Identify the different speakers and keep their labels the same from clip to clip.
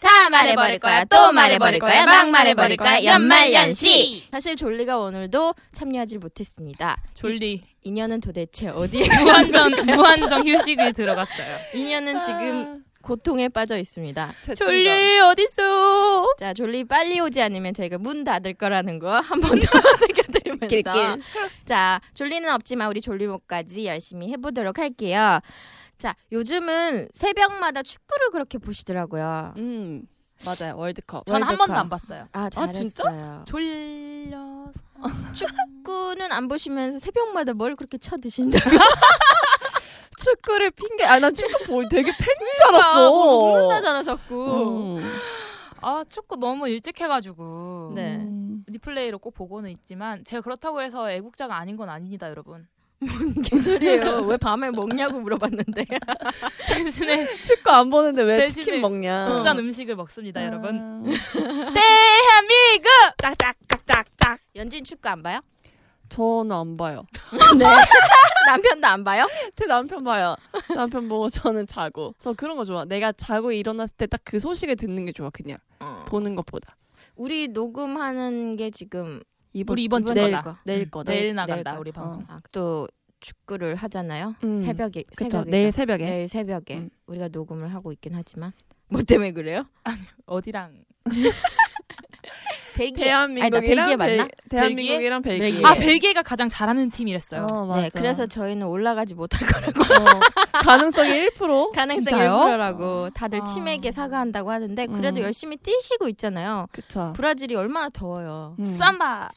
Speaker 1: 다 말해버릴 거야 또 말해버릴 거야 막 말해버릴 거야 연말연시
Speaker 2: 사실 졸리가 오늘도 참여하지 못했습니다.
Speaker 3: 졸리
Speaker 2: 인연은 도대체 어디에?
Speaker 3: 무한정 무한정 휴식을 들어갔어요.
Speaker 2: 인연은
Speaker 3: 아.
Speaker 2: 지금 고통에 빠져 있습니다.
Speaker 3: 졸리 어딨어?
Speaker 2: 자, 졸리 빨리 오지 않으면 저희가 문 닫을 거라는 거 한 번 더 생각드리면서.
Speaker 4: 길길.
Speaker 2: 자, 졸리는 없지만 우리 졸리목까지 열심히 해보도록 할게요. 자, 요즘은 새벽마다 축구를 그렇게 보시더라고요.
Speaker 3: 음
Speaker 4: 맞아요 월드컵
Speaker 3: 저는 한
Speaker 2: 월드컵.
Speaker 3: 번도 안 봤어요.
Speaker 2: 아,
Speaker 3: 아, 진짜?
Speaker 2: 잘했어요.
Speaker 3: 졸려서
Speaker 2: 축구는 안 보시면서 새벽마다 뭘 그렇게 쳐드신다고
Speaker 4: 축구를 핑계 아난 축구 보 되게 팬인 줄
Speaker 2: 뭐
Speaker 4: 알았어 어. 음.
Speaker 2: 먹는다잖아, 자꾸.
Speaker 3: 아 축구 너무 일찍 해가지고
Speaker 2: 네.
Speaker 3: 리플레이로 꼭 보고는 있지만 제가 그렇다고 해서 애국자가 아닌 건 아닙니다, 여러분.
Speaker 2: 개소리예요. 왜 밤에 먹냐고 물어봤는데.
Speaker 3: 대신에
Speaker 4: 축구 안 보는데 왜
Speaker 3: 대신에
Speaker 4: 치킨 먹냐 음.
Speaker 3: 국산 음식을 먹습니다, 여러분.
Speaker 1: 대한민국
Speaker 4: 짝짝짝짝짝
Speaker 2: 연진 축구 안 봐요?
Speaker 4: 저는 안 봐요
Speaker 2: 네. 남편도 안 봐요?
Speaker 4: 제 남편 봐요 남편 보고 저는 자고 저 그런 거 좋아 내가 자고 일어났을 때 딱 그 소식을 듣는 게 좋아 그냥 보는 것보다
Speaker 2: 어. 우리 녹음하는 게 지금
Speaker 4: 이번
Speaker 3: 우리 이번 주
Speaker 4: 내일
Speaker 3: 거다.
Speaker 4: 거 내일 거다
Speaker 3: 내일 나간다
Speaker 2: 내일
Speaker 3: 우리
Speaker 2: 거.
Speaker 3: 방송.
Speaker 2: 아, 또 축구를 하잖아요.
Speaker 4: 음.
Speaker 2: 새벽에
Speaker 4: 그쵸
Speaker 2: 새벽이죠.
Speaker 4: 내일 새벽에
Speaker 2: 내일 새벽에
Speaker 4: 음.
Speaker 2: 우리가 녹음을 하고 있긴 하지만 뭐 때문에 그래요?
Speaker 3: 어디랑
Speaker 2: 벨기에.
Speaker 4: 네. 대한민국이랑
Speaker 2: 아니다, 벨기에 맞나?
Speaker 4: 벨- 대한민국이랑 벨기에,
Speaker 2: 벨기에.
Speaker 3: 아 벨기에가 가장 잘하는 팀이랬어요.
Speaker 4: 어, 맞아.
Speaker 2: 네, 그래서 저희는 올라가지 못할 거라고
Speaker 4: 어, 가능성이 1%
Speaker 2: 가능성이
Speaker 3: 진짜요?
Speaker 2: 1%라고 다들
Speaker 3: 아.
Speaker 2: 치맥에 사과한다고 하는데 그래도
Speaker 4: 음.
Speaker 2: 열심히 뛰시고 있잖아요.
Speaker 4: 그쵸
Speaker 2: 브라질이 얼마나 더워요.
Speaker 4: 음.
Speaker 3: 쌈바.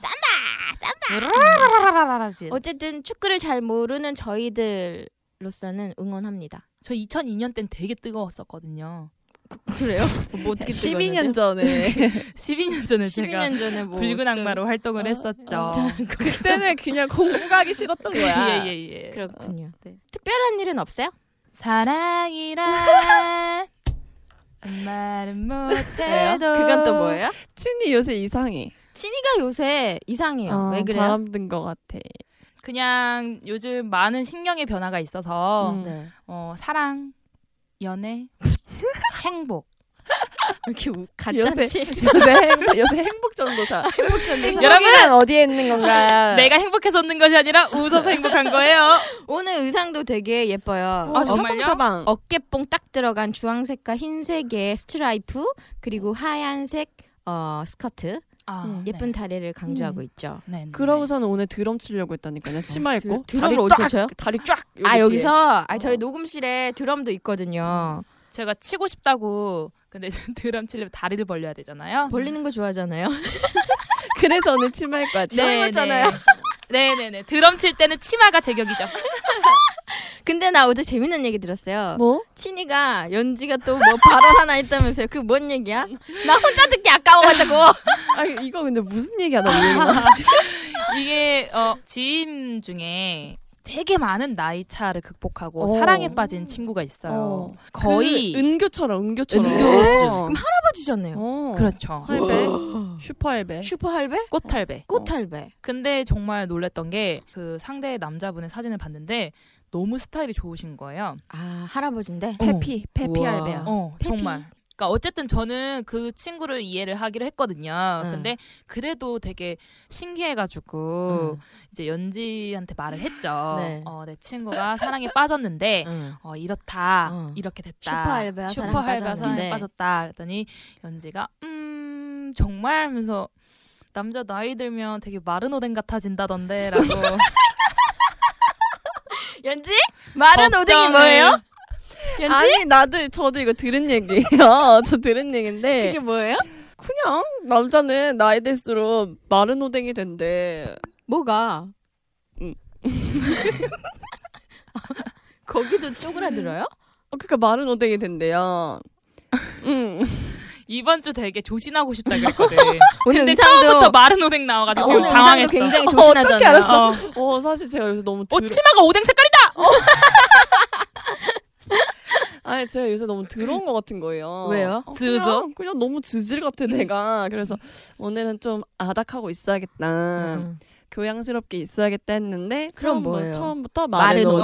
Speaker 2: 어쨌든 축구를 잘 모르는 저희들로서는 응원합니다.
Speaker 3: 저 2002년 땐 되게 뜨거웠었거든요.
Speaker 2: 그래요? 뭐 어떻게
Speaker 4: 12년 전에
Speaker 3: 12년 전에 제가
Speaker 2: 12년 전에 뭐
Speaker 3: 붉은
Speaker 2: 좀-
Speaker 3: 악마로 활동을 했었죠.
Speaker 4: 그때는 그냥 공부하기 싫었던 거야.
Speaker 3: 예, 예, 예.
Speaker 2: 그렇군요.
Speaker 3: 네.
Speaker 2: 특별한 일은 없어요?
Speaker 1: 사랑이란 말은 못해도
Speaker 2: 그건 또 뭐예요?
Speaker 4: 친이 요새 이상해.
Speaker 2: 친이가 요새 이상해요.
Speaker 4: 어,
Speaker 2: 왜 그래요?
Speaker 4: 바람 든것 같아.
Speaker 3: 그냥 요즘 많은 신경의 변화가 있어서
Speaker 4: 음.
Speaker 2: 네.
Speaker 3: 어, 사랑, 연애, 행복.
Speaker 2: 이렇게 우-
Speaker 4: 요새
Speaker 2: 가짜치
Speaker 4: 요새 행, 요새 행복 전도사. 행복 전도사. 여러분 어디에 있는 건가?
Speaker 3: 내가 행복해서 웃는 것이 아니라 웃어서 행복한 거예요.
Speaker 2: 오늘 의상도 되게 예뻐요.
Speaker 3: 아,
Speaker 2: 어,
Speaker 3: 정말? 정말요?
Speaker 4: 처방.
Speaker 2: 어깨뽕 딱 들어간 주황색과 흰색의 스트라이프 그리고 하얀색 어, 스커트
Speaker 3: 아,
Speaker 4: 음,
Speaker 2: 예쁜 다리를 강조하고 있고
Speaker 3: 네. 네.
Speaker 4: 그러고서는 오늘 드럼 치려고 했다니까요. 치마
Speaker 2: 있죠.
Speaker 4: 입고.
Speaker 2: 드럼을
Speaker 4: 다리
Speaker 2: 어디서
Speaker 4: 쫙,
Speaker 2: 쳐요?
Speaker 4: 다리 쫙.
Speaker 2: 아 여기서 아,
Speaker 4: 어.
Speaker 2: 저희 녹음실에 드럼도 있거든요.
Speaker 3: 제가 치고 싶다고 근데 이제 드럼 치려면 다리를 벌려야 되잖아요. 네,
Speaker 2: 벌리는 거 좋아하잖아요.
Speaker 4: 뒤에. 그래서 오늘 치마 입고 왔죠.
Speaker 3: 네. 네네네. 드럼 칠 때는 치마가 제격이죠.
Speaker 2: 근데 나 어제 재밌는 얘기 들었어요.
Speaker 4: 뭐?
Speaker 2: 친이가 연지가 또 뭐 발언 하나 했다면서요. 그 뭔 얘기야? 나 혼자 듣기 아까워가지고.
Speaker 4: 아 이거 근데 무슨 얘기하다 보는 거지?
Speaker 3: 이게 어, 지인 중에 되게 많은 나이 차를 극복하고
Speaker 4: 어.
Speaker 3: 사랑에 빠진 친구가 있어요.
Speaker 4: 어.
Speaker 3: 거의
Speaker 4: 그 은교처럼 은교처럼.
Speaker 3: 은교 수준.
Speaker 4: 어.
Speaker 2: 그럼 할아버지잖아요.
Speaker 4: 어.
Speaker 3: 그렇죠.
Speaker 4: 할배. 슈퍼 할배.
Speaker 2: 슈퍼 할배?
Speaker 3: 꽃탈배.
Speaker 2: 꽃할배.
Speaker 3: 근데 정말 놀랬던 게 그 상대 남자분의 사진을 봤는데 너무 스타일이 좋으신 거예요.
Speaker 2: 아 할아버지인데.
Speaker 4: 페피 페피
Speaker 2: 우와.
Speaker 4: 할배야.
Speaker 3: 어,
Speaker 2: 페피.
Speaker 3: 정말. 그러니까 어쨌든 저는 그 친구를 이해를 하기로 했거든요.
Speaker 4: 음.
Speaker 2: 응.
Speaker 3: 근데 그래도 되게 신기해가지고
Speaker 4: 음.
Speaker 3: 이제 연지한테 말을 했죠.
Speaker 2: 네.
Speaker 3: 어, 내 친구가 사랑에 빠졌는데
Speaker 2: 응.
Speaker 3: 어, 이렇다.
Speaker 2: 어.
Speaker 3: 이렇게 됐다.
Speaker 2: 슈퍼 알바 사랑에
Speaker 3: 슈퍼 알바 사랑에
Speaker 2: 빠졌는데.
Speaker 3: 빠졌다. 그랬더니 연지가 음 정말 하면서 남자 나이 들면 되게 마른 오뎅 같아진다던데라고
Speaker 2: 연지? 말은 오뎅이
Speaker 3: 걱정을-
Speaker 2: 뭐예요? 연지?
Speaker 4: 아니 나도 저도 이거 들은 얘기예요. 저 들은 얘긴데
Speaker 2: 그게 뭐예요?
Speaker 4: 그냥 남자는 나이 들수록 마른 호댕이 된대.
Speaker 2: 뭐가?
Speaker 4: 응.
Speaker 2: 거기도 쪼그라들어요?
Speaker 4: 어, 그러니까 마른 호댕이 된대요. 응.
Speaker 3: 이번 주 되게 조신하고 싶다 그랬거든.
Speaker 2: 오늘
Speaker 3: 근데
Speaker 2: 의상도
Speaker 3: 처음부터 마른 오뎅 나와가지고 지금
Speaker 2: 오늘 의상도
Speaker 3: 당황했어.
Speaker 2: 굉장히
Speaker 4: 어, 어떻게
Speaker 2: 조신하잖아요.
Speaker 4: 알았어?
Speaker 3: 어,
Speaker 4: 어 사실 제가 요새 너무
Speaker 3: 어,
Speaker 4: 더러-
Speaker 3: 치마가 오뎅 색깔이다.
Speaker 4: 아니 제가 요새 너무 더러운 것 같은 거예요.
Speaker 2: 왜요?
Speaker 4: 어,
Speaker 3: 즈죠?
Speaker 4: 그냥, 그냥 너무 즈질 같아 내가. 그래서 오늘은 좀 아닥하고 있어야겠다.
Speaker 2: 음.
Speaker 4: 교양스럽게 있어야겠다 했는데
Speaker 2: 그럼
Speaker 4: 처음부-
Speaker 2: 뭐예요?
Speaker 4: 처음부터
Speaker 2: 마른
Speaker 4: 마른
Speaker 2: 오뎅.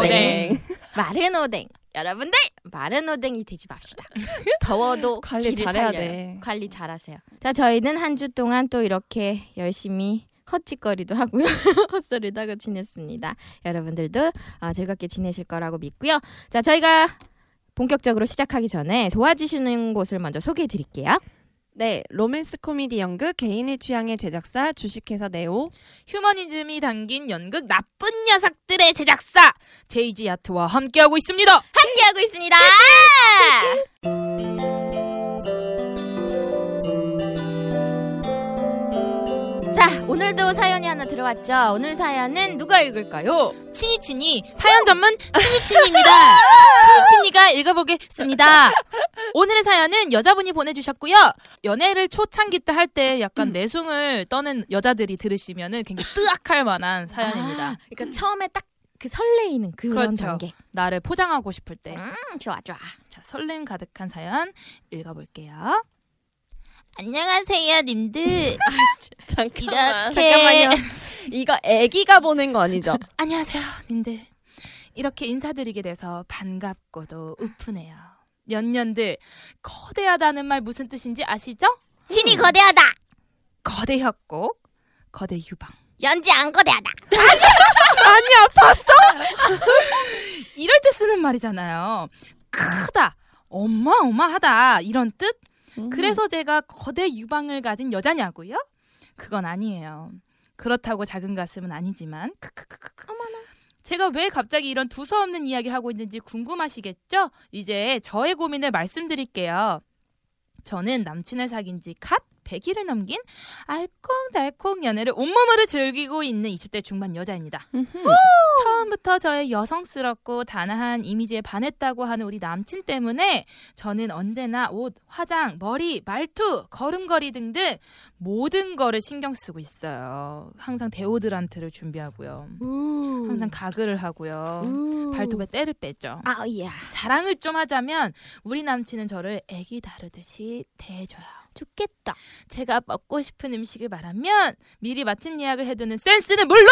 Speaker 4: 오뎅.
Speaker 2: 마른 오뎅. 여러분들 마른 오뎅이 되지 맙시다. 더워도
Speaker 4: 관리
Speaker 2: 기를
Speaker 4: 잘해야
Speaker 2: 살려요.
Speaker 4: 돼.
Speaker 2: 관리 잘하세요. 자 저희는 한 주 동안 또 이렇게 열심히 헛짓거리도 하고요. 헛소리도 하고 지냈습니다. 여러분들도 어, 즐겁게 지내실 거라고 믿고요. 자 저희가 본격적으로 시작하기 전에 도와주시는 곳을 먼저 소개해 드릴게요.
Speaker 4: 네, 로맨스 코미디 연극 개인의 취향의 제작사 주식회사 네오
Speaker 3: 휴머니즘이 담긴 연극 나쁜 녀석들의 제작사 제이지 아트와 함께하고 있습니다.
Speaker 2: 함께하고 있습니다. 자, 오늘도 사연이 하나 들어왔죠. 오늘 사연은 누가 읽을까요?
Speaker 3: 치니치니 사연 전문 치니치니입니다. 치니치니가 읽어보겠습니다. 오늘의 사연은 여자분이 보내주셨고요. 연애를 초창기 때 할 때 약간 내숭을 떠는 여자들이 들으시면은 굉장히 뜨악할 만한 사연입니다.
Speaker 2: 아, 그러니까 처음에 딱 그 설레이는 그런
Speaker 3: 그렇죠.
Speaker 2: 단계.
Speaker 3: 나를 포장하고 싶을 때
Speaker 2: 음, 좋아, 좋아.
Speaker 3: 자, 설렘 가득한 사연 읽어볼게요. 안녕하세요, 님들.
Speaker 4: 잠깐만
Speaker 3: 이렇게
Speaker 4: 이거 애기가 보낸 거 아니죠?
Speaker 3: 안녕하세요, 님들. 이렇게 인사드리게 돼서 반갑고도 우프네요. 년년들 거대하다는 말 무슨 뜻인지 아시죠?
Speaker 2: 진이 거대하다.
Speaker 3: 거대 협곡, 거대 유방.
Speaker 2: 연지 안 거대하다.
Speaker 3: 이럴 때 쓰는 말이잖아요. 크다, 어마어마하다 이런 뜻.
Speaker 4: 음.
Speaker 3: 그래서 제가 거대 유방을 가진 여자냐고요? 그건 아니에요. 그렇다고 작은 가슴은 아니지만 크크크크크. 제가 왜 갑자기 이런 두서없는 이야기 하고 있는지 궁금하시겠죠? 이제 저의 고민을 말씀드릴게요. 저는 남친을 사귄 지갓 100일을 넘긴 알콩달콩 연애를 온몸으로 즐기고 있는 20대 중반 여자입니다. 처음부터 저의 여성스럽고 단아한 이미지에 반했다고 하는 우리 남친 때문에 저는 언제나 옷, 화장, 머리, 말투, 걸음걸이 등등 모든 거를 신경 쓰고 있어요. 항상 데오드란트를 준비하고요.
Speaker 2: 음.
Speaker 3: 항상 가글을 하고요. 발톱에 때를 빼죠.
Speaker 2: 아, 이야.
Speaker 3: 자랑을 좀 하자면 우리 남친은 저를 애기 다루듯이 대해줘요.
Speaker 2: 좋겠다.
Speaker 3: 제가 먹고 싶은 음식을 말하면 미리 마침 예약을 해두는 센스는 물론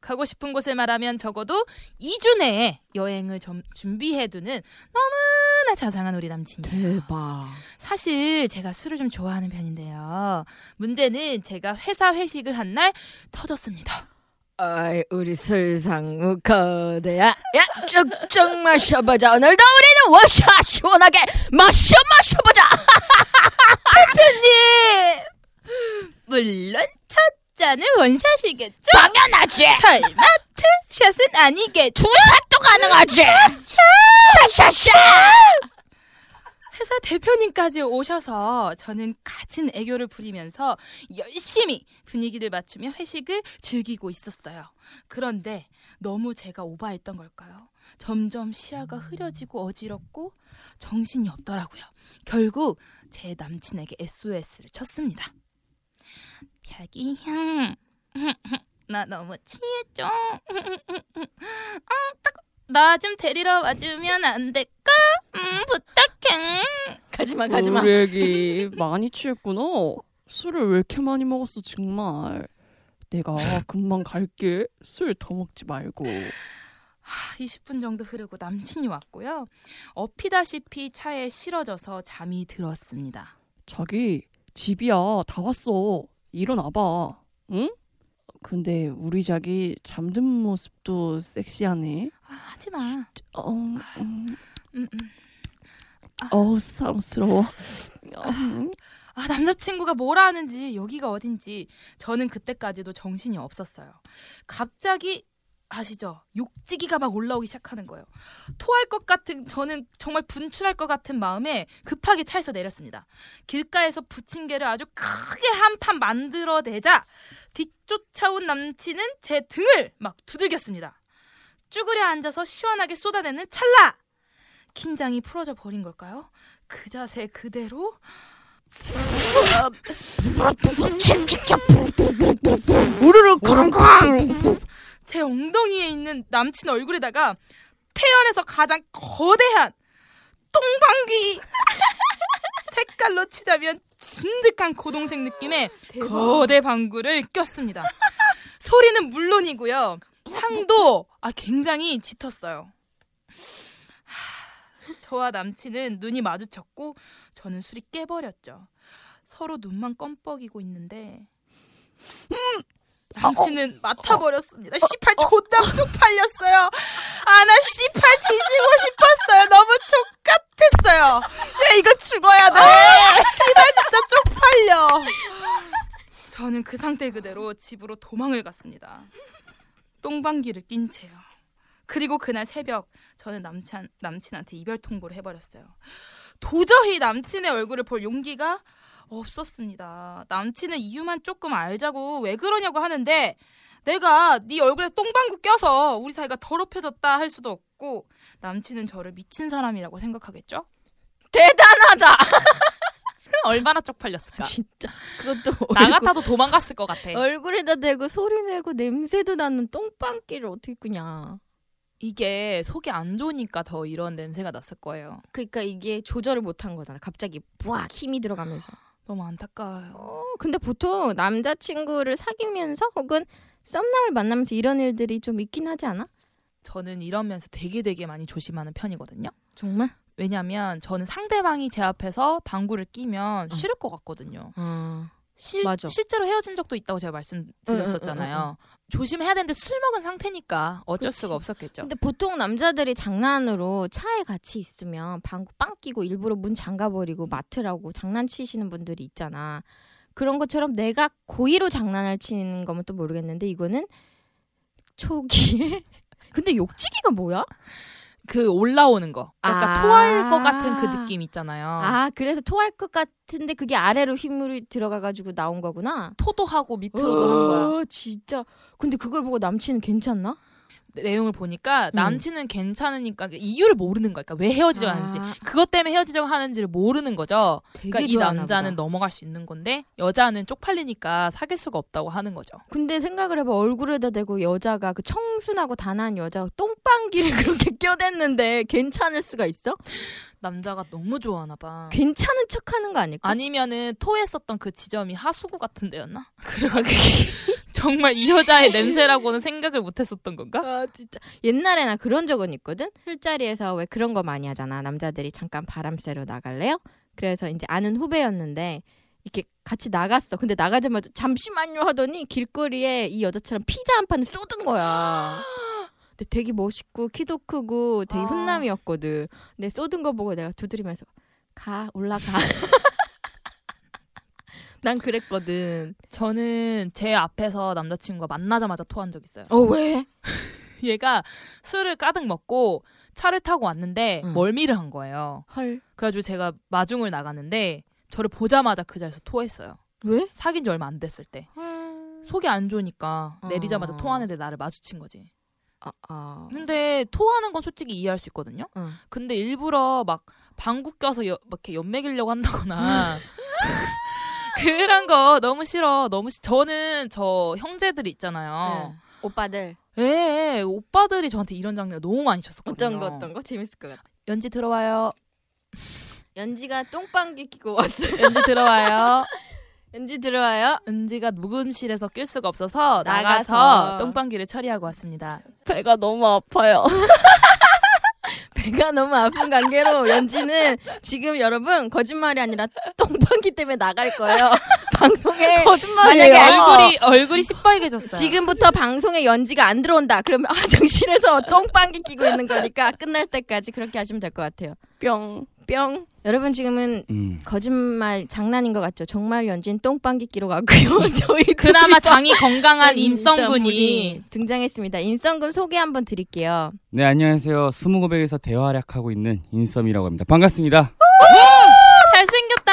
Speaker 3: 가고 싶은 곳을 말하면 적어도 2주 내에 여행을 점- 준비해두는 너무나 자상한 우리 남친이에요.
Speaker 2: 대박.
Speaker 3: 사실 제가 술을 좀 좋아하는 편인데요. 문제는 제가 회사 회식을 한 날 터졌습니다.
Speaker 2: 아이, 우리 술상무 거대야. 야, 쭉쭉 마셔보자. 오늘도 우리는 워샷 시원하게 마셔 마셔보자.
Speaker 3: 예! 물론 첫 잔은 원샷이겠죠?
Speaker 2: 당연하지.
Speaker 3: 설마 투샷은 아니겠죠?
Speaker 2: 샷도 가능하지. 샷샷샷.
Speaker 3: 회사 대표님까지 오셔서 저는 가진 애교를 부리면서 열심히 분위기를 맞추며 회식을 즐기고 있었어요. 그런데 너무 제가 오바했던 걸까요? 점점 시야가 흐려지고 어지럽고 정신이 없더라고요. 결국 제 남친에게 SOS를 쳤습니다. 자기야, 나 너무 취했죠. 아, 나 좀 데리러 와주면 안 될까? 음, 부탁해.
Speaker 2: 가지마 가지마.
Speaker 4: 우리 애기 많이 취했구나. 술을 왜 이렇게 많이 먹었어 정말. 내가 금방 갈게. 술 더 먹지 말고.
Speaker 3: 20분 정도 흐르고 남친이 왔고요. 업히다시피 차에 실어져서 잠이 들었습니다.
Speaker 4: 자기 집이야 다 왔어. 일어나봐. 응? 근데 우리 자기 잠든 모습도 섹시하네.
Speaker 3: 아, 하지 마.
Speaker 4: 어, 음,
Speaker 3: 음, 음.
Speaker 4: 어우 사랑스러워. 음,
Speaker 3: 아, 남자친구가 뭘 하는지 여기가 어딘지 저는 그때까지도 정신이 없었어요. 갑자기 아시죠? 욕지기가 막 올라오기 시작하는 거예요. 토할 것 같은 저는 정말 분출할 것 같은 마음에 급하게 차에서 내렸습니다. 길가에서 부침개를 아주 크게 한 판 만들어내자 뒤쫓아온 남친은 제 등을 막 두들겼습니다. 쭈그려 앉아서 시원하게 쏟아내는 찰나 긴장이 풀어져 버린 걸까요? 그 자세 그대로
Speaker 4: 우르르 쾅쾅.
Speaker 3: 제 엉덩이에 있는 남친 얼굴에다가 태연에서 가장 거대한 똥방귀 색깔로 치자면 진득한 고동색 느낌의 거대 방구를 꼈습니다. 소리는 물론이고요. 향도 아 굉장히 짙었어요. 하, 저와 남친은 눈이 마주쳤고 저는 술이 깨버렸죠. 서로 눈만 껌뻑이고 있는데 남친은 맡아버렸습니다. 씨팔 존나 쪽팔렸어요. 아 나 씨팔 뒤지고 싶었어요. 너무 족같았어요.
Speaker 4: 야 이거 죽어야 돼.
Speaker 3: 아, 씨발 진짜 쪽팔려. 저는 그 상태 그대로 집으로 도망을 갔습니다. 똥방귀를 낀 채요. 그리고 그날 새벽 저는 남친 남친한테 이별 통보를 해버렸어요. 도저히 남친의 얼굴을 볼 용기가 없었습니다. 남친은 이유만 조금 알자고 왜 그러냐고 하는데 내가 네 얼굴에 똥방구 껴서 우리 사이가 더럽혀졌다 할 수도 없고 남친은 저를 미친 사람이라고 생각하겠죠?
Speaker 1: 대단하다.
Speaker 3: 얼마나 쪽팔렸을까?
Speaker 2: 진짜. 그러니까 그것도
Speaker 3: 나
Speaker 2: 얼굴,
Speaker 3: 같아도 도망갔을 것 같아.
Speaker 2: 얼굴에다 대고 소리 내고 냄새도 나는 똥방귀를 어떻게 꾸냐.
Speaker 3: 이게 속이 안 좋으니까 더 이런 냄새가 났을 거예요.
Speaker 2: 그러니까 이게 조절을 못한 거잖아. 갑자기 부악 힘이 들어가면서.
Speaker 3: 너무 안타까워요.
Speaker 2: 어, 근데 보통 남자친구를 사귀면서 혹은 썸남을 만나면서 이런 일들이 좀 있긴 하지 않아?
Speaker 3: 저는 이러면서 되게 되게 많이 조심하는 편이거든요.
Speaker 2: 정말?
Speaker 3: 왜냐면 저는 상대방이 제 앞에서 방구를 끼면 싫을 것 같거든요.
Speaker 2: 어.
Speaker 3: 실,
Speaker 2: 맞아.
Speaker 3: 실제로 헤어진 적도 있다고 제가 말씀드렸었잖아요.
Speaker 2: 응, 응, 응,
Speaker 3: 조심해야 되는데 술 먹은 상태니까 어쩔 수가 없었겠죠.
Speaker 2: 근데 보통 남자들이 장난으로 차에 같이 있으면 방구 빵 끼고 일부러 문 잠가버리고 마트라고 장난치시는 분들이 있잖아. 그런 것처럼 내가 고의로 장난을 치는 거면 또 모르겠는데 이거는 초기에. 근데 욕지기가 뭐야?
Speaker 3: 그 올라오는 거. 약간
Speaker 2: 아.
Speaker 3: 토할 것 같은 그 느낌 있잖아요.
Speaker 2: 아 그래서 토할 것 같은데 그게 아래로 힘으로 들어가가지고 나온 거구나.
Speaker 3: 토도하고 밑으로도 한 거야. 어,
Speaker 2: 어, 진짜. 근데 그걸 보고 남친은 괜찮나?
Speaker 3: 내용을 보니까 남친은 괜찮으니까 그 이유를 모르는 거니까 왜 헤어지자고 하는지
Speaker 2: 아.
Speaker 3: 그것 때문에 헤어지자고 하는지를 모르는 거죠.
Speaker 2: 되게
Speaker 3: 그러니까 이
Speaker 2: 좋아하나
Speaker 3: 남자는
Speaker 2: 보다.
Speaker 3: 넘어갈 수 있는 건데 여자는 쪽팔리니까 사귈 수가 없다고 하는 거죠.
Speaker 2: 근데 생각을 해봐 얼굴에다 대고 여자가 그 청순하고 단아한 여자가 똥방귀를 그렇게 껴댔는데 괜찮을 수가 있어?
Speaker 3: 남자가 너무 좋아하나 봐.
Speaker 2: 괜찮은 척하는 거 아닐까?
Speaker 3: 아니면은 토했었던 그 지점이 하수구 같은 데였나? 그래가지고 정말 이 여자의 냄새라고는 생각을 못했었던 건가?
Speaker 2: 아 진짜 옛날에 나 그런 적은 있거든 술자리에서 왜 그런 거 많이 하잖아 남자들이 잠깐 바람 쐬러 나갈래요? 그래서 이제 아는 후배였는데 이렇게 같이 나갔어 근데 나가자마자 잠시만요 하더니 길거리에 이 여자처럼 피자 한 판을 쏟은 거야 근데 되게 멋있고 키도 크고 되게
Speaker 3: 아.
Speaker 2: 훈남이었거든 근데 쏟은 거 보고 내가 두드리면서 가 올라가 난 그랬거든
Speaker 3: 저는 제 앞에서 남자친구가 만나자마자 토한 적 있어요.
Speaker 2: 어 왜?
Speaker 3: 얘가 술을 가득 먹고 차를 타고 왔는데
Speaker 2: 응.
Speaker 3: 멀미를 한 거예요.
Speaker 2: 헐
Speaker 3: 그래가지고 제가 마중을 나갔는데 저를 보자마자 그 자리에서 토했어요.
Speaker 2: 왜?
Speaker 3: 사귄 지 얼마 안 됐을 때 속이 안 좋으니까
Speaker 2: 어.
Speaker 3: 내리자마자 토하는데 나를 마주친 거지.
Speaker 2: 아, 아.
Speaker 3: 근데 토하는 건 솔직히 이해할 수 있거든요.
Speaker 2: 응.
Speaker 3: 근데 일부러 막 방구 껴서 여- 막 이렇게 연맥이려고 한다거나 그런 거 너무 싫어. 너무 싫. 저는 저 형제들
Speaker 2: 응.
Speaker 3: 있잖아요.
Speaker 2: 네. 오빠들
Speaker 3: 예, 오빠들이 저한테 이런 장난 너무 많이 쳤었거든요.
Speaker 2: 네. 어떤 거 어떤 거 재밌을 것 같아.
Speaker 3: 연지 들어와요.
Speaker 2: 연지가 똥방귀 끼고 왔어요.
Speaker 3: 연지 들어와요.
Speaker 2: 연지 들어와요.
Speaker 3: 은지가 녹음실에서 낄 수가 없어서 나가서,
Speaker 2: 나가서.
Speaker 3: 똥방귀를 처리하고 왔습니다.
Speaker 4: 배가 너무 아파요.
Speaker 2: 배가 너무 아픈 관계로 연지는 지금 여러분 거짓말이 아니라 똥방귀 때문에 나갈 거예요. 방송에
Speaker 4: 거짓말이에요.
Speaker 2: 만약에
Speaker 3: 얼굴이 얼굴이 시뻘개졌어요.
Speaker 2: 아, 지금부터 방송에 연지가 안 들어온다. 그러면 화장실에서 똥방귀 끼고 있는 거니까 끝날 때까지 그렇게 하시면 될 것 같아요.
Speaker 4: 뿅.
Speaker 2: 뿅. 여러분 지금은
Speaker 5: 음.
Speaker 2: 거짓말 장난인 것 같죠? 정말 연진 똥방귀 끼러 갔고요. 저희
Speaker 3: 그나마
Speaker 2: 둘이
Speaker 3: 장이 건강한
Speaker 2: 한
Speaker 3: 임성군이
Speaker 2: 음, 등장했습니다. 인성군 소개 한번 드릴게요.
Speaker 6: 네 안녕하세요. 스무고백에서 대활약하고 있는 인썸이라고 합니다. 반갑습니다.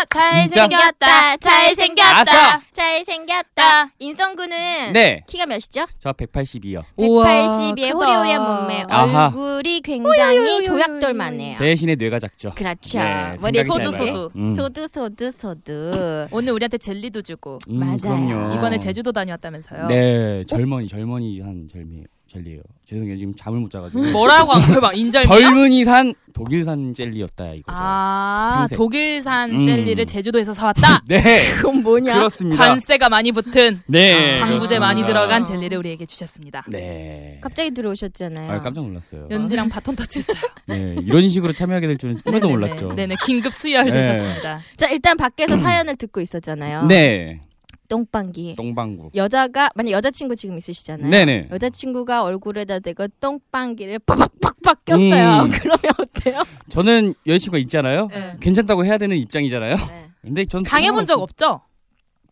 Speaker 3: 잘생겼다.
Speaker 6: 진짜?
Speaker 3: 잘생겼다.
Speaker 6: 아싸!
Speaker 3: 잘생겼다.
Speaker 2: 잘생겼다. 인성군은
Speaker 6: 네,
Speaker 2: 키가 몇이죠?
Speaker 6: 저 182요.
Speaker 3: 우와,
Speaker 2: 182의
Speaker 3: 크다.
Speaker 2: 호리호리한 몸매.
Speaker 6: 아하.
Speaker 2: 얼굴이 굉장히 조약돌만해요.
Speaker 6: 대신에 뇌가 작죠.
Speaker 2: 그렇죠.
Speaker 6: 네, 생각이
Speaker 2: 머리에
Speaker 3: 네. 소두,
Speaker 6: 짧아요.
Speaker 3: 소두.
Speaker 6: 음.
Speaker 2: 소두 소두 소두.
Speaker 3: 오늘 우리한테 젤리도 주고
Speaker 6: 음,
Speaker 2: 맞아요.
Speaker 6: 그럼요.
Speaker 3: 이번에 제주도 다녀왔다면서요.
Speaker 6: 네, 젊은이 젊은이 한 젤리 젤리예요. 죄송해요. 지금 잠을 못 자가지고.
Speaker 3: 음. 뭐라고 한 거예요? 막 인절미.
Speaker 6: 젊은이산 독일산 젤리였다 이거죠.
Speaker 3: 아
Speaker 6: 생색.
Speaker 3: 독일산
Speaker 6: 음.
Speaker 3: 젤리를 제주도에서 사왔다.
Speaker 6: 네,
Speaker 2: 그건 뭐냐?
Speaker 6: 그렇습니다.
Speaker 3: 아, 관세가 많이 붙은
Speaker 6: 네,
Speaker 3: 방부제
Speaker 6: 그렇습니다.
Speaker 3: 많이 들어간 젤리를 우리에게 주셨습니다.
Speaker 6: 네.
Speaker 2: 갑자기 들어오셨잖아요.
Speaker 6: 아, 깜짝 놀랐어요.
Speaker 3: 네. 연지랑 바톤 터치했어요.
Speaker 6: 네, 이런 식으로 참여하게 될 줄은 꿈에도
Speaker 3: 네네네.
Speaker 6: 몰랐죠.
Speaker 3: 네네 긴급 수혈되셨습니다.
Speaker 2: 자 일단 밖에서
Speaker 3: 음.
Speaker 2: 사연을 듣고 있었잖아요.
Speaker 6: 네,
Speaker 2: 똥방귀.
Speaker 6: 똥방구.
Speaker 2: 여자가 만약 여자친구 지금
Speaker 3: 예,
Speaker 2: 있으시잖아요.
Speaker 6: 네네.
Speaker 2: 여자친구가 얼굴에다 대고 똥방귀를 빡빡빡빡 꼈어요.
Speaker 6: 음.
Speaker 2: 그러면 어때요?
Speaker 6: 저는 여자친구가 있잖아요.
Speaker 3: 네.
Speaker 6: 괜찮다고 해야 되는 입장이잖아요. 근데 전
Speaker 3: 당해본 적
Speaker 6: 상관없이
Speaker 3: 없죠?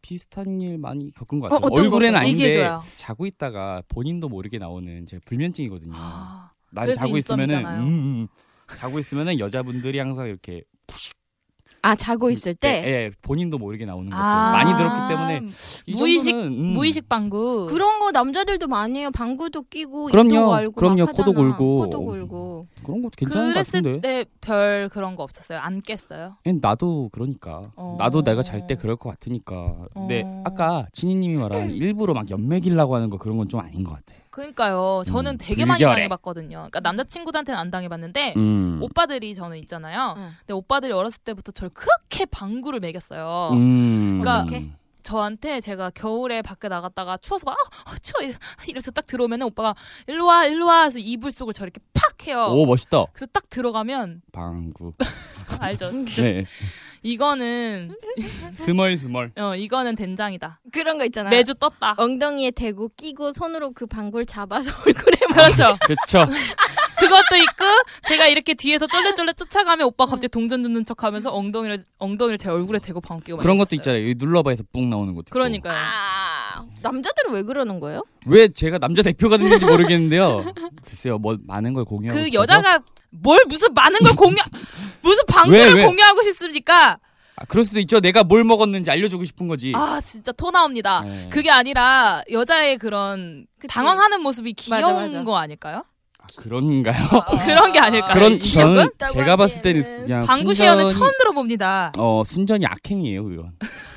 Speaker 6: 비슷한 일 많이 겪은 것 같아요.
Speaker 2: 어떤 거,
Speaker 6: 얼굴에는
Speaker 3: 어떤 거?
Speaker 6: 아닌데
Speaker 3: 얘기해줘요.
Speaker 6: 자고 있다가 본인도 모르게 나오는 제 불면증이거든요.
Speaker 3: 아,
Speaker 6: 난
Speaker 3: 그래서
Speaker 6: 자고 있으면은
Speaker 3: 인썸이잖아요.
Speaker 6: 음, 음. 자고 있으면은 여자분들이 항상 이렇게
Speaker 2: 아 자고 있을 때
Speaker 6: 예, 예, 본인도 모르게 나오는 것들
Speaker 3: 아.
Speaker 6: 많이 들었기 때문에 이
Speaker 3: 무의식-
Speaker 6: 정도는, 음.
Speaker 3: 무의식 방구.
Speaker 2: 그런 거 남자들도 많이 해요. 방구도 끼고
Speaker 6: 그럼요.
Speaker 2: 입도 갈고
Speaker 6: 그럼요.
Speaker 2: 막 하잖아.
Speaker 6: 코도 골고.
Speaker 2: 코도 골고.
Speaker 6: 그런 것도 괜찮은 것
Speaker 3: 그랬을
Speaker 6: 같은데
Speaker 3: 때 별 그런 거 없었어요. 안 깼어요.
Speaker 6: 예, 나도 그러니까
Speaker 3: 어.
Speaker 6: 나도 내가 잘 때 그럴 것 같으니까 근데
Speaker 3: 어. 음.
Speaker 6: 아까 진희님이 말한 일부러 막 연맥이려고 하는 거 그런 건 좀 아닌 것 같아.
Speaker 3: 그러니까요. 저는
Speaker 6: 음,
Speaker 3: 되게 많이
Speaker 6: 불결해.
Speaker 3: 당해봤거든요. 그러니까 남자친구들한테는 안 당해봤는데
Speaker 6: 음.
Speaker 3: 오빠들이 저는 있잖아요.
Speaker 2: 응.
Speaker 3: 근데 오빠들이 어렸을 때부터 저를 그렇게 방구를 매겼어요.
Speaker 6: 음.
Speaker 3: 그러니까
Speaker 2: 어떡해?
Speaker 3: 저한테 제가 겨울에 밖에 나갔다가 추워서 막 아, 아, 추워 이래- 이래서 딱 들어오면 오빠가 일로 와 일로 와 해서 이불 속을 저 이렇게 팍 해요.
Speaker 6: 오 멋있다.
Speaker 3: 그래서 딱 들어가면
Speaker 6: 방구.
Speaker 3: 알죠.
Speaker 6: 네.
Speaker 3: 이거는
Speaker 6: 스멀 스멀.
Speaker 3: 어 이거는 된장이다.
Speaker 2: 그런 거 있잖아요.
Speaker 3: 매주 떴다.
Speaker 2: 엉덩이에 대고 끼고 손으로 그 방구를 잡아서 얼굴에
Speaker 3: 그렇죠.
Speaker 6: 그렇죠.
Speaker 3: 그것도 있고 제가 이렇게 뒤에서 쫄래쫄래 쫓아가면 오빠 갑자기 동전 줍는 척하면서 엉덩이를 엉덩이를 제 얼굴에 대고 방귀고
Speaker 6: 그런 것도 있잖아요. 여기 눌러봐서 뿡 나오는 것도. 있고.
Speaker 3: 그러니까 요
Speaker 2: 아, 남자들은 왜 그러는 거예요?
Speaker 6: 왜 제가 남자 대표가 됐는지 모르겠는데요. 글쎄요, 뭐 많은 걸 공유하고
Speaker 3: 그
Speaker 6: 싶어서?
Speaker 3: 여자가 뭘 무슨 많은 걸 공유 무슨 방구를
Speaker 6: 왜, 왜?
Speaker 3: 공유하고 싶습니까?
Speaker 6: 아, 그럴 수도 있죠. 내가 뭘 먹었는지 알려주고 싶은 거지.
Speaker 3: 아 진짜 토 나옵니다.
Speaker 6: 네.
Speaker 3: 그게 아니라 여자의 그런
Speaker 2: 그치.
Speaker 3: 당황하는 모습이 귀여운
Speaker 2: 맞아, 맞아.
Speaker 3: 거 아닐까요?
Speaker 6: 아,
Speaker 2: 어.
Speaker 6: 그런가요?
Speaker 3: 그런 게 아닐까요? 어.
Speaker 6: 그런
Speaker 3: 이격은?
Speaker 6: 저는
Speaker 2: 귀엽다고
Speaker 6: 제가 봤을 때는
Speaker 2: 하기에는.
Speaker 6: 그냥
Speaker 3: 방구 시연은
Speaker 6: 순전히-
Speaker 3: 처음 들어봅니다.
Speaker 6: 어 순전히 악행이에요 그건.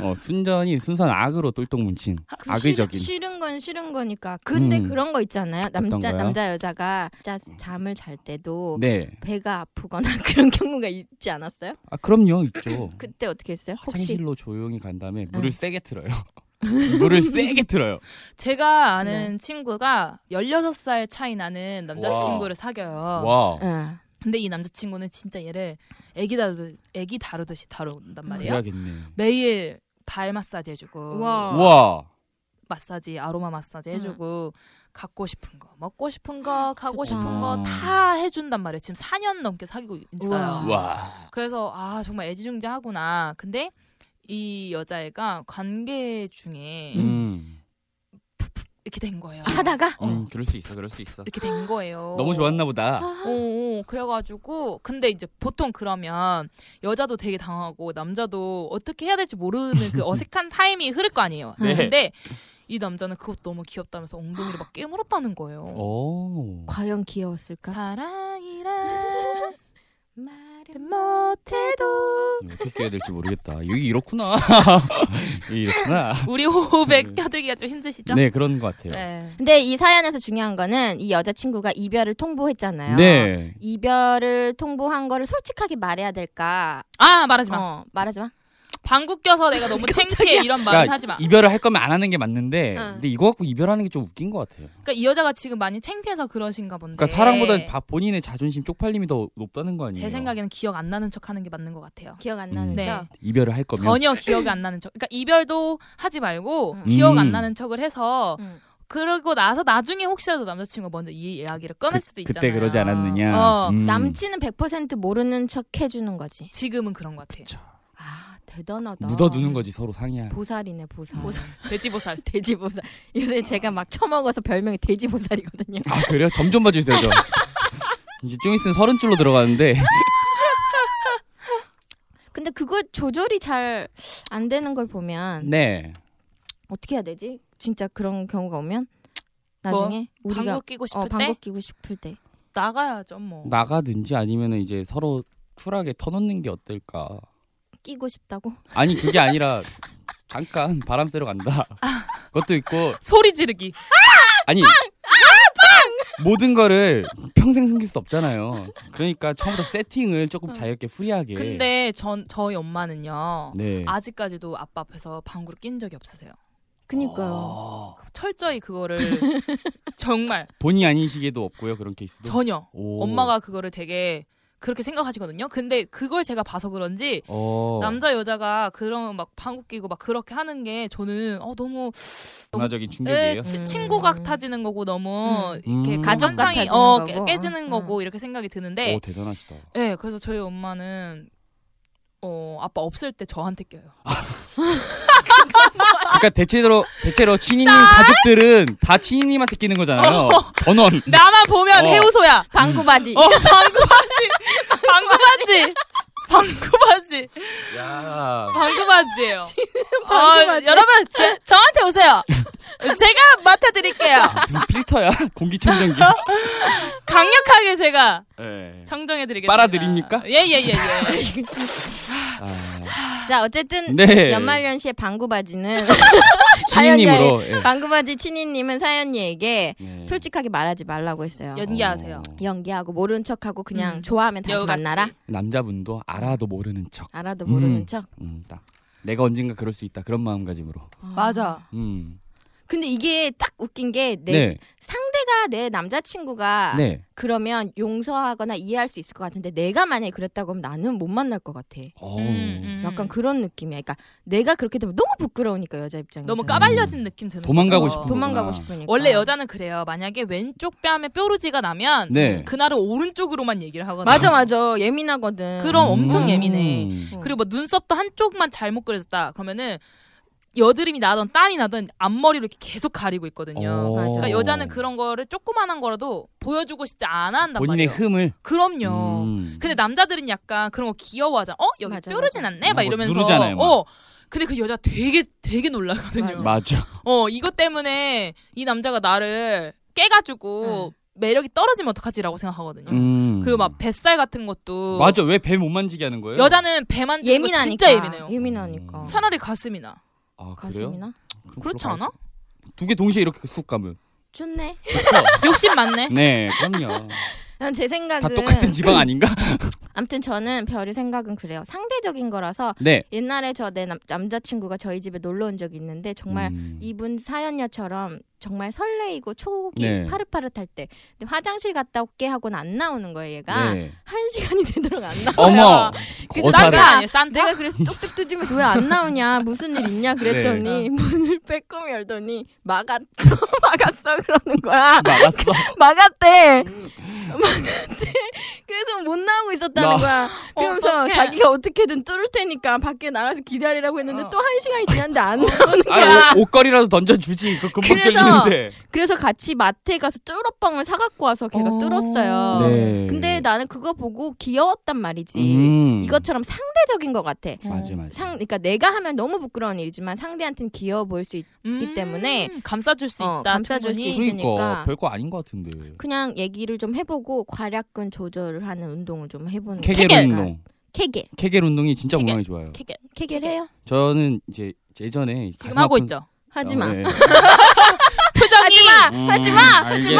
Speaker 6: 어 순전히 순수한 악으로 똘똘 뭉친
Speaker 2: 그
Speaker 6: 악의적인.
Speaker 2: 싫, 은건 싫은 거니까. 근데
Speaker 6: 음.
Speaker 2: 그런 거 있잖아요. 남자
Speaker 6: 거요?
Speaker 2: 남자 여자가 자, 잠을 잘 때도
Speaker 6: 네.
Speaker 2: 배가 아프거나 그런 경우가 있지 않았어요?
Speaker 6: 아 그럼요 있죠.
Speaker 2: 그때 어떻게 했어요? 혹시
Speaker 6: 아,
Speaker 2: 네.
Speaker 6: 화장실로 조용히 간 다음에
Speaker 2: 응.
Speaker 6: 물을 세게 틀어요. 물을 세게 틀어요.
Speaker 3: 제가 아는
Speaker 2: 네.
Speaker 3: 친구가 16살 차이 나는 남자친구를 사겨요.
Speaker 2: 어.
Speaker 6: 와.
Speaker 2: 응.
Speaker 3: 근데 이 남자친구는 진짜 얘를 애기 다루 애기 다루듯이
Speaker 6: 음.
Speaker 3: 다룬단 말이에요.
Speaker 6: 그래야겠네.
Speaker 3: 매일 발 마사지 해주고
Speaker 2: 와. 음.
Speaker 6: 와.
Speaker 3: 마사지 아로마 마사지 해주고 갖고 싶은 거 먹고 싶은 거 가고
Speaker 2: 좋다.
Speaker 3: 싶은 거 다 해준단 말이에요. 지금 4년 넘게 사귀고 있어요.
Speaker 2: 우와.
Speaker 6: 와.
Speaker 3: 그래서 아 정말 애지중지하구나. 근데 이 여자애가 관계 중에
Speaker 6: 음.
Speaker 3: 이렇게 된 거예요.
Speaker 2: 하다가
Speaker 3: 어,
Speaker 6: 음, 그럴 수 있어. 그럴 수 있어.
Speaker 3: 이렇게 된
Speaker 2: 뭐
Speaker 3: 거예요.
Speaker 6: 너무 좋았나 보다.
Speaker 2: 아.
Speaker 3: 오, 그래가지고 근데 이제 보통 그러면 여자도 되게 당하고 남자도 어떻게 해야 될지 모르는 그 어색한 타임이 흐를 거 아니에요.
Speaker 6: 네.
Speaker 3: 근데 이 남자는 그것도 너무 귀엽다면서 엉덩이를 막 깨물었다는
Speaker 6: 어.
Speaker 3: 거예요.
Speaker 6: 오.
Speaker 2: 과연 귀여웠을까?
Speaker 3: 사랑이란
Speaker 2: 말은
Speaker 3: 못해도
Speaker 6: 이거 어떻게 해야 될지 모르겠다. 여기 이렇구나. 이게 이렇구나.
Speaker 3: 우리 호흡에 껴들기가 좀 힘드시죠?
Speaker 6: 음. 네 그런 것 같아요.
Speaker 3: 네.
Speaker 2: 근데 이 사연에서 중요한 거는 이 여자친구가 이별을 통보했잖아요.
Speaker 6: 네.
Speaker 2: 이별을 통보한 거를 솔직하게 말해야 될까?
Speaker 3: 아 말하지 마.
Speaker 2: 어, 말하지 마.
Speaker 3: 방구 껴서 내가 너무 창피해 이런 말은
Speaker 6: 그러니까
Speaker 3: 하지 마.
Speaker 6: 이별을 할 거면 안 하는 게 맞는데
Speaker 3: 응.
Speaker 6: 근데 이거 갖고 이별하는 게 좀 웃긴 것 같아요.
Speaker 3: 그러니까 이 여자가 지금 많이 창피해서 그러신가 본데.
Speaker 6: 그러니까 사랑보다 바- 본인의 자존심 쪽팔림이 더 높다는 거 아니에요?
Speaker 3: 제 생각에는 기억 안 나는 척하는 게 맞는 것 같아요.
Speaker 2: 기억 안
Speaker 6: 음.
Speaker 2: 나는
Speaker 3: 네.
Speaker 2: 척.
Speaker 6: 이별을 할 거면
Speaker 3: 전혀 기억이 안 나는 척. 그러니까 이별도 하지 말고
Speaker 2: 음.
Speaker 3: 기억 안
Speaker 6: 음.
Speaker 3: 나는 척을 해서
Speaker 2: 음.
Speaker 3: 그러고 나서 나중에 혹시라도 남자친구가 먼저 이 이야기를 꺼낼 수도 있잖아요.
Speaker 6: 그때 그러지 않았느냐.
Speaker 3: 어.
Speaker 6: 음.
Speaker 2: 남친은 100% 모르는 척 해주는 거지.
Speaker 3: 지금은 그런 것 같아요.
Speaker 2: 아 대단하다.
Speaker 6: 묻어두는 거지 서로 상의할.
Speaker 2: 보살이네 보살.
Speaker 3: 보살. 돼지보살.
Speaker 2: 돼지 보살. 요새 제가 막 처먹어서 별명이 돼지 보살이거든요.
Speaker 6: 아 그래요? 점 좀 봐주세요. 저. 이제 좀 있으면 서른 줄로 들어가는데
Speaker 2: 근데 그거 조절이 잘 안 되는 걸 보면
Speaker 6: 네
Speaker 2: 어떻게 해야 되지? 진짜 그런 경우가 오면 나중에 우리가
Speaker 3: 뭐? 방구 끼고 싶을
Speaker 2: 어, 방귀
Speaker 3: 때
Speaker 2: 끼고 싶을 때.
Speaker 3: 나가야죠 뭐.
Speaker 6: 나가든지 아니면은 이제 서로 쿨하게 터놓는 게 어떨까.
Speaker 2: 끼고 싶다고?
Speaker 6: 아니 그게 아니라 잠깐 바람 쐬러 간다. 그것도 있고
Speaker 3: 소리 지르기.
Speaker 6: 아니 모든 거를 평생 숨길 수 없잖아요. 그러니까 처음부터 세팅을 조금 자유롭게 프리하게.
Speaker 3: 근데 전 저희 엄마는요.
Speaker 6: 네.
Speaker 3: 아직까지도 아빠 앞에서 방구를 낀 적이 없으세요.
Speaker 2: 그니까요.
Speaker 6: 어,
Speaker 7: 아.
Speaker 3: 철저히 그거를 정말
Speaker 6: 본의 아닌 시기에도 없고요 그런 케이스도.
Speaker 3: 전혀
Speaker 6: 뭐? 오.
Speaker 3: 엄마가 그거를 되게 그렇게 생각하시거든요. 근데 그걸 제가 봐서 그런지
Speaker 6: 어.
Speaker 3: 남자 여자가 그런 막 방구 끼고 막 그렇게 하는 게 저는 어 너무
Speaker 6: 문화적인 충격이에요.
Speaker 3: 에, 치-
Speaker 2: 음.
Speaker 3: 친구 같아지는 거고 너무
Speaker 2: 음.
Speaker 3: 이렇게
Speaker 6: 음.
Speaker 3: 가족
Speaker 2: 가족
Speaker 3: 상이
Speaker 2: 같아지는
Speaker 3: 어,
Speaker 2: 거고.
Speaker 3: 깨, 깨지는
Speaker 2: 음.
Speaker 3: 거고 이렇게 생각이 드는데
Speaker 6: 오 대단하시다.
Speaker 3: 예 그래서 저희 엄마는 어 아빠 없을 때 저한테 껴요.
Speaker 6: 그러니까 대체로 대체로 친인님 가족들은 다 친인님한테 끼는 거잖아요. 전원.
Speaker 3: 어. 나만 보면
Speaker 6: 어.
Speaker 3: 해우소야.
Speaker 2: 방구 바디.
Speaker 3: 어 방구 바지 방구 바지 방구 바지
Speaker 6: 야.
Speaker 3: 방구 바지예요.
Speaker 2: 방구
Speaker 3: 어,
Speaker 2: 바지.
Speaker 3: 여러분 제- 저한테 오세요. 제가 맡아드릴게요.
Speaker 6: 무슨 필터야? 공기청정기.
Speaker 3: 강력하게 제가
Speaker 6: 예.
Speaker 3: 어? 청정해드리겠습니다.
Speaker 6: 빨아드립니까?
Speaker 3: 예예예 예.
Speaker 6: 아,
Speaker 2: 자 어쨌든
Speaker 6: 네.
Speaker 2: 연말연시에 방구 바지는
Speaker 6: 친인님으로. 예.
Speaker 2: 방구 바지 친이님은 사연이에게
Speaker 6: 예.
Speaker 2: 솔직하게 말하지 말라고 했어요.
Speaker 3: 연기하세요.
Speaker 6: 어,
Speaker 2: 연기하고 모른 척하고 그냥
Speaker 3: 음.
Speaker 2: 좋아하면 다시
Speaker 3: 여우같이.
Speaker 2: 만나라.
Speaker 6: 남자분도 알아도 모르는 척.
Speaker 2: 알아도
Speaker 6: 음.
Speaker 2: 모르는 척.
Speaker 6: 음, 딱. 내가 언젠가 그럴 수 있다 그런 마음가짐으로.
Speaker 3: 맞아.
Speaker 6: 음.
Speaker 2: 근데 이게 딱 웃긴 게 내
Speaker 6: 네.
Speaker 2: 상대가 내
Speaker 3: 아.
Speaker 2: 남자친구가
Speaker 6: 네.
Speaker 2: 그러면 용서하거나 이해할 수 있을 것 같은데 내가 만약에 그랬다고 하면 나는 못 만날 것 같아.
Speaker 6: 어.
Speaker 3: 음, 음.
Speaker 2: 약간 그런 느낌이야. 그러니까 내가 그렇게 되면 너무 부끄러우니까 여자 입장에서
Speaker 3: 너무 까발려진 느낌 드는.
Speaker 6: 음. 도망가고
Speaker 3: 거죠.
Speaker 6: 싶은 거.
Speaker 2: 도망가고
Speaker 6: 거구나.
Speaker 2: 싶으니까.
Speaker 3: 원래 여자는 그래요. 만약에 왼쪽 뺨에 뾰루지가 나면
Speaker 6: 네.
Speaker 3: 그날은 오른쪽으로만 얘기를 하거나.
Speaker 2: 맞아 맞아 예민하거든.
Speaker 3: 그럼 엄청
Speaker 6: 음.
Speaker 3: 예민해.
Speaker 6: 음.
Speaker 3: 그리고 뭐 눈썹도 한쪽만 잘못 그려졌다. 그러면은 여드름이 나던 땀이 나던 앞머리로 이렇게 계속 가리고 있거든요.
Speaker 6: 어.
Speaker 2: 맞아.
Speaker 3: 그러니까 여자는 그런 거를 조그만한 거라도 보여주고 싶지 않아 한단
Speaker 6: 본인의
Speaker 3: 말이에요.
Speaker 6: 흠을.
Speaker 3: 그럼요.
Speaker 6: 음.
Speaker 3: 근데 남자들은 약간 그런 거 귀여워하잖아. 어? 여기
Speaker 2: 맞아,
Speaker 3: 뾰루진
Speaker 2: 맞아.
Speaker 3: 않네? 막
Speaker 6: 막
Speaker 3: 이러면서.
Speaker 6: 뭐 누르잖아요, 막.
Speaker 3: 어. 근데 그 여자 되게 되게 놀라거든요.
Speaker 2: 맞아.
Speaker 6: 맞아.
Speaker 3: 어, 이것 때문에 이 남자가 나를 깨가지고 매력이 떨어지면 어떡하지라고 생각하거든요.
Speaker 6: 음.
Speaker 3: 그리고 막 뱃살 같은 것도
Speaker 6: 맞아. 왜 배 못 만지게 하는 거예요?
Speaker 3: 여자는 배만 주는 거
Speaker 2: 예민하니까.
Speaker 3: 진짜 예민해요. 음.
Speaker 2: 예민하니까.
Speaker 3: 차라리 가슴이나
Speaker 6: 아, 그래요?
Speaker 2: 가슴이나?
Speaker 6: 그럼
Speaker 3: 그렇지
Speaker 6: 그렇게
Speaker 3: 않아?
Speaker 6: 두 개 동시에 이렇게 그 쑥 가면. 그렇죠?
Speaker 2: 좋네.
Speaker 3: 욕심 많네.
Speaker 6: 네, 그럼요.
Speaker 2: 제
Speaker 6: 다
Speaker 2: 생각은
Speaker 6: 똑같은 지방 아닌가?
Speaker 2: 아무튼 저는 별의 생각은 그래요. 상대적인 거라서
Speaker 6: 네.
Speaker 2: 옛날에 저 내 남자친구가 저희 집에 놀러 온 적이 있는데 정말
Speaker 6: 음.
Speaker 2: 이분 사연녀처럼 정말 설레이고 초기
Speaker 6: 네.
Speaker 2: 파릇파릇할 때 근데 화장실 갔다 올게 하고는 안 나오는 거예요 얘가
Speaker 6: 네.
Speaker 2: 한 시간이 되도록 안 나와
Speaker 6: 음. 어머.
Speaker 2: 그래서
Speaker 6: 거사를.
Speaker 3: 산타 아니에요? 산타?
Speaker 2: 내가 그래서 뚝뚝 두드리면서 왜 안 나오냐 무슨 일 있냐
Speaker 3: 네.
Speaker 2: 그랬더니 문을 빼꼼히 열더니 막았어 막았어 그러는 거야
Speaker 6: 막았어.
Speaker 2: 막았대
Speaker 3: 음.
Speaker 2: 막았대 그래서 못 나오고 있었다는
Speaker 6: 나-
Speaker 2: 거야 그러면서
Speaker 3: 어떡해.
Speaker 2: 자기가 어떻게든 뚫을 테니까 밖에
Speaker 3: 어.
Speaker 2: 나가서 기다리라고 했는데 또 한 시간이 지났는데 안 나오는 거야
Speaker 6: 아, 옷, 옷걸이라도 던져주지. 그 금방
Speaker 2: 그래서
Speaker 6: 들리는 근데
Speaker 2: 그래서 같이 마트에 가서 뚫어뻥을 사갖고 와서 걔가
Speaker 8: 어.
Speaker 2: 뚫었어요.
Speaker 6: 네.
Speaker 2: 근데 나는 그거 보고 귀여웠단 말이지.
Speaker 6: 음.
Speaker 2: 이것처럼 상대적인 것 같아.
Speaker 6: 맞아 맞아.
Speaker 2: 상, 그러니까 내가 하면 너무 부끄러운 일이지만 상대한테는 귀여워 보일 수 있. 있기 때문에
Speaker 3: 음. 감싸줄 수
Speaker 2: 어,
Speaker 3: 있다.
Speaker 2: 감싸줄 수
Speaker 3: 충분히.
Speaker 2: 있- 있으니까.
Speaker 6: 그러니까 별거 아닌 것 같은데.
Speaker 2: 그냥 얘기를 좀 해보고 괄약근 조절을 하는 운동을 좀 해보는.
Speaker 6: 케겔
Speaker 2: 케겔.
Speaker 6: 운동.
Speaker 2: 케겔.
Speaker 6: 케겔 운동이 진짜
Speaker 3: 케겔.
Speaker 6: 건강에 좋아요.
Speaker 3: 케겔.
Speaker 2: 케겔 해요?
Speaker 6: 저는 이제 예전에
Speaker 3: 지금
Speaker 6: 가슴
Speaker 3: 하고
Speaker 6: 아픈-
Speaker 3: 있죠.
Speaker 2: 하지 마.
Speaker 6: 어, 네.
Speaker 3: 표정이
Speaker 6: 음, 알겠어요.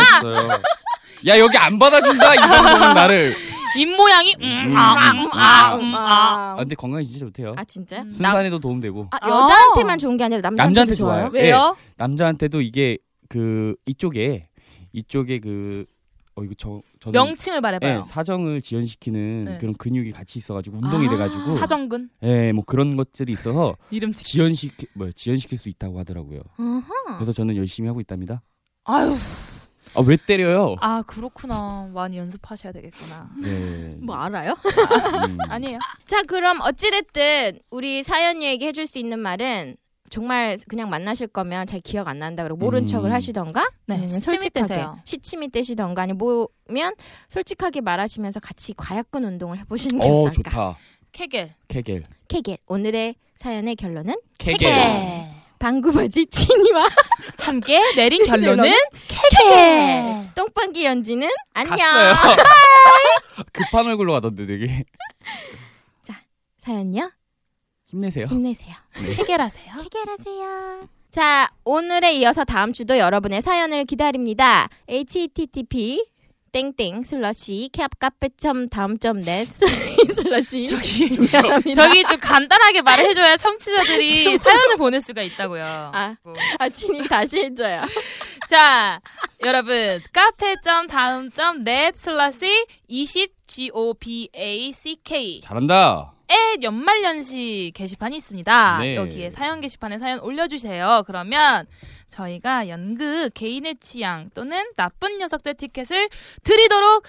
Speaker 6: 야 여기 안 받아준다 이 방송은 나를.
Speaker 3: 입 모양이
Speaker 6: 음,
Speaker 3: 음아음아
Speaker 6: 아,
Speaker 3: 음, 아.
Speaker 6: 아, 근데 건강에 진짜 좋대요.
Speaker 2: 아 진짜?
Speaker 3: 음.
Speaker 2: 남,
Speaker 6: 순산에도 도움되고
Speaker 2: 아, 여자한테만 좋은 게 아니라 남자한테도
Speaker 6: 남자한테 좋아요.
Speaker 2: 좋아요?
Speaker 3: 왜요?
Speaker 6: 남자한테도 이게 그 이쪽에 이쪽에 그 어 이거 저 저는
Speaker 3: 명칭을
Speaker 6: 예,
Speaker 3: 말해봐요.
Speaker 6: 사정을 지연시키는
Speaker 3: 네.
Speaker 6: 그런 근육이 같이 있어가지고
Speaker 2: 아,
Speaker 6: 운동이 돼가지고
Speaker 3: 사정근
Speaker 6: 예, 뭐 그런 것들이 있어서
Speaker 3: 이름 지.
Speaker 6: 지연시키 뭐 지연시킬 수 있다고 하더라고요.
Speaker 2: 어허.
Speaker 6: 그래서 저는 열심히 하고 있답니다.
Speaker 3: 아유
Speaker 6: 아 왜 때려요?
Speaker 3: 아 그렇구나 많이 연습하셔야 되겠구나.
Speaker 6: 예.
Speaker 2: 뭐 알아요?
Speaker 6: 음.
Speaker 3: 아니에요.
Speaker 2: 자 그럼 어찌됐든 우리 사연이에게 해줄 수 있는 말은 정말 그냥 만나실 거면 잘 기억 안 난다 그러고 모른
Speaker 6: 음.
Speaker 2: 척을 하시던가
Speaker 3: 네
Speaker 2: 아니면
Speaker 3: 시침이 되세요.
Speaker 2: 시침이 떼시던가 아니 뭐면 솔직하게 말하시면서 같이 과약근 운동을 해보시는 게
Speaker 6: 어
Speaker 2: 어떨까
Speaker 6: 좋다.
Speaker 3: 케겔
Speaker 6: 케겔.
Speaker 2: 케겔 오늘의 사연의 결론은
Speaker 3: 네.
Speaker 6: 케겔.
Speaker 2: 방구바지 친이와
Speaker 3: 함께 내린 결론은
Speaker 2: 결론은
Speaker 6: 네.
Speaker 3: 네. 케겔.
Speaker 2: 똥방귀 연지는 안녕
Speaker 6: 갔어요. 급한 얼굴로 가던데 되게
Speaker 2: 사연요
Speaker 6: 힘내세요.
Speaker 2: 힘내세요
Speaker 3: 케겔하세요.
Speaker 2: 해결하세요. 자, 오늘에 이어서 다음 주도 여러분의 사연을 기다립니다. http 땡땡 슬러시 캡카페점 다음 점 넷 슬러시
Speaker 3: 저기
Speaker 2: 미안합니다.
Speaker 3: 저기 좀 간단하게 말을 해줘야 청취자들이 사연을 보낼 수가 있다고요. 뭐.
Speaker 2: 아, 아 진이 다시 해줘요.
Speaker 3: 자, 여러분 카페 점 다음 점 net 슬러시 20 g o b a c k
Speaker 6: 잘한다.
Speaker 3: 의 연말연시 게시판이 있습니다.
Speaker 6: 네.
Speaker 3: 여기에 사연 게시판에 사연 올려주세요. 그러면 저희가 연극 개인의 취향 또는 나쁜 녀석들 티켓을 드리도록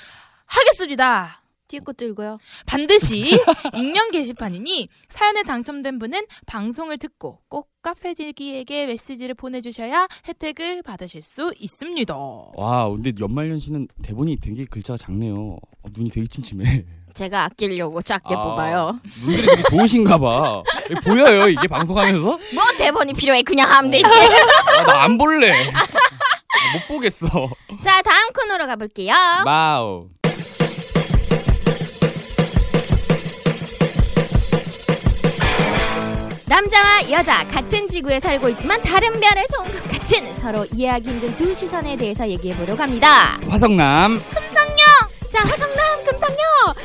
Speaker 3: 하겠습니다.
Speaker 2: 뒤에 것도 읽어요.
Speaker 3: 반드시 익명 게시판이니 사연에 당첨된 분은 방송을 듣고 꼭 카페질기에게 메시지를 보내주셔야 혜택을 받으실 수 있습니다.
Speaker 6: 와 근데 연말연시는 대본이 되게 글자가 작네요. 어, 눈이 되게 침침해.
Speaker 2: 제가 아끼려고 작게
Speaker 6: 아,
Speaker 2: 뽑아요.
Speaker 6: 눈들이 되게 좋으신가 봐. 이게 보여요 이게 방송하면서? 아,
Speaker 2: 뭐 대본이 필요해 그냥
Speaker 6: 어.
Speaker 2: 하면 되지.
Speaker 6: 나 안 볼래. 아, 못 보겠어.
Speaker 2: 자, 다음 코너로 가볼게요.
Speaker 6: 마우.
Speaker 2: 남자와 여자 같은 지구에 살고 있지만 다른 별에서 온 것 같은 서로 이해하기 힘든 두 시선에 대해서 얘기해 보려고 합니다.
Speaker 6: 화성남.
Speaker 2: 자, 화성남, 금성녀!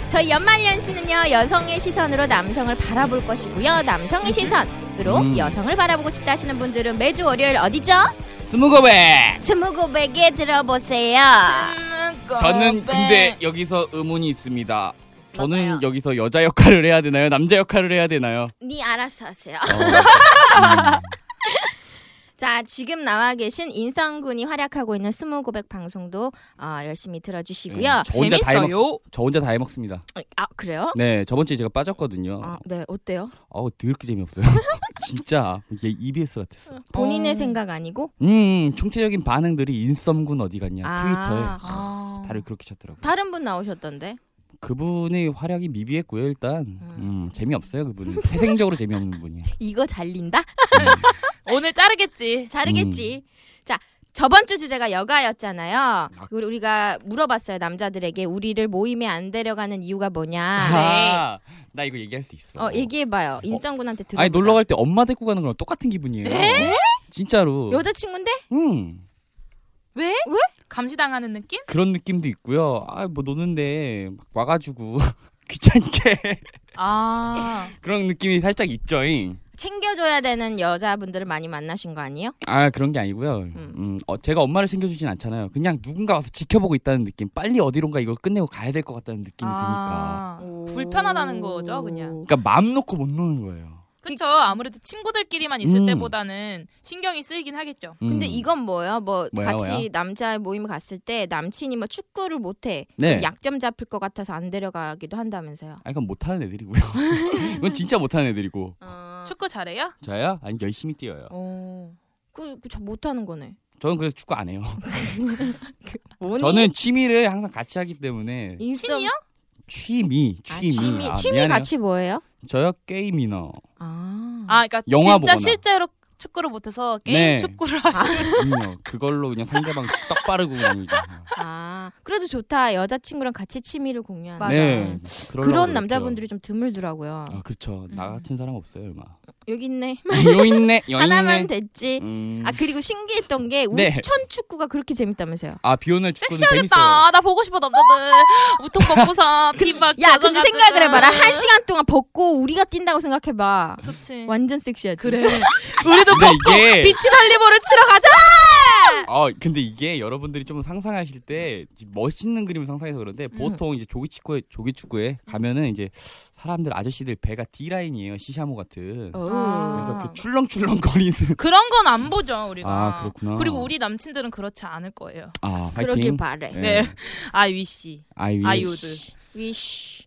Speaker 2: 저희 연말연시는요, 여성의 시선으로 남성을 바라볼 것이고요, 남성의 시선으로
Speaker 6: 음.
Speaker 2: 여성을 바라보고 싶다 하시는 분들은 매주 월요일 어디죠?
Speaker 6: 스무고백.
Speaker 2: 스무고백에 들어보세요.
Speaker 3: 음,
Speaker 6: 저는 근데 여기서 의문이 있습니다. 저는
Speaker 2: 뭐가요?
Speaker 6: 여기서 여자 역할을 해야 되나요? 남자 역할을 해야 되나요?
Speaker 2: 니 네, 알아서 하세요.
Speaker 6: 어, 음,
Speaker 2: 자, 지금 나와 계신 인성군이 활약하고 있는 스무고백 방송도 어, 열심히 들어주시고요.
Speaker 6: 네, 저 혼자 다 해먹,
Speaker 3: 재밌어요.
Speaker 6: 저 혼자 다 해먹습니다.
Speaker 2: 아, 그래요?
Speaker 6: 네, 저번 주에 제가 빠졌거든요.
Speaker 2: 아, 네, 어때요?
Speaker 6: 어우, 더럽게 재미없어요. 진짜 이게 EBS 같았어.
Speaker 2: 본인의
Speaker 3: 어.
Speaker 2: 생각 아니고?
Speaker 6: 음, 총체적인 반응들이 인썸군 어디 갔냐
Speaker 2: 아.
Speaker 6: 트위터에 다들 그렇게 쳤더라고. 요
Speaker 2: 다른 분 나오셨던데?
Speaker 6: 그분의 활약이 미비했고요. 일단 음, 재미없어요. 그분은 태생적으로 재미없는 분이야.
Speaker 2: 이거 잘린다?
Speaker 3: 오늘 자르겠지.
Speaker 2: 자르겠지.
Speaker 6: 음.
Speaker 2: 자, 저번 주 주제가 여가였잖아요. 그리고 우리가 물어봤어요. 남자들에게 우리를 모임에 안 데려가는 이유가 뭐냐.
Speaker 6: 아, 나 이거 얘기할 수 있어.
Speaker 2: 어, 얘기해봐요. 인성군한테 들어.
Speaker 6: 아니 놀러 갈 때 엄마 데리고 가는 거랑 똑같은 기분이에요. 진짜로.
Speaker 2: 네? 여자친구인데?
Speaker 6: 음
Speaker 3: 왜?
Speaker 2: 왜?
Speaker 3: 감시당하는 느낌?
Speaker 6: 그런 느낌도 있고요. 아 뭐 노는데 막 와가지고 귀찮게
Speaker 3: 아.
Speaker 6: 그런 느낌이 살짝 있죠잉.
Speaker 2: 챙겨줘야 되는 여자분들을 많이 만나신 거 아니에요?
Speaker 6: 아 그런 게 아니고요. 음. 어, 제가 엄마를 챙겨주진 않잖아요. 그냥 누군가 와서 지켜보고 있다는 느낌. 빨리 어디론가 이걸 끝내고 가야 될 것 같다는 느낌이 드니까.
Speaker 3: 아, 불편하다는 거죠, 그냥.
Speaker 6: 그러니까 마음 놓고 못 노는 거예요.
Speaker 3: 그쵸. 아무래도 친구들끼리만 있을
Speaker 6: 음.
Speaker 3: 때보다는 신경이 쓰이긴 하겠죠.
Speaker 6: 음.
Speaker 2: 근데 이건 뭐예요? 뭐
Speaker 6: 뭐야,
Speaker 2: 같이
Speaker 6: 뭐야?
Speaker 2: 남자 모임 갔을 때 남친이 뭐 축구를 못해
Speaker 6: 네.
Speaker 2: 약점 잡힐 것 같아서 안 데려가기도 한다면서요.
Speaker 6: 아 이건 못하는 애들이고요. 이건 진짜 못하는 애들이고.
Speaker 3: 아.
Speaker 2: 어...
Speaker 3: 축구 잘해요?
Speaker 6: 저요? 아니 열심히 뛰어요.
Speaker 3: 오.
Speaker 2: 그, 그, 저 못하는 거네.
Speaker 6: 저는 그래서 축구 안 해요.
Speaker 2: 뭐니?
Speaker 6: 저는 취미를 항상 같이 하기 때문에
Speaker 2: 인썸-
Speaker 3: 친이요?
Speaker 6: 취미, 취미.
Speaker 2: 아, 취미,
Speaker 6: 아,
Speaker 2: 취미
Speaker 6: 미안해요.
Speaker 2: 같이 뭐예요?
Speaker 6: 저요 게임이너.
Speaker 2: 아,
Speaker 3: 아, 그러니까
Speaker 6: 영화
Speaker 3: 진짜
Speaker 6: 보거나.
Speaker 3: 실제로 축구를 못해서 게임
Speaker 6: 네.
Speaker 3: 축구를
Speaker 2: 아.
Speaker 3: 하시는
Speaker 6: 그럼요. 그걸로 그냥 상대방 떡 빠르고 그냥. 이거.
Speaker 2: 아, 그래도 좋다. 여자친구랑 같이 취미를 공유하는.
Speaker 3: 맞아요.
Speaker 6: 네. 그러려고
Speaker 2: 그런
Speaker 6: 그랬죠.
Speaker 2: 남자분들이 좀 드물더라고요.
Speaker 6: 아 그렇죠. 나
Speaker 2: 음.
Speaker 6: 같은 사람 없어요, 얼마. 아,
Speaker 2: 여기 있네.
Speaker 6: 요 있네. 여
Speaker 2: 하나만
Speaker 6: 있네.
Speaker 2: 됐지.
Speaker 6: 음.
Speaker 2: 아 그리고 신기했던 게
Speaker 6: 네.
Speaker 2: 우천 축구가 그렇게 재밌다면서요?
Speaker 6: 아 비오날 축구는 재밌어요.
Speaker 3: 섹시하겠다. 나 보고 싶어 남자들 우통 벗고서 피막
Speaker 2: 야,
Speaker 3: 젖어가지고.
Speaker 2: 근데 생각을 해봐라. 한 시간 동안 벗고 우리가 뛴다고 생각해봐.
Speaker 3: 좋지.
Speaker 2: 완전 섹시하지.
Speaker 3: 네. 그래. 우리도
Speaker 6: 근데 이게
Speaker 3: 비치 발리볼을 치러 가자.
Speaker 6: 어 근데 이게 여러분들이 좀 상상하실 때 멋있는 그림을 상상해서 그런데
Speaker 2: 음.
Speaker 6: 보통 이제 조기 축구에 조기 축구에 가면은 이제 사람들 아저씨들 배가 D 라인이에요 시샤모 같은.
Speaker 2: 어우.
Speaker 3: 아.
Speaker 6: 그래서 그 출렁출렁 거리는.
Speaker 3: 그런 건 안 보죠 우리가.
Speaker 6: 아 그렇구나.
Speaker 3: 그리고 우리 남친들은 그렇지 않을 거예요.
Speaker 6: 아 파이팅.
Speaker 2: 그러길 바래.
Speaker 3: 네. 아이위 씨.
Speaker 6: 아이유.
Speaker 3: 아이유들.
Speaker 2: 위쉬.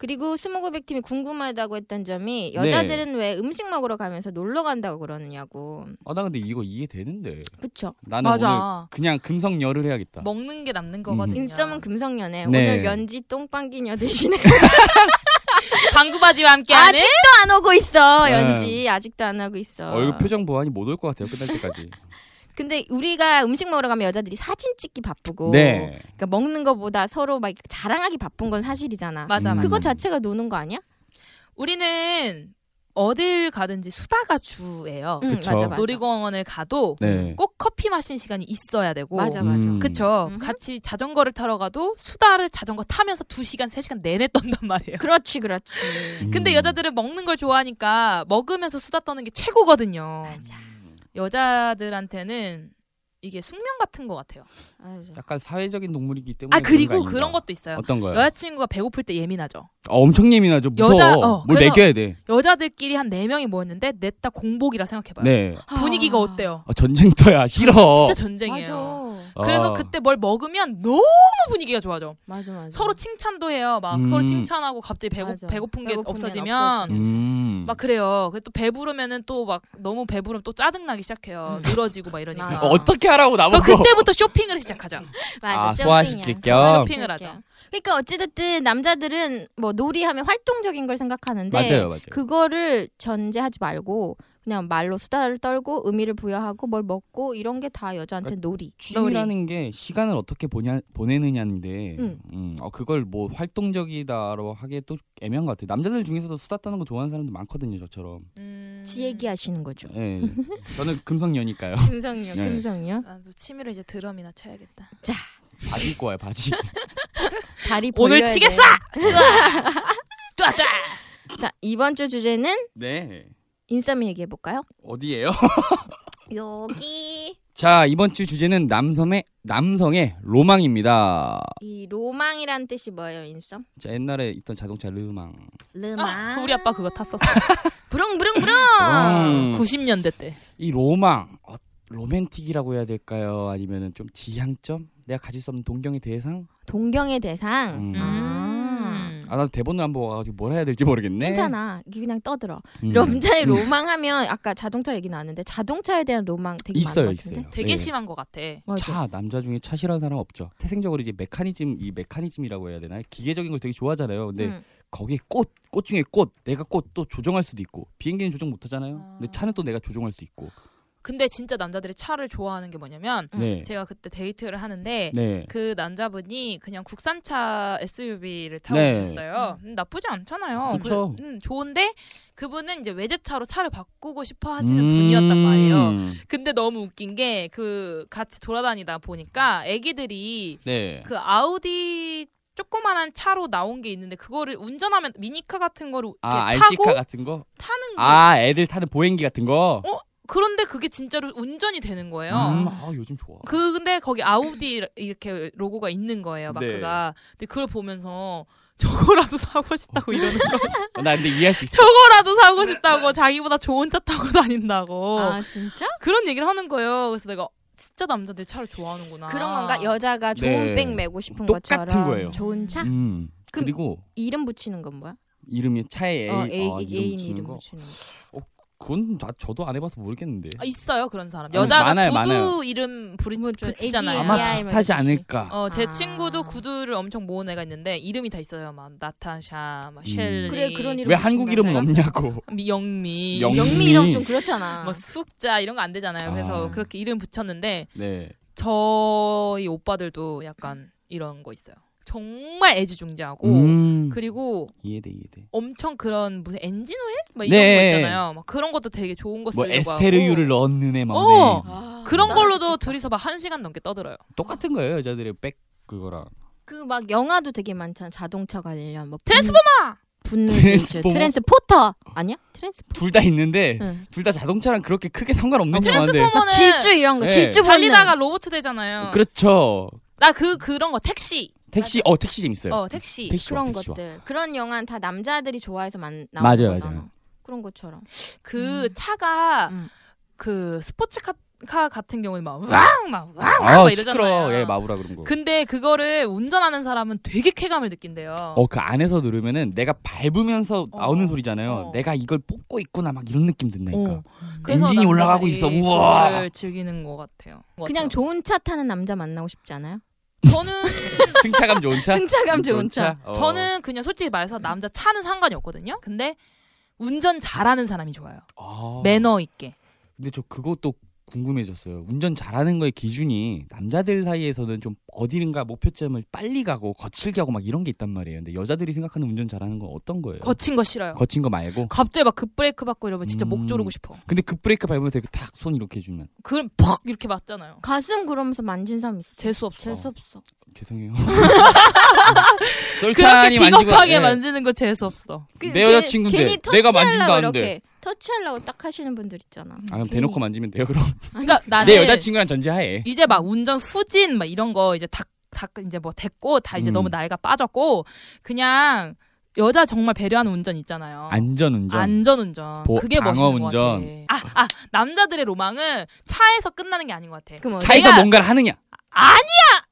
Speaker 2: 그리고 스무고백 팀이 궁금하다고 했던
Speaker 6: 네.
Speaker 2: 점이 여자들은 왜 음식 먹으러 가면서 놀러 간다고 그러느냐고.
Speaker 6: 어, 아나 근데 이거 이해되는데.
Speaker 2: 그쵸?
Speaker 6: 나는 오늘
Speaker 3: 맞아. 뭐,
Speaker 6: 그냥 금성 열을 해야겠다.
Speaker 3: 먹는 게 남는 거거든요.
Speaker 2: 인썸은 금성연애.
Speaker 6: 음. 네.
Speaker 2: 오늘 연지 똥빵기녀 대신에
Speaker 3: 방구바지와 함께하는
Speaker 2: 아직도 안 오고 있어
Speaker 6: 네.
Speaker 2: 연지. 아직도 안 하고 있어.
Speaker 6: 얼굴 표정 보완이 못 올 것 같아요 끝날 때까지.
Speaker 2: 근데 우리가 음식 먹으러 가면 여자들이 사진 찍기
Speaker 3: 뭐,
Speaker 2: 바쁘고
Speaker 6: 네.
Speaker 2: 그러니까 먹는 거보다 서로 막 자랑하기 바쁜 건 사실이잖아.
Speaker 3: 맞아 맞아.
Speaker 6: 음.
Speaker 2: 그거 자체가 노는 거 아니야?
Speaker 3: 우리는 어딜 가든지 수다가 주예요.
Speaker 2: 응,
Speaker 6: 그쵸.
Speaker 2: 음, 맞아 맞아.
Speaker 3: 놀이공원을 가도
Speaker 6: 네.
Speaker 3: 음, 꼭 커피 마신 시간이 있어야 되고
Speaker 2: 맞아 맞아.
Speaker 6: 음.
Speaker 3: 그쵸
Speaker 2: 음.
Speaker 3: 같이 자전거를 타러 가도 수다를 자전거 타면서 2시간 3시간 내내 떤단 말이에요
Speaker 2: 그렇지 그렇지.
Speaker 3: 근데
Speaker 6: 음.
Speaker 3: 여자들은 먹는 걸 좋아하니까 먹으면서 수다 떠는 게 최고거든요 여자들한테는 이게 숙명 같은 것 같아요
Speaker 2: 맞아.
Speaker 6: 약간 사회적인 동물이기 때문에.
Speaker 3: 아 그리고
Speaker 6: 거
Speaker 3: 그런
Speaker 6: 아닌가?
Speaker 3: 것도 있어요
Speaker 6: 어떤 거요?
Speaker 3: 여자친구가 배고플 때 예민하죠
Speaker 6: 아, 엄청 예민하죠. 무서워.
Speaker 3: 여자- 어,
Speaker 6: 뭘
Speaker 3: 그래서-
Speaker 6: 내겨야 돼.
Speaker 3: 여자들끼리 한 4명이 모였는데 냈다 공복이라 생각해봐요
Speaker 6: 네.
Speaker 3: 분위기가
Speaker 2: 아.
Speaker 3: 어때요?
Speaker 6: 아, 전쟁터야. 싫어.
Speaker 3: 뭐.
Speaker 6: 어.
Speaker 2: 맞아.
Speaker 3: 진짜 전쟁이에요 그래서 그때 뭘 먹으면 너무 분위기가 좋아져
Speaker 2: 맞아 맞아.
Speaker 3: 서로 칭찬도 해요. 막
Speaker 6: 음.
Speaker 3: 서로 칭찬하고 갑자기 배고,
Speaker 2: 맞아.
Speaker 3: 배고픈 게
Speaker 2: 배고프면
Speaker 3: 없어지면
Speaker 2: 없어지는.
Speaker 6: 음.
Speaker 3: 막 그래요. 그또 배부르면은 또 막 너무 배부르면 또 짜증나기 시작해요.
Speaker 2: 음.
Speaker 3: 늘어지고 막 이러니까.
Speaker 2: 맞아.
Speaker 6: 어, 어떻게 하라고
Speaker 3: 그래서
Speaker 6: 나보고.
Speaker 3: 그때부터 쇼핑을 시작하죠.
Speaker 2: 맞아.
Speaker 6: 아,
Speaker 2: 쇼핑이야.
Speaker 6: 소화시킬 겸.
Speaker 3: 쇼핑을 하죠.
Speaker 2: 그러니까 어찌됐든 남자들은 뭐 놀이하면 활동적인 걸 생각하는데
Speaker 3: 네.
Speaker 6: 맞아요, 맞아요.
Speaker 2: 그거를 전제하지 말고 그냥 말로 수다를 떨고 의미를 부여하고 뭘 먹고 이런 게 다 여자한테 놀이.
Speaker 6: 취미라는 그러니까 게 시간을 어떻게 보냐, 보내느냐인데,
Speaker 2: 응.
Speaker 6: 음, 어, 그걸 뭐 활동적이다로 하기에 또 애매한 것 같아요. 남자들 중에서도 수다 떠는 거 좋아하는 사람도 많거든요, 저처럼.
Speaker 3: 음...
Speaker 2: 지 얘기하시는 거죠.
Speaker 6: 예. 저는 금성녀니까요.
Speaker 2: 금성이요,
Speaker 6: 네.
Speaker 2: 금성이요.
Speaker 3: 나도 취미로 이제 드럼이나 쳐야겠다.
Speaker 6: 바지 입고 와요, 바지.
Speaker 2: 다리
Speaker 3: 오늘
Speaker 2: 벌려야
Speaker 3: 치겠어!
Speaker 2: 돼.
Speaker 3: 뚜아, 뚜아!
Speaker 2: 자 이번 주 주제는
Speaker 6: 네.
Speaker 2: 인썸이 얘기해 볼까요?
Speaker 6: 어디예요?
Speaker 2: 여기
Speaker 6: 자, 이번 주 주제는 남성의, 남성의 로망입니다.
Speaker 2: 이 로망이란 뜻이 뭐예요, 인썸?
Speaker 6: 자, 옛날에 있던 자동차 르망.
Speaker 2: 르망.
Speaker 3: 우리 아빠 그거 탔었어.
Speaker 2: 부릉부릉부릉. 아.
Speaker 6: 음.
Speaker 3: 90년대 때.
Speaker 6: 이 로망 어, 로맨틱이라고 해야 될까요? 아니면은 좀 지향점? 내가 가질 수 없는 동경의 대상?
Speaker 2: 동경의 대상.
Speaker 6: 음.
Speaker 2: 아.
Speaker 3: 음.
Speaker 6: 아 나도 대본을 안 보고 가지고 뭘 해야 될지 모르겠네.
Speaker 2: 괜찮아. 이게 그냥 떠들어.
Speaker 6: 음.
Speaker 2: 럼자의
Speaker 6: 음.
Speaker 2: 로망하면 아까 자동차 얘기 나왔는데 자동차에 대한 로망 되게
Speaker 6: 있어요,
Speaker 2: 많은 것 같은데.
Speaker 6: 있어요.
Speaker 3: 되게
Speaker 6: 예.
Speaker 3: 심한 것 같아.
Speaker 2: 맞아.
Speaker 6: 차 남자 중에 차 싫어하는 사람 없죠. 태생적으로 이제 메커니즘 이 메커니즘이라고 해야 되나? 기계적인 걸 되게 좋아하잖아요. 근데
Speaker 2: 음.
Speaker 6: 거기에 꽃, 꽃 중에 꽃, 내가 꽃 또 조정할 수도 있고 비행기는 조정 못 하잖아요.
Speaker 3: 아.
Speaker 6: 근데 차는 또 내가 조정할 수 있고.
Speaker 3: 근데 진짜 남자들이 차를 좋아하는 게 뭐냐면
Speaker 2: 음.
Speaker 6: 네.
Speaker 3: 제가 그때 데이트를 하는데
Speaker 6: 네.
Speaker 3: 그 남자분이 그냥 국산차 SUV를 타고
Speaker 6: 네.
Speaker 3: 오셨어요. 음, 나쁘지 않잖아요.
Speaker 6: 그쵸.
Speaker 3: 그- 음, 좋은데 그분은 이제 외제차로 차를 바꾸고 싶어 하시는
Speaker 6: 음.
Speaker 3: 분이었단 말이에요. 근데 너무 웃긴 게 그 같이 돌아다니다 보니까 애기들이
Speaker 6: 네.
Speaker 3: 그 아우디 조그만한 차로 나온 게 있는데 그거를 운전하면 미니카 같은 거를 이렇게
Speaker 6: 아,
Speaker 3: 타고
Speaker 6: RC카 같은 거?
Speaker 3: 타는 거
Speaker 6: 아, 애들 타는 보행기 같은 거?
Speaker 3: 그런데 그게 진짜로 운전이 되는 거예요.
Speaker 6: 음, 아, 요즘 좋아.
Speaker 3: 그 근데 거기 아우디 이렇게 로고가 있는 거예요
Speaker 6: 네.
Speaker 3: 마크가 근데 그걸 보면서 저거라도 사고 싶다고 이러는 거
Speaker 6: 나 근데 이해할 수 있어.
Speaker 3: 저거라도 사고 싶다고 자기보다 좋은 차 타고
Speaker 6: 어.
Speaker 3: 다닌다고
Speaker 2: 아 진짜?
Speaker 3: 그런 얘기를 하는 거예요 그래서 내가 진짜 남자들이 차를 좋아하는구나
Speaker 2: 그런 건가? 여자가 좋은
Speaker 6: 네.
Speaker 2: 백 메고 싶은
Speaker 6: 똑같은
Speaker 2: 것처럼
Speaker 6: 거예요.
Speaker 2: 좋은 차?
Speaker 6: 음.
Speaker 2: 그럼-
Speaker 6: 그리고
Speaker 2: 이름 붙이는 건 뭐야?
Speaker 6: 이름이 차에 A,
Speaker 2: 어, A,
Speaker 6: 어, 이름
Speaker 2: 애인
Speaker 6: 붙이는
Speaker 2: 이름
Speaker 6: 거.
Speaker 2: 붙이는 거.
Speaker 6: 그건 다, 저도 안 해봐서 모르겠는데.
Speaker 3: 아, 있어요 그런 사람.
Speaker 6: 음,
Speaker 3: 여자가
Speaker 6: 많아요,
Speaker 3: 구두
Speaker 6: 많아요.
Speaker 3: 이름 부리
Speaker 2: 뭐좀
Speaker 3: 붙이잖아요.
Speaker 2: 애기
Speaker 6: 아마
Speaker 2: AI 뭐
Speaker 6: 비슷하지
Speaker 2: 이런 뜻이.
Speaker 6: 않을까.
Speaker 3: 어, 제
Speaker 2: 아.
Speaker 3: 친구도 구두를 엄청 모은 애가 있는데 이름이 다 있어요. 막 나타샤,
Speaker 6: 음.
Speaker 3: 막 셸리,
Speaker 2: 그래 그런 이름
Speaker 6: 왜 한국 이름은
Speaker 2: 붙인다니까요?
Speaker 6: 없냐고.
Speaker 3: 영미,
Speaker 6: 영-
Speaker 2: 영미
Speaker 6: 영미.
Speaker 2: 이름 좀 그렇잖아.
Speaker 3: 뭐 숙자 이런 거 안 되잖아요. 그래서
Speaker 6: 아.
Speaker 3: 그렇게 이름 붙였는데
Speaker 6: 네.
Speaker 3: 저희 오빠들도 약간 이런 거 있어요. 정말 애지중지하고
Speaker 6: 음.
Speaker 3: 그리고
Speaker 6: 이해돼 이해돼.
Speaker 3: 엄청 그런 무슨 엔진 오일 막 이런
Speaker 6: 네.
Speaker 3: 거 있잖아요. 막 그런 것도 되게 좋은 거
Speaker 6: 뭐
Speaker 3: 쓰려고
Speaker 6: 에스테르유를
Speaker 3: 하고
Speaker 6: 넣는 애
Speaker 3: 어.
Speaker 6: 막내. 네.
Speaker 2: 아,
Speaker 3: 그런
Speaker 2: 나-
Speaker 3: 걸로도 둘이서 막 한 시간 넘게 떠들어요.
Speaker 6: 똑같은 거예요 여자들의 백 그거랑.
Speaker 2: 그막 영화도 되게 많잖아. 자동차 관련 뭐
Speaker 3: 트랜스포머!
Speaker 2: 분노
Speaker 6: 트랜스포머?
Speaker 2: 진출, 트랜스포터 아니야? 트랜스포.
Speaker 6: 둘 다 있는데
Speaker 2: 응.
Speaker 6: 둘 다 자동차랑 그렇게 크게 상관없는 영화인데.
Speaker 3: 트랜스포머는
Speaker 2: 질주 이런 거.
Speaker 6: 네.
Speaker 2: 질주 본능.
Speaker 3: 달리다가 로봇 되잖아요.
Speaker 6: 그렇죠.
Speaker 3: 나 그 그런 거 택시.
Speaker 6: 택시 어 택시 재밌어요.
Speaker 3: 어 택시.
Speaker 6: 택시 좋아,
Speaker 2: 그런
Speaker 6: 택시 좋아.
Speaker 2: 것들. 그런 영화는 다 남자들이 좋아해서 만 나오는
Speaker 6: 맞아요,
Speaker 2: 거잖아.
Speaker 6: 맞아요.
Speaker 2: 그런 것처럼.
Speaker 3: 그 차가
Speaker 2: 음.
Speaker 3: 그 스포츠카 카 같은 경우는 막왕막왕
Speaker 6: 아,
Speaker 3: 막
Speaker 6: 시끄러.
Speaker 3: 이러잖아요.
Speaker 6: 예 마부라 그런 거.
Speaker 3: 근데 그거를 운전하는 사람은 되게 쾌감을 느낀대요.
Speaker 6: 어 그 안에서 누르면은 내가 밟으면서
Speaker 3: 어.
Speaker 6: 나오는 소리잖아요.
Speaker 3: 어.
Speaker 6: 내가 이걸 뽑고 있구나 막 이런 느낌 든다니까.
Speaker 3: 어.
Speaker 6: 엔진이 올라가고 있어.
Speaker 3: 남자들이
Speaker 6: 우와.
Speaker 3: 그거를 즐기는 것 같아요. 것
Speaker 2: 그냥
Speaker 3: 같아요.
Speaker 2: 좋은 차 타는 남자 만나고 싶지 않아요?
Speaker 3: 저는
Speaker 6: 승차감 좋은 차.
Speaker 2: 승차감 좋은 차.
Speaker 6: 어.
Speaker 3: 저는 그냥 솔직히 말해서 남자 차는 상관이 없거든요. 근데 운전 잘하는 사람이 좋아요.
Speaker 6: 아.
Speaker 3: 매너 있게.
Speaker 6: 근데 저 그것도 궁금해졌어요. 운전 잘하는 거의 기준이 남자들 사이에서는 좀 어디론가 뭐 목표점을 빨리 가고 거칠게 하고 막 이런 게 있단 말이에요. 근데 여자들이 생각하는 운전 잘하는 건 어떤 거예요?
Speaker 3: 거친 거 싫어요.
Speaker 6: 네. 거친 거 말고.
Speaker 3: 갑자기 막 급브레이크 받고 이러면 진짜
Speaker 6: 음.
Speaker 3: 목 조르고 싶어.
Speaker 6: 근데 급브레이크 밟으면 되게 탁손 이렇게 해주면
Speaker 3: 그럼 퍽 이렇게 맞잖아요.
Speaker 2: 가슴 그러면서 만진 사람 있어.
Speaker 3: 재수 없죠.
Speaker 2: 재수 없어.
Speaker 6: 죄송해요.
Speaker 3: 그렇게
Speaker 6: 쫄탄히 만지고-
Speaker 3: 비겁하게
Speaker 6: 예.
Speaker 3: 만지는 거 재수 없어.
Speaker 2: 그-
Speaker 6: 내
Speaker 2: 괜히-
Speaker 6: 여자친구인데
Speaker 2: 괜히
Speaker 6: 내가
Speaker 2: 터치하려고
Speaker 6: 만진다는데.
Speaker 2: 이렇게 터치하려고 딱 하시는 분들 있잖아.
Speaker 6: 아 그럼 대놓고 만지면 돼요 그럼.
Speaker 3: 그러니까 나는
Speaker 6: 내 여자친구랑 전제하에.
Speaker 3: 이제 막 운전 후진 막 이런 거 이제 다, 다 이제 뭐 됐고 다 이제
Speaker 6: 음.
Speaker 3: 너무 나이가 빠졌고 그냥 여자 정말 배려하는 운전 있잖아요.
Speaker 6: 안전운전.
Speaker 3: 안전운전.
Speaker 6: 보-
Speaker 3: 그게
Speaker 6: 방어
Speaker 3: 멋있는
Speaker 6: 운전.
Speaker 3: 것 같아. 아, 아, 남자들의 로망은 차에서 끝나는 게 아닌 것 같아.
Speaker 2: 그럼
Speaker 3: 차-
Speaker 6: 차에서
Speaker 3: 내가-
Speaker 6: 뭔가를 하느냐.
Speaker 3: 아니야!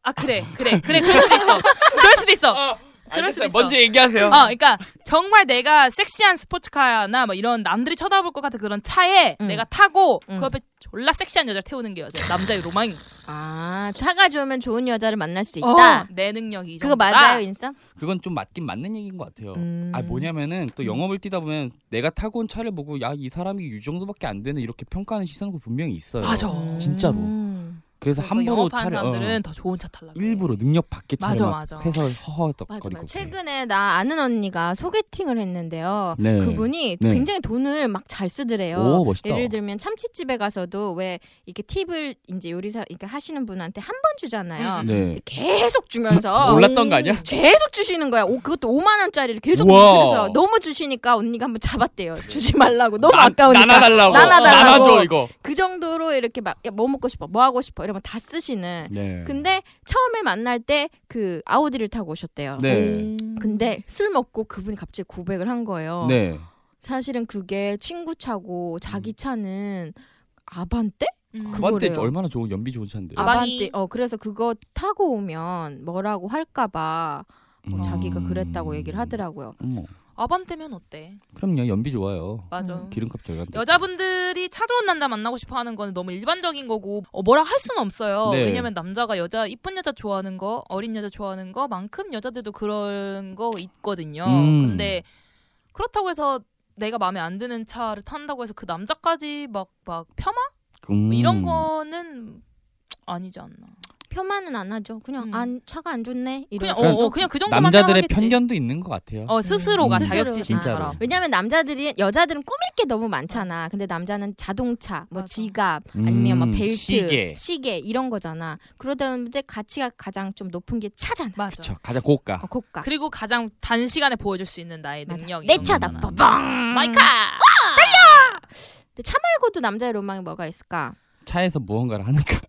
Speaker 3: 아, 그래, 그래, 그래, 그럴 수도 있어. 그럴 수도 있어. 그럴
Speaker 6: 알겠어요.
Speaker 3: 수도 있어.
Speaker 6: 먼저 얘기하세요.
Speaker 3: 어, 그러니까 정말 내가 섹시한 스포츠카나 뭐 이런 남들이 쳐다볼 것 같은 그런 차에
Speaker 2: 음.
Speaker 3: 내가 타고
Speaker 2: 음.
Speaker 3: 그 옆에 졸라 섹시한 여자를 태우는 게 여자 남자의 로망인 거
Speaker 2: 아 차가 좋으면 좋은 여자를 만날
Speaker 6: 어.
Speaker 2: 수 있다.
Speaker 3: 내 능력이 이
Speaker 2: 아, 그거
Speaker 3: 정도다.
Speaker 2: 맞아요 인싸?
Speaker 6: 그건 좀 맞긴 맞는 얘기인 것 같아요.
Speaker 2: 음.
Speaker 6: 어. 아 뭐냐면은 또 영업을 뛰다 보면 내가 타고 온 차를 보고 야 이 사람이 이 정도밖에 안 되는 이렇게 평가하는 시선도 분명히 있어요.
Speaker 3: 맞아.
Speaker 6: 진짜로.
Speaker 2: 음.
Speaker 6: 그래서,
Speaker 3: 그래서
Speaker 6: 함부로
Speaker 3: 영업하는
Speaker 6: 차를 어,
Speaker 3: 사람들은 더 좋은 차 탈라. 그래.
Speaker 6: 일부러 능력 밖의 차를
Speaker 3: 맞아,
Speaker 6: 막
Speaker 3: 맞아.
Speaker 6: 해서
Speaker 2: 네. 맞아 맞아.
Speaker 6: 허허덕거리고.
Speaker 2: 최근에 나 아는 언니가 소개팅을 했는데요.
Speaker 6: 네.
Speaker 2: 그분이
Speaker 6: 네.
Speaker 2: 굉장히 돈을 막 잘 쓰더래요.
Speaker 6: 오 멋있다.
Speaker 2: 예를 들면 참치집에 가서도 왜 이렇게 팁을 이제 요리사 그러니까 하시는 분한테 한 번 주잖아요.
Speaker 3: 음.
Speaker 6: 네.
Speaker 2: 계속 주면서 음,
Speaker 6: 몰랐던 거 아니야?
Speaker 2: 계속 주시는 거야. 오, 그것도 5만 원짜리를 계속
Speaker 6: 우와. 그
Speaker 2: 주셔서 너무 주시니까 언니가 한번 잡았대요. 주지 말라고 너무 아까우니까
Speaker 6: 나눠달라고.
Speaker 2: 나눠달라고.
Speaker 6: 나눠줘 이거.
Speaker 2: 그 정도로 이렇게 막 뭐 먹고 싶어, 뭐 하고 싶어 이러면 다 쓰시는.
Speaker 6: 네.
Speaker 2: 근데 처음에 만날 때 그 아우디를 타고 오셨대요.
Speaker 6: 네.
Speaker 2: 근데 술 먹고 그분이 갑자기 고백을 한 거예요.
Speaker 6: 네. 음.
Speaker 2: 사실은 그게 친구 차고 자기 차는 아반떼?
Speaker 3: 음.
Speaker 2: 그거-
Speaker 6: 그한테
Speaker 2: 그거래요.
Speaker 6: 얼마나 좋은 연비 좋은 차인데.
Speaker 3: 아, 아반떼.
Speaker 2: 어 그래서 그거 타고 오면 뭐라고 할까봐
Speaker 6: 음.
Speaker 2: 자기가 그랬다고 얘기를 하더라고요.
Speaker 6: 어머.
Speaker 3: 아반떼면 어때?
Speaker 6: 그럼요 연비 좋아요.
Speaker 3: 맞아.
Speaker 2: 음.
Speaker 6: 기름값 절감돼.
Speaker 3: 여자분들이 차 좋은 남자 만나고 싶어 하는 거는 너무 일반적인 거고 어, 뭐라 할 수는 없어요.
Speaker 6: 네.
Speaker 3: 왜냐면 남자가 여자 이쁜 여자 좋아하는 거, 어린 여자 좋아하는 거만큼 여자들도 그런 거 있거든요.
Speaker 6: 음.
Speaker 3: 근데 그렇다고 해서 내가 마음에 안 드는 차를 탄다고 해서 그 남자까지 막 막 폄하
Speaker 6: 음.
Speaker 3: 뭐 이런 거는 아니지 않나.
Speaker 2: 폄하는 안 하죠. 그냥
Speaker 3: 음.
Speaker 2: 안 차가 안 좋네 이런.
Speaker 3: 그냥 어, 어, 그냥 그 정도만
Speaker 6: 그러니까 남자들의
Speaker 3: 생각하겠지.
Speaker 6: 편견도 있는 것 같아요.
Speaker 3: 어 스스로가 아.
Speaker 6: 음.
Speaker 3: 자격지심처럼.
Speaker 6: 진짜로.
Speaker 2: 왜냐면 남자들이 여자들은 꾸밀 게 너무 많잖아. 근데 남자는 자동차, 뭐
Speaker 3: 어. 맞아.
Speaker 2: 지갑,
Speaker 6: 음,
Speaker 2: 아니면 뭐 벨트,
Speaker 6: 시계.
Speaker 2: 시계 이런 거잖아. 그러다 보는데 가치가 가장 좀 높은 게 차잖아.
Speaker 3: 맞아.
Speaker 6: 그쵸. 가장 고가.
Speaker 2: 어, 고가.
Speaker 3: 그리고 가장 단시간에 보여줄 수 있는 나의
Speaker 2: 맞아.
Speaker 3: 능력.
Speaker 2: 내
Speaker 3: 이런
Speaker 2: 차다.
Speaker 3: 거잖아.
Speaker 2: 빠방.
Speaker 3: 마이카.
Speaker 2: 근데 차 말고도 남자의 로망이 뭐가 있을까?
Speaker 6: 차에서 무언가를 하니까.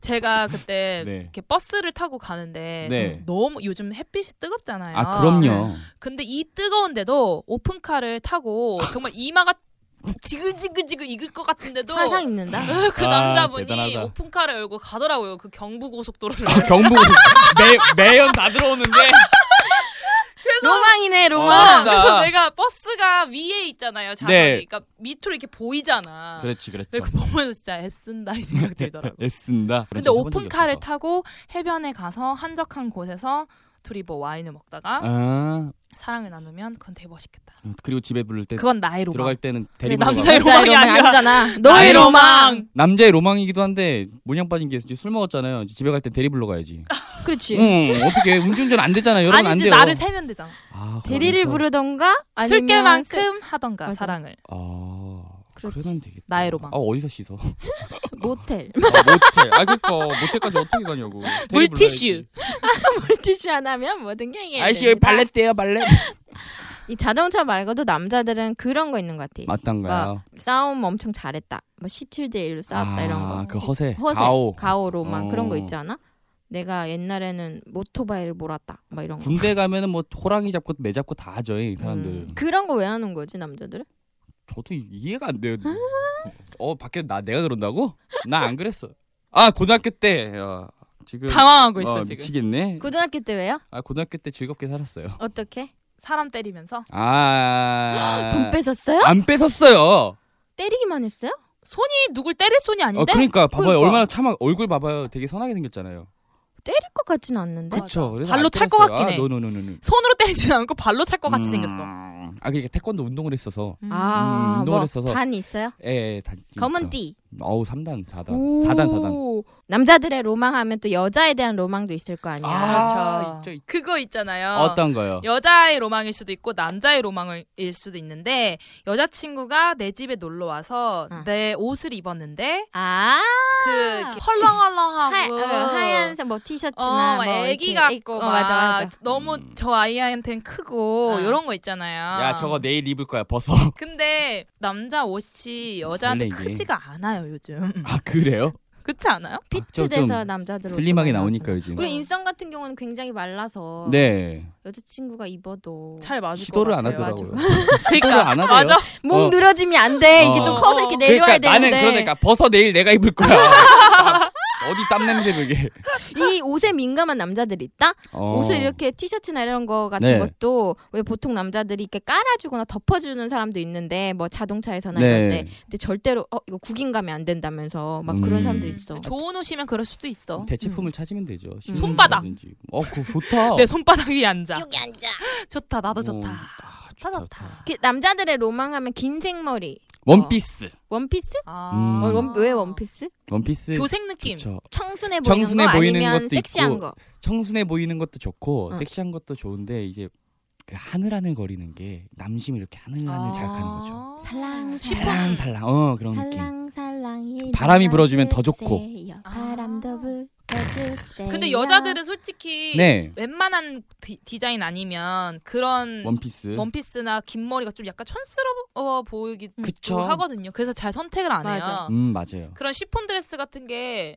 Speaker 3: 제가 그때
Speaker 6: 네.
Speaker 3: 이렇게 버스를 타고 가는데
Speaker 6: 네.
Speaker 3: 너무 요즘 햇빛이 뜨겁잖아요.
Speaker 6: 아 그럼요.
Speaker 3: 근데 이 뜨거운데도 오픈카를 타고 정말 이마가 지글지글지글 익을 것 같은데도
Speaker 2: 화상 입는다.
Speaker 3: 그
Speaker 6: 아,
Speaker 3: 남자분이
Speaker 6: 대단하다. 아,
Speaker 3: 오픈카를 열고 가더라고요. 아, 그 경부고속도로를.
Speaker 6: 경북 매 매연 다 들어오는데
Speaker 2: 로망이네 로망.
Speaker 6: 아,
Speaker 3: 와,
Speaker 6: 맞다.
Speaker 3: 그래서 내가 버스가 위에 있잖아요. 자석이.
Speaker 6: 네.
Speaker 3: 그러니까 밑으로 이렇게 보이잖아.
Speaker 6: 그렇지 그렇죠. 네, 예,
Speaker 3: 내가 보면서 진짜 애쓴다 이 생각 들더라고.
Speaker 6: 애쓴다. 그렇죠.
Speaker 3: 근데 오픈카를 타고 해변에 가서 한적한 곳에서 둘이 뭐 와인을 먹다가
Speaker 6: 아 음,
Speaker 3: 사랑을 나누면 그건 되게 멋있겠다.
Speaker 6: 그리고 집에 부를 때
Speaker 3: 그건 나의 로망.
Speaker 6: 네, 들어갈 때는
Speaker 3: 그래,
Speaker 6: 데리고 가고.
Speaker 3: 남자의 로망이 아니라
Speaker 2: 아니잖아.
Speaker 3: 나의
Speaker 2: 너의 로망.
Speaker 3: 로망.
Speaker 6: 남자의 로망이기도 한데 모냥 빠진 게 술 먹었잖아요. 이제 집에 갈 때 대리 불러 가야지.
Speaker 2: 그렇지.
Speaker 6: 응, 어떻게 운전전 안 되잖아요. 여러분 안
Speaker 3: 아니지
Speaker 6: 돼요.
Speaker 3: 나를 세면 되잖아.
Speaker 6: 아,
Speaker 2: 대리를
Speaker 6: 그래서-
Speaker 2: 부르던가 아니면 술-
Speaker 3: 술깨만큼 하던가
Speaker 2: 맞아.
Speaker 3: 사랑을.
Speaker 6: 아,
Speaker 2: 그렇지.
Speaker 6: 그러면 되겠다.
Speaker 3: 나의 로망.
Speaker 6: 아 어디서 씻어?
Speaker 2: 그 모텔
Speaker 6: 아, 모텔. 아 그니까 모텔까지 어떻게 가냐고. 대리
Speaker 3: 물티슈.
Speaker 2: 물티슈 하나면 뭐든 게 해결이
Speaker 6: 아저씨 여기
Speaker 2: 됩니다.
Speaker 6: 발렛대요 발렛.
Speaker 2: 이 자동차 말고도 남자들은 그런 거 있는 것 같아.
Speaker 6: 맞단가요?
Speaker 2: 싸움 엄청 잘했다. 뭐 17대 1로 싸웠다
Speaker 6: 아,
Speaker 2: 이런 거.
Speaker 6: 그 허세.
Speaker 2: 허세,
Speaker 6: 가오.
Speaker 2: 가오로만 그런 거
Speaker 6: 어.
Speaker 2: 있지 않아? 내가 옛날에는 오토바이를 몰았다. 막 이런 거.
Speaker 6: 군대 가면은 뭐 호랑이 잡고 매 잡고 다 하죠 이 사람들.
Speaker 2: 음, 그런 거 왜 하는 거지 남자들은?
Speaker 6: 저도 이해가 안 돼요. 어 밖에 나 내가 그런다고? 나 안 그랬어. 아 고등학교 때 어, 지금
Speaker 3: 당황하고 있어
Speaker 6: 어,
Speaker 3: 지금.
Speaker 6: 미치겠네.
Speaker 2: 고등학교 때 왜요?
Speaker 6: 아 고등학교 때 즐겁게 살았어요.
Speaker 2: 어떻게?
Speaker 3: 사람 때리면서
Speaker 6: 아.
Speaker 2: 돈 뺏었어요?
Speaker 6: 안 뺏었어요.
Speaker 2: 때리기만 했어요?
Speaker 3: 손이 누굴 때릴 손이
Speaker 6: 어,
Speaker 3: 아닌데
Speaker 6: 그러니까 봐봐요.
Speaker 2: 그러니까.
Speaker 6: 얼마나 참아 얼굴 봐봐요. 되게 선하게 생겼잖아요.
Speaker 2: 때릴 것 같진 않는데.
Speaker 6: 그렇죠.
Speaker 3: 발로 찰것 같긴 해.
Speaker 6: 노노노노. 음.
Speaker 3: 손으로 때리진 않고 발로 찰 것 같이 생겼어.
Speaker 6: 아 그러니까 태권도 운동을 했어서. 음,
Speaker 2: 아,
Speaker 6: 운동을 했어서.
Speaker 2: 뭐반 있어요?
Speaker 6: 예, 예, 다,
Speaker 2: 검은 띠.
Speaker 6: 어우, 3단, 4단.
Speaker 2: 오.
Speaker 6: 4단, 4단.
Speaker 2: 남자들의 로망하면 또 여자에 대한 로망도 있을 거 아니야.
Speaker 6: 아, 있죠, 있죠.
Speaker 3: 그렇죠. 그거 있잖아요.
Speaker 6: 어떤 거요?
Speaker 3: 여자의 로망일 수도 있고 남자의 로망일 수도 있는데 여자친구가 내 집에 놀러 와서
Speaker 2: 아.
Speaker 3: 내 옷을 입었는데
Speaker 2: 아,
Speaker 3: 그
Speaker 2: 어,
Speaker 3: 이렇게
Speaker 2: 하,
Speaker 3: 헐렁헐렁하고
Speaker 2: 얀색뭐
Speaker 3: 어,
Speaker 2: 티셔츠나
Speaker 3: 막
Speaker 2: 뭐
Speaker 3: 애기
Speaker 2: 이렇게
Speaker 3: 같고
Speaker 2: 입고-
Speaker 3: 막
Speaker 2: 어, 맞아, 맞아.
Speaker 3: 너무
Speaker 6: 음.
Speaker 3: 저 아이한테는 크고
Speaker 2: 어.
Speaker 3: 이런 거 있잖아요.
Speaker 6: 야, 저거 내일 입을 거야, 벗어.
Speaker 3: 근데 남자 옷이
Speaker 6: 원래
Speaker 3: 여자한테
Speaker 6: 이게.
Speaker 3: 크지가 않아요 요즘.
Speaker 6: 아, 그래요?
Speaker 3: 그렇지 않아요?
Speaker 6: 좀-
Speaker 2: 피트돼서 남자들 옷도
Speaker 6: 슬림하게
Speaker 2: 많이
Speaker 6: 나오니까
Speaker 2: 나오잖아.
Speaker 6: 요즘.
Speaker 2: 우리 인성 같은 경우는 굉장히 말라서
Speaker 6: 네.
Speaker 2: 여자친구가 입어도
Speaker 3: 잘 어, 맞을
Speaker 6: 시도를
Speaker 3: 것
Speaker 6: 안
Speaker 3: 같아요.
Speaker 6: 하더라고요. 시도를
Speaker 3: 그러니까
Speaker 6: 안 하네요.
Speaker 3: 맞아.
Speaker 2: 몸
Speaker 6: 어.
Speaker 2: 늘어지면 안 돼. 이게 좀
Speaker 6: 어.
Speaker 2: 커서 이렇게 내려와야
Speaker 6: 그러니까 나는
Speaker 2: 되는데
Speaker 6: 그러니까 벗어 내일 내가 입을 거야. 아, 어디 땀 냄새 그게. 그러니까
Speaker 2: 이 옷에 민감한 남자들 있다.
Speaker 6: 어.
Speaker 2: 옷을 이렇게 티셔츠나 이런 거
Speaker 6: 네.
Speaker 2: 같은 것도 왜 보통 남자들이 이렇게 깔아주거나 덮어주는 사람도 있는데 뭐 자동차에서나
Speaker 6: 네.
Speaker 2: 이런데 근데 절대로 어 이거 구긴감이 안 된다면서 막 그런
Speaker 6: 음.
Speaker 2: 사람도 있어.
Speaker 3: 아, 좋은 옷이면 그럴 수도 있어. 음.
Speaker 6: 대체품을 찾으면 되죠.
Speaker 3: 손바닥.
Speaker 6: 신발이라든지. 어, 그거 좋다.
Speaker 3: 내 손바닥 위에 앉아.
Speaker 2: 여기 앉아.
Speaker 3: 좋다 나도 좋다.
Speaker 6: 어,
Speaker 3: 좋다 좋다.
Speaker 6: 좋다.
Speaker 2: 그 남자들의 로망하면 긴 생머리.
Speaker 3: 어.
Speaker 6: 원피스.
Speaker 2: 원피스?
Speaker 3: 아.
Speaker 6: 음.
Speaker 2: 어, 원, 왜 원피스?
Speaker 6: 원피스.
Speaker 3: 교생 느낌.
Speaker 6: 좋죠.
Speaker 2: 청순해 보이는
Speaker 6: 청순해
Speaker 2: 거
Speaker 6: 보이는
Speaker 2: 아니면
Speaker 6: 것도
Speaker 2: 섹시한
Speaker 6: 있고.
Speaker 2: 거.
Speaker 6: 청순해 보이는 것도 좋고
Speaker 2: 어.
Speaker 6: 섹시한 것도 좋은데 이제 그 하늘하늘 거리는 게 남심을 이렇게 하늘하늘 자극하는
Speaker 2: 아.
Speaker 6: 거죠.
Speaker 3: 아.
Speaker 2: 살랑
Speaker 6: 살랑살랑 어 그런 느낌.
Speaker 2: 살랑살랑이
Speaker 6: 바람이 불어주면 더 좋고.
Speaker 2: 불어주세요. 불어주세요.
Speaker 3: 아. 근데 여자들은 솔직히
Speaker 6: 네.
Speaker 3: 웬만한 디, 디자인 아니면
Speaker 2: 음.
Speaker 3: 그런
Speaker 6: 원피스.
Speaker 3: 원피스. 나긴 머리가 좀 약간 촌스러워 보이기도
Speaker 6: 그쵸.
Speaker 3: 하거든요. 그래서 잘 선택을 안 해요.
Speaker 2: 맞아.
Speaker 6: 음 맞아요.
Speaker 3: 그런 시폰 드레스 같은 게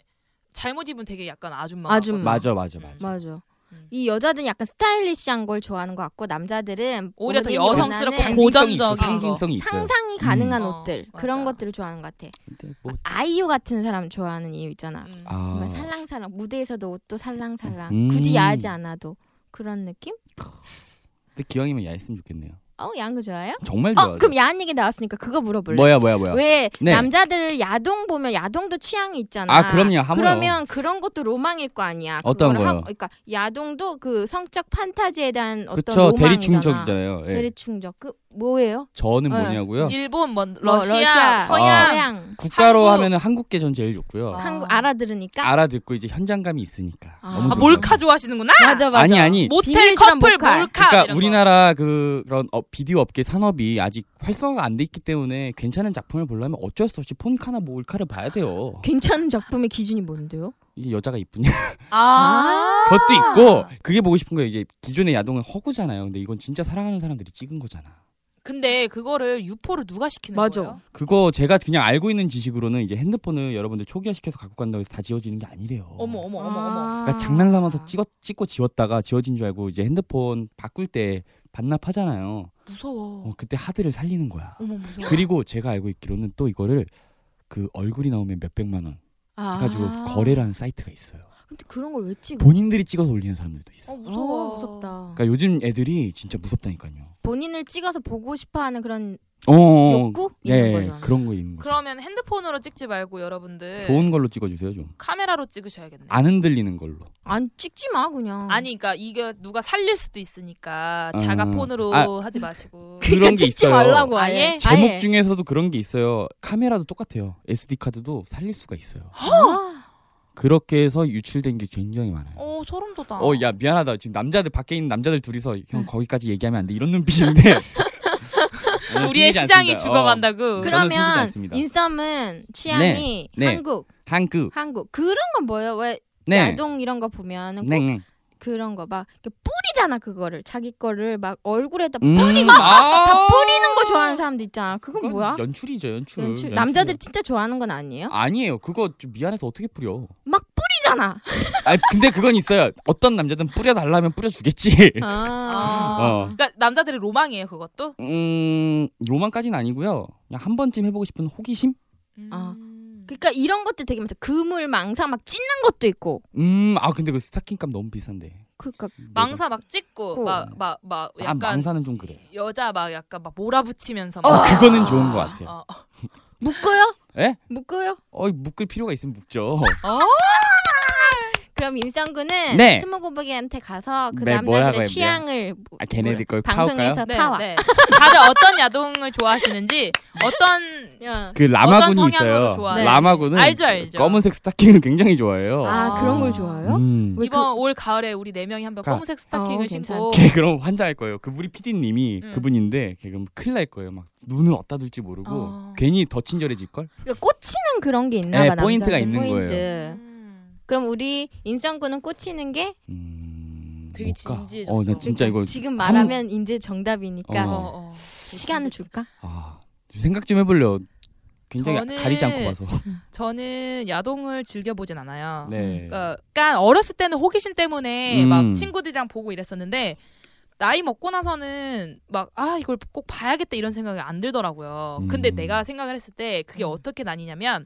Speaker 3: 잘못 입으면 되게 약간 아줌마.
Speaker 2: 아줌마.
Speaker 6: 맞아 맞아 맞아.
Speaker 2: 맞아.
Speaker 3: 음.
Speaker 2: 이 여자들은 약간 스타일리시한 걸 좋아하는 것 같고 남자들은
Speaker 3: 오히려 더
Speaker 2: 본인이
Speaker 3: 여성스럽고
Speaker 2: 원하는
Speaker 3: 고-
Speaker 6: 상징성이 있어,
Speaker 3: 고전적인 거.
Speaker 6: 상징성이 있어요.
Speaker 2: 상상이 가능한
Speaker 3: 음.
Speaker 2: 옷들
Speaker 3: 어,
Speaker 2: 그런
Speaker 3: 맞아.
Speaker 2: 것들을 좋아하는 것 같아.
Speaker 6: 근데 뭐
Speaker 2: 아이유 같은 사람 좋아하는 이유 있잖아.
Speaker 3: 음.
Speaker 6: 아.
Speaker 2: 정말 살랑살랑 무대에서도 옷도 살랑살랑
Speaker 6: 음.
Speaker 2: 굳이 야하지 않아도 그런 느낌?
Speaker 6: 근데 기왕이면 야했으면 좋겠네요.
Speaker 2: 어 야한 거 좋아해요?
Speaker 6: 정말 좋아.
Speaker 2: 어 그럼 야한 얘기 나왔으니까 그거 물어볼래?
Speaker 6: 뭐야 뭐야 뭐야.
Speaker 2: 왜
Speaker 6: 네.
Speaker 2: 남자들 야동 보면 야동도 취향이 있잖아.
Speaker 6: 아, 그럼요. 하물어.
Speaker 2: 그러면 그런 것도 로망일 거 아니야.
Speaker 6: 어떤
Speaker 2: 그거를
Speaker 6: 거요?
Speaker 2: 하고- 그러니까 야동도 그 성적 판타지에 대한 어떤
Speaker 6: 그쵸
Speaker 2: 로망이잖아.
Speaker 6: 대리 충족이잖아요. 예.
Speaker 2: 대리 충족 그 뭐예요?
Speaker 6: 저는
Speaker 2: 네.
Speaker 6: 뭐냐고요.
Speaker 3: 일본, 뭐,
Speaker 2: 뭐,
Speaker 3: 러시아,
Speaker 2: 러시아,
Speaker 3: 서양.
Speaker 2: 서양.
Speaker 6: 국가로
Speaker 3: 한국.
Speaker 6: 하면은 한국계 전 제일 좋고요.
Speaker 3: 아.
Speaker 2: 한국 알아들으니까.
Speaker 6: 알아듣고 이제 현장감이 있으니까.
Speaker 2: 그러니까? 아.
Speaker 6: 너무
Speaker 3: 아,
Speaker 6: 좋아요.
Speaker 3: 몰카 좋아하시는구나.
Speaker 2: 맞아 맞아.
Speaker 6: 아니 아니
Speaker 3: 모텔
Speaker 2: 비밀스런
Speaker 3: 커플 몰카.
Speaker 2: 몰카.
Speaker 6: 그러니까
Speaker 3: 이런
Speaker 6: 우리나라 그 그런 어, 비디오 업계 산업이 아직 활성화가 안 돼 있기 때문에 괜찮은 작품을 보려면 어쩔 수 없이 폰카나 몰카를 봐야 돼요.
Speaker 2: 괜찮은 작품의 기준이 뭔데요?
Speaker 6: 이게 여자가 이쁘냐
Speaker 3: 거. 아.
Speaker 6: 그것도 있고 그게 보고 싶은 거예요. 이게 기존의 야동은 허구잖아요. 근데 이건 진짜 사랑하는 사람들이 찍은 거잖아.
Speaker 3: 근데 그거를 유포를 누가 시키는
Speaker 2: 맞아.
Speaker 3: 거예요?
Speaker 6: 그거 제가 그냥 알고 있는 지식으로는 이제 핸드폰을 여러분들 초기화시켜서 갖고 간다고 해서 다 지워지는 게 아니래요.
Speaker 3: 어머 어머 어머 어머.
Speaker 6: 그러니까 장난 삼아서 찍어 찍고 지웠다가 지워진 줄 알고 이제 핸드폰 바꿀 때 반납하잖아요.
Speaker 3: 무서워.
Speaker 6: 어, 그때 하드를 살리는 거야.
Speaker 3: 어머 무서워.
Speaker 6: 그리고 제가 알고 있기로는 또 이거를 그 얼굴이 나오면 몇 백만 원
Speaker 2: 아.
Speaker 6: 해가지고 거래를 하는 사이트가 있어요.
Speaker 2: 근데 아. 그런 걸 왜 찍어?
Speaker 6: 본인들이 찍어서 올리는 사람들도 있어.
Speaker 3: 어,
Speaker 6: 요
Speaker 3: 무서워.
Speaker 2: 아, 무섭다.
Speaker 6: 그러니까 요즘 애들이 진짜 무섭다니까요.
Speaker 2: 본인을 찍어서 보고 싶어하는 그런
Speaker 6: 어, 어,
Speaker 2: 욕구 있는
Speaker 6: 예,
Speaker 2: 거죠.
Speaker 6: 그런 거 있는 거죠.
Speaker 3: 그러면 핸드폰으로 찍지 말고 여러분들
Speaker 6: 좋은 걸로 찍어주세요 좀.
Speaker 3: 카메라로 찍으셔야겠네요.
Speaker 6: 안 흔들리는 걸로.
Speaker 2: 안 찍지 마
Speaker 6: 어.
Speaker 2: 그냥.
Speaker 3: 아니, 그러니까 이게 누가 살릴 수도 있으니까
Speaker 6: 아.
Speaker 3: 자가폰으로
Speaker 6: 아.
Speaker 3: 하지 마시고.
Speaker 6: 그런
Speaker 2: 그러니까
Speaker 6: 게
Speaker 2: 찍지
Speaker 6: 있어요.
Speaker 2: 말라고
Speaker 3: 아예?
Speaker 2: 아예.
Speaker 6: 제목
Speaker 2: 아예.
Speaker 6: 중에서도 그런 게 있어요. 카메라도 똑같아요. SD 카드도 살릴 수가 있어요.
Speaker 2: 아,
Speaker 6: 그렇게 해서 유출된 게 굉장히 많아요.
Speaker 3: 어 소름 돋아.
Speaker 6: 어, 야, 미안하다. 지금 남자들, 밖에 있는 남자들 둘이서, 형, 거기까지 얘기하면 안 돼. 이런 눈빛인데. 저는
Speaker 3: 우리의
Speaker 6: 숨기지 않습니다.
Speaker 3: 시장이
Speaker 6: 어,
Speaker 3: 죽어간다고.
Speaker 6: 그럼- 저는 숨기지
Speaker 2: 그러면
Speaker 6: 않습니다.
Speaker 2: 인썸은 취향이
Speaker 6: 네, 네.
Speaker 2: 한국,
Speaker 6: 한국.
Speaker 2: 한국 그런 건 뭐예요? 왜
Speaker 6: 네.
Speaker 2: 야동 이런 거 보면은 꼭
Speaker 6: 네. 네.
Speaker 2: 그런 거 막 뿌리잖아 그거를 자기 거를 막 얼굴에다
Speaker 6: 음,
Speaker 2: 뿌리고
Speaker 6: 아.
Speaker 2: 다 뿌리는 거 좋아하는 사람도 있잖아. 그건
Speaker 6: 그건
Speaker 2: 뭐야?
Speaker 6: 연출이죠, 연출.
Speaker 2: 연출.
Speaker 6: 연출이요.
Speaker 2: 남자들이 진짜 좋아하는 건 아니에요?
Speaker 6: 아니에요. 그거 좀 미안해서 어떻게 뿌려.
Speaker 2: 막 뿌리잖아.
Speaker 6: 아, 근데 그건 있어요. 어떤 남자든 뿌려달라면 뿌려주겠지.
Speaker 2: 아.
Speaker 3: 아.
Speaker 6: 어.
Speaker 3: 그러니까 남자들의 로망이에요 그것도.
Speaker 6: 음, 로망까지는 아니고요. 그냥 한 번쯤 해보고 싶은 호기심?
Speaker 2: 아. 그러니까 이런 것들 되게 많죠. 그물 망상 막 찢는 것도 있고.
Speaker 6: 음, 아, 근데 그 스타킹값 너무 비싼데.
Speaker 2: 그러니까
Speaker 3: 망사 막 찍고
Speaker 2: 꼭.
Speaker 3: 막 막 막
Speaker 6: 어. 아,
Speaker 3: 약간
Speaker 6: 망사는 좀 그래.
Speaker 3: 여자 막 약간 막 몰아붙이면서
Speaker 6: 어,
Speaker 3: 막
Speaker 6: 그거는 좋은 것 같아요.
Speaker 3: 어.
Speaker 2: 묶어요?
Speaker 6: 예?
Speaker 2: 묶어요?
Speaker 6: 어, 묶을 필요가 있으면 묶죠.
Speaker 2: 그럼 인성군은
Speaker 6: 네.
Speaker 2: 스무 고백이한테 가서 그
Speaker 6: 네, 뭐라고 해야
Speaker 2: 남자들의
Speaker 6: 돼요?
Speaker 2: 취향을
Speaker 6: 아, 걔네들 걸
Speaker 2: 방송에서
Speaker 6: 파올까요?
Speaker 3: 네,
Speaker 2: 파와.
Speaker 3: 네. 다들 어떤 야동을 좋아하시는지 어떤
Speaker 2: 야.
Speaker 6: 그 라마군이
Speaker 3: 어떤 성향으로
Speaker 6: 있어요.
Speaker 3: 좋아하는지. 네.
Speaker 6: 라마군은
Speaker 3: 알죠, 알죠.
Speaker 6: 검은색 스타킹을 굉장히 좋아해요.
Speaker 2: 아,
Speaker 3: 아.
Speaker 2: 그런 걸 좋아해요?
Speaker 6: 음.
Speaker 2: 왜
Speaker 3: 이번 올 가을에 우리 네 명이 한번
Speaker 6: 가-
Speaker 3: 검은색 스타킹을
Speaker 2: 어,
Speaker 3: 신고
Speaker 6: 걔 그럼 환장할 거예요. 그 우리 PD님이
Speaker 3: 음.
Speaker 6: 그분인데 걔 그럼 큰일 날 거예요. 막 눈을 어디다 둘지 모르고
Speaker 3: 어.
Speaker 6: 괜히 더 친절해질 걸.
Speaker 2: 그러니까 꽂히는 그런 게 있나
Speaker 6: 네,
Speaker 2: 봐.
Speaker 6: 포인트가
Speaker 2: 남자들
Speaker 6: 있는
Speaker 2: 포인트.
Speaker 3: 음.
Speaker 2: 그럼 우리 인성군은 꽂히는 게 그러니까
Speaker 6: 음,
Speaker 3: 되게 그러니까
Speaker 6: 못 가.
Speaker 3: 진지해졌어.
Speaker 6: 어, 나 진짜 이거
Speaker 2: 지금 말하면 이제 정답이니까
Speaker 3: 어,
Speaker 6: 어.
Speaker 3: 어.
Speaker 2: 시간을 줄까?
Speaker 6: 아, 좀 생각 좀 해볼려. 굉장히
Speaker 3: 저는-
Speaker 6: 가리지 않고 봐서.
Speaker 3: 저는 야동을 즐겨보진 않아요.
Speaker 6: 네.
Speaker 3: 그러니까 약간 어렸을 때는 호기심 때문에
Speaker 6: 음.
Speaker 3: 막 친구들이랑 보고 이랬었는데 나이 먹고 나서는 막 아 이걸 꼭 봐야겠다 이런 생각이 안 들더라고요.
Speaker 6: 음.
Speaker 3: 근데 내가 생각을 했을 때 그게 어떻게 나뉘냐면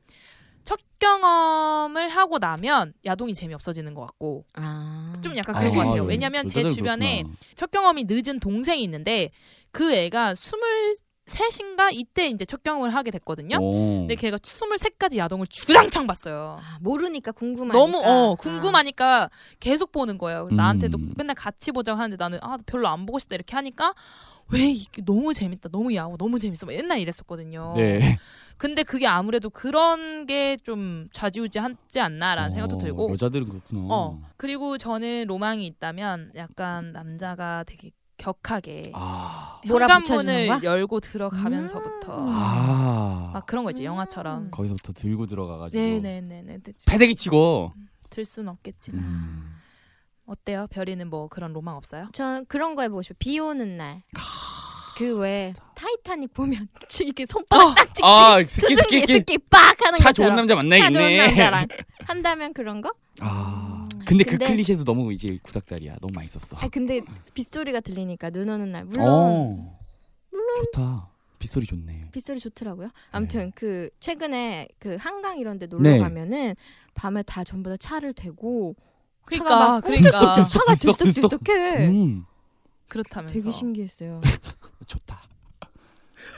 Speaker 3: 첫 경험을 하고 나면 야동이 재미 없어지는 것 같고
Speaker 2: 아.
Speaker 3: 좀 약간 그런 것
Speaker 6: 아,
Speaker 3: 같아요.
Speaker 6: 예.
Speaker 3: 왜냐면 제
Speaker 6: 여자들
Speaker 3: 주변에
Speaker 6: 그렇구나.
Speaker 3: 첫 경험이 늦은 동생이 있는데 그 애가 스물 셋인가 이때 이제 첫 경험을 하게 됐거든요.
Speaker 6: 오.
Speaker 3: 어. 근데 걔가 23까지 야동을 주장창 봤어요.
Speaker 2: 아, 모르니까 궁금하니까.
Speaker 3: 너무 어
Speaker 2: 아.
Speaker 3: 궁금하니까 계속 보는 거예요.
Speaker 6: 음.
Speaker 3: 그래서 나한테도 맨날 같이 보자고 하는데 나는 아 별로 안 보고 싶다 이렇게 하니까 왜 이게 너무 재밌다, 너무 야호, 너무 재밌어. 막 옛날 이랬었거든요.
Speaker 6: 네.
Speaker 3: 근데 그게 아무래도 그런 게 좀 좌지우지하지 않나라는 생각도
Speaker 6: 어,
Speaker 3: 들고.
Speaker 6: 여자들은 그렇구나.
Speaker 3: 어 그리고 저는 로망이 있다면 약간 남자가 되게 격하게
Speaker 2: 예.
Speaker 6: 아.
Speaker 2: 몰아붙여주는
Speaker 3: 현관문을
Speaker 2: 거야?
Speaker 3: 열고 들어가면서부터
Speaker 2: 음.
Speaker 6: 아.
Speaker 3: 막 그런 거 있지 영화처럼.
Speaker 6: 거기서부터 들고 들어가가지고.
Speaker 3: 네네네네.
Speaker 6: 패대기 치고.
Speaker 3: 들 순 없겠지만
Speaker 6: 음.
Speaker 3: 어때요? 별이는 뭐 그런 로망 없어요?
Speaker 2: 전 그런 거 해보고 싶어. 비 오는 날. 그 왜 타이타닉 보면 이렇게 손바닥 딱 찍지.
Speaker 6: 아, 스키
Speaker 2: 수증기
Speaker 6: 스키 스키.
Speaker 2: 스키 빡 하는
Speaker 6: 차 좋은
Speaker 2: 것처럼.
Speaker 6: 남자 만나야겠네.
Speaker 2: 차 좋은 남자랑 한다면 그런 거?
Speaker 6: 아. 근데, 그
Speaker 2: 근데-
Speaker 6: 클리셰도 너무 이제 구닥다리야. 너무 맛있었어.
Speaker 2: 아 근데 빗소리가 들리니까 눈 오는 날 물론
Speaker 6: 어. 좋다. 빗소리 좋네.
Speaker 2: 빗소리 좋더라고요. 아무튼
Speaker 6: 네.
Speaker 2: 그 최근에 그 한강 이런 데 놀러
Speaker 6: 네.
Speaker 2: 가면은 밤에 다 전부 다 차를 대고 차가
Speaker 3: 그러니까
Speaker 2: 막
Speaker 3: 그러니까
Speaker 2: 꿈쩍꿈쩍 차가
Speaker 6: 들썩, 들썩.
Speaker 2: 들썩들썩해.
Speaker 6: 음.
Speaker 3: 그렇다면서
Speaker 2: 되게 신기했어요.
Speaker 6: 좋다.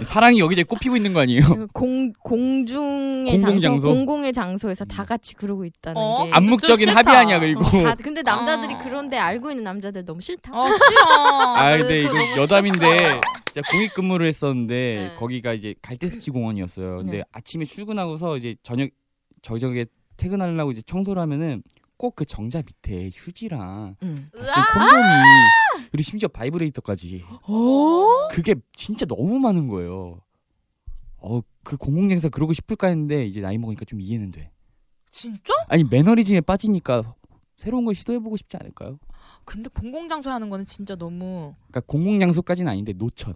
Speaker 6: 사랑이 여기저기 꽃피고 있는 거 아니에요?
Speaker 2: 음. 공 공중의
Speaker 6: 공공
Speaker 2: 장소,
Speaker 6: 장소? 음. 아,
Speaker 2: 공공의 장소에서 다 같이 그러고 있다는
Speaker 3: 어?
Speaker 2: 게.
Speaker 3: 좀
Speaker 6: 암묵적인
Speaker 3: 싫다.
Speaker 6: 합의 아니야 그리고.
Speaker 2: 어, 다, 근데 남자들이
Speaker 3: 어.
Speaker 2: 그런데 알고 있는 남자들 너무 싫다.
Speaker 3: 어 싫어.
Speaker 6: 아,
Speaker 3: 나
Speaker 6: 근데
Speaker 3: 그거
Speaker 6: 이거
Speaker 3: 너무
Speaker 6: 여담인데
Speaker 3: 싫었어.
Speaker 6: 제가 공익 근무를 했었는데
Speaker 2: 네.
Speaker 6: 거기가 이제 갈대습지 공원이었어요. 근데
Speaker 2: 네.
Speaker 6: 아침에 출근하고서 이제 저녁 저녁에 퇴근하려고 이제 청소를 하면은 꼭 그 정자 밑에 휴지랑
Speaker 3: 음.
Speaker 2: 응.
Speaker 6: 다쓴 콘돔이 그리고 심지어 바이브레이터까지
Speaker 3: 어?
Speaker 6: 그게 진짜 너무 많은 거예요. 어 그 공공장사 그러고 싶을까 했는데 이제 나이 먹으니까 좀 이해는 돼.
Speaker 3: 진짜?
Speaker 6: 아니 매너리즘에 빠지니까 새로운 걸 시도해보고 싶지 않을까요?
Speaker 3: 근데 공공장소 하는 거는 진짜 너무
Speaker 6: 그러니까 공공양소까지는 아닌데 노천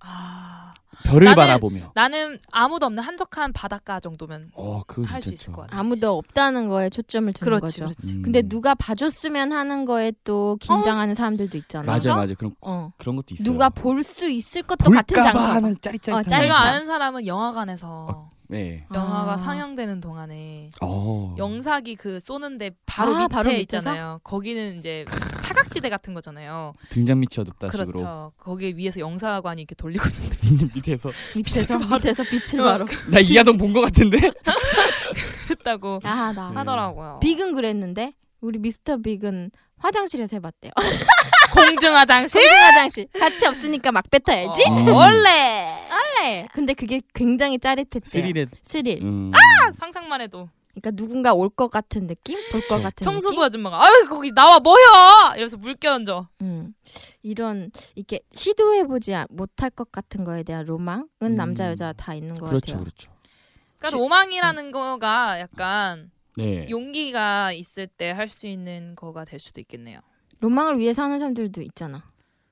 Speaker 3: 아
Speaker 6: 별을
Speaker 3: 나는-
Speaker 6: 바라보며.
Speaker 3: 나는 아무도 없는 한적한 바닷가 정도면
Speaker 6: 어 그거
Speaker 3: 할 수
Speaker 6: 괜찮죠.
Speaker 3: 있을 것 같아.
Speaker 2: 아무도 없다는 거에 초점을 두는
Speaker 3: 그렇지
Speaker 2: 거죠.
Speaker 3: 그렇지.
Speaker 6: 음.
Speaker 2: 근데 누가 봐줬으면 하는 거에
Speaker 3: 어,
Speaker 2: 또 긴장하는 사람들도 있잖아.
Speaker 6: 맞아 맞아 그런
Speaker 2: 어.
Speaker 6: 그런 것도 있어요.
Speaker 2: 누가 볼 수 있을 것도 같은
Speaker 6: 볼까봐
Speaker 2: 장소.
Speaker 6: 하는 짜릿짜릿한
Speaker 2: 어, 짜릿한
Speaker 3: 내가 아는 사람은 영화관에서
Speaker 6: 네.
Speaker 3: 영화가
Speaker 2: 아.
Speaker 3: 상영되는 동안에
Speaker 6: 어.
Speaker 3: 영사기 그 쏘는데 바로
Speaker 2: 아,
Speaker 3: 밑에
Speaker 2: 바로 밑에서?
Speaker 3: 있잖아요. 거기는 이제 사각지대 같은 거잖아요.
Speaker 6: 등잔 밑이 어둡다 식으로
Speaker 3: 그렇죠. 거기 위에서 영사관이 이렇게 돌리고 있는데
Speaker 6: 밑- 밑에서
Speaker 2: 아, 밑에서
Speaker 3: 바로-
Speaker 2: 밑에서 빛을
Speaker 3: 아,
Speaker 2: 바로.
Speaker 3: 그-
Speaker 6: 나 이하동 본 것 같은데
Speaker 2: 네.
Speaker 3: 그랬다고
Speaker 2: 아 나.
Speaker 6: 네.
Speaker 3: 하더라고요.
Speaker 2: 빅은 그랬는데 우리 미스터 빅은 화장실에서 해봤대요.
Speaker 3: 아, 공중 화장실.
Speaker 2: 공중 화장실 같이 없으니까 막 뱉어야지.
Speaker 3: 어,
Speaker 6: 음.
Speaker 3: 원래 어.
Speaker 2: 원래. 근데 그게 굉장히 짜릿했대요.
Speaker 6: 스릴에
Speaker 2: 스릴.
Speaker 6: 음.
Speaker 3: 상상만 해도
Speaker 2: 그러니까 누군가 올 것 같은 느낌, 볼 것
Speaker 6: 그쵸.
Speaker 2: 같은
Speaker 3: 청소부
Speaker 2: 느낌.
Speaker 3: 아줌마가 아유 거기 나와 뭐야 이러면서 물 끼얹어.
Speaker 2: 음. 이런 이렇게 시도해보지 아, 못할 것 같은 거에 대한 로망은
Speaker 6: 음.
Speaker 2: 남자 여자 다 있는 것
Speaker 6: 그렇죠
Speaker 2: 같아요.
Speaker 6: 그렇죠
Speaker 3: 그러니까 로망이라는 거가 약간
Speaker 6: 네
Speaker 3: 용기가 있을 때 할 수 있는 거가 될 수도 있겠네요.
Speaker 2: 로망을 위해서 하는 사람들도 있잖아.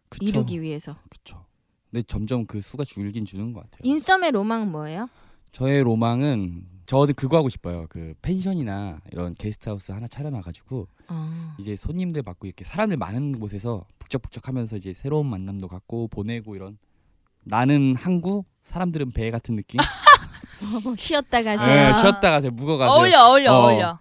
Speaker 6: 그쵸.
Speaker 2: 이루기 위해서.
Speaker 6: 그렇죠 근데 점점 그 수가 줄긴 주는 것 같아요
Speaker 2: 인썸의 로망은 뭐예요?
Speaker 6: 저의 로망은 저도 그거 하고 싶어요 그 펜션이나 이런 게스트하우스 하나 차려놔가지고
Speaker 2: 어.
Speaker 6: 이제 손님들 받고 이렇게 사람들 많은 곳에서 북적북적하면서 이제 새로운 만남도 갖고 보내고 이런 나는 항구 사람들은 배 같은 느낌
Speaker 2: 뭐 쉬었다 가세요.
Speaker 6: 네, 쉬었다 가세요 묵어가세요
Speaker 3: 어울려 어울려
Speaker 6: 어.
Speaker 3: 어. 울려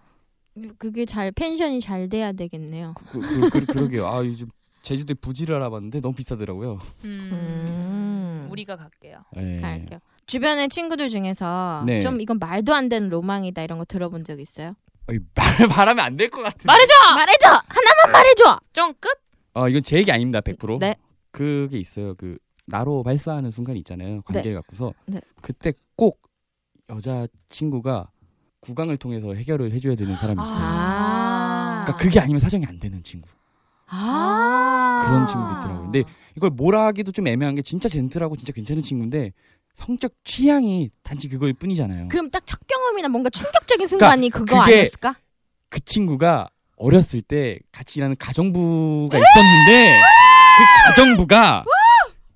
Speaker 2: 그게 잘 펜션이 잘 돼야 되겠네요.
Speaker 6: 그, 그, 그, 그, 러게요아 요즘 제주도에 부지를 알아봤는데 너무 비싸더라고요.
Speaker 2: 음.
Speaker 3: 우리가 갈게요.
Speaker 6: 네.
Speaker 2: 갈게요. 주변의 친구들 중에서
Speaker 6: 네.
Speaker 2: 좀 이건 말도 안 되는 로망이다 이런 거 들어본 적 있어요?
Speaker 6: 어이, 말 말하면 안 될 것 같은데.
Speaker 3: 말해줘.
Speaker 2: 말해줘 하나만 말해줘.
Speaker 3: 좀 끝.
Speaker 6: 어 이건 제 얘기 아닙니다. 100%.
Speaker 2: 네.
Speaker 6: 그게 있어요. 그 나로 발사하는 순간 있잖아요. 관계를 갖고서
Speaker 2: 네.
Speaker 6: 그때 꼭 여자 친구가 구강을 통해서 해결을 해줘야 되는 사람이 있어요.
Speaker 2: 아.
Speaker 6: 그러니까 그게 아니면 사정이 안 되는 친구.
Speaker 2: 아.
Speaker 6: 그런 친구도 있더라고요. 근데 이걸 뭐라 하기도 좀 애매한 게 진짜 젠틀하고 진짜 괜찮은 친구인데 성적 취향이 단지 그거일 뿐이잖아요.
Speaker 2: 그럼 딱 첫 경험이나 뭔가 충격적인 순간이 그거
Speaker 6: 그러니까 그게-
Speaker 2: 아니었을까?
Speaker 6: 그 친구가 어렸을 때 같이 일하는 가정부가 있었는데 그 가정부가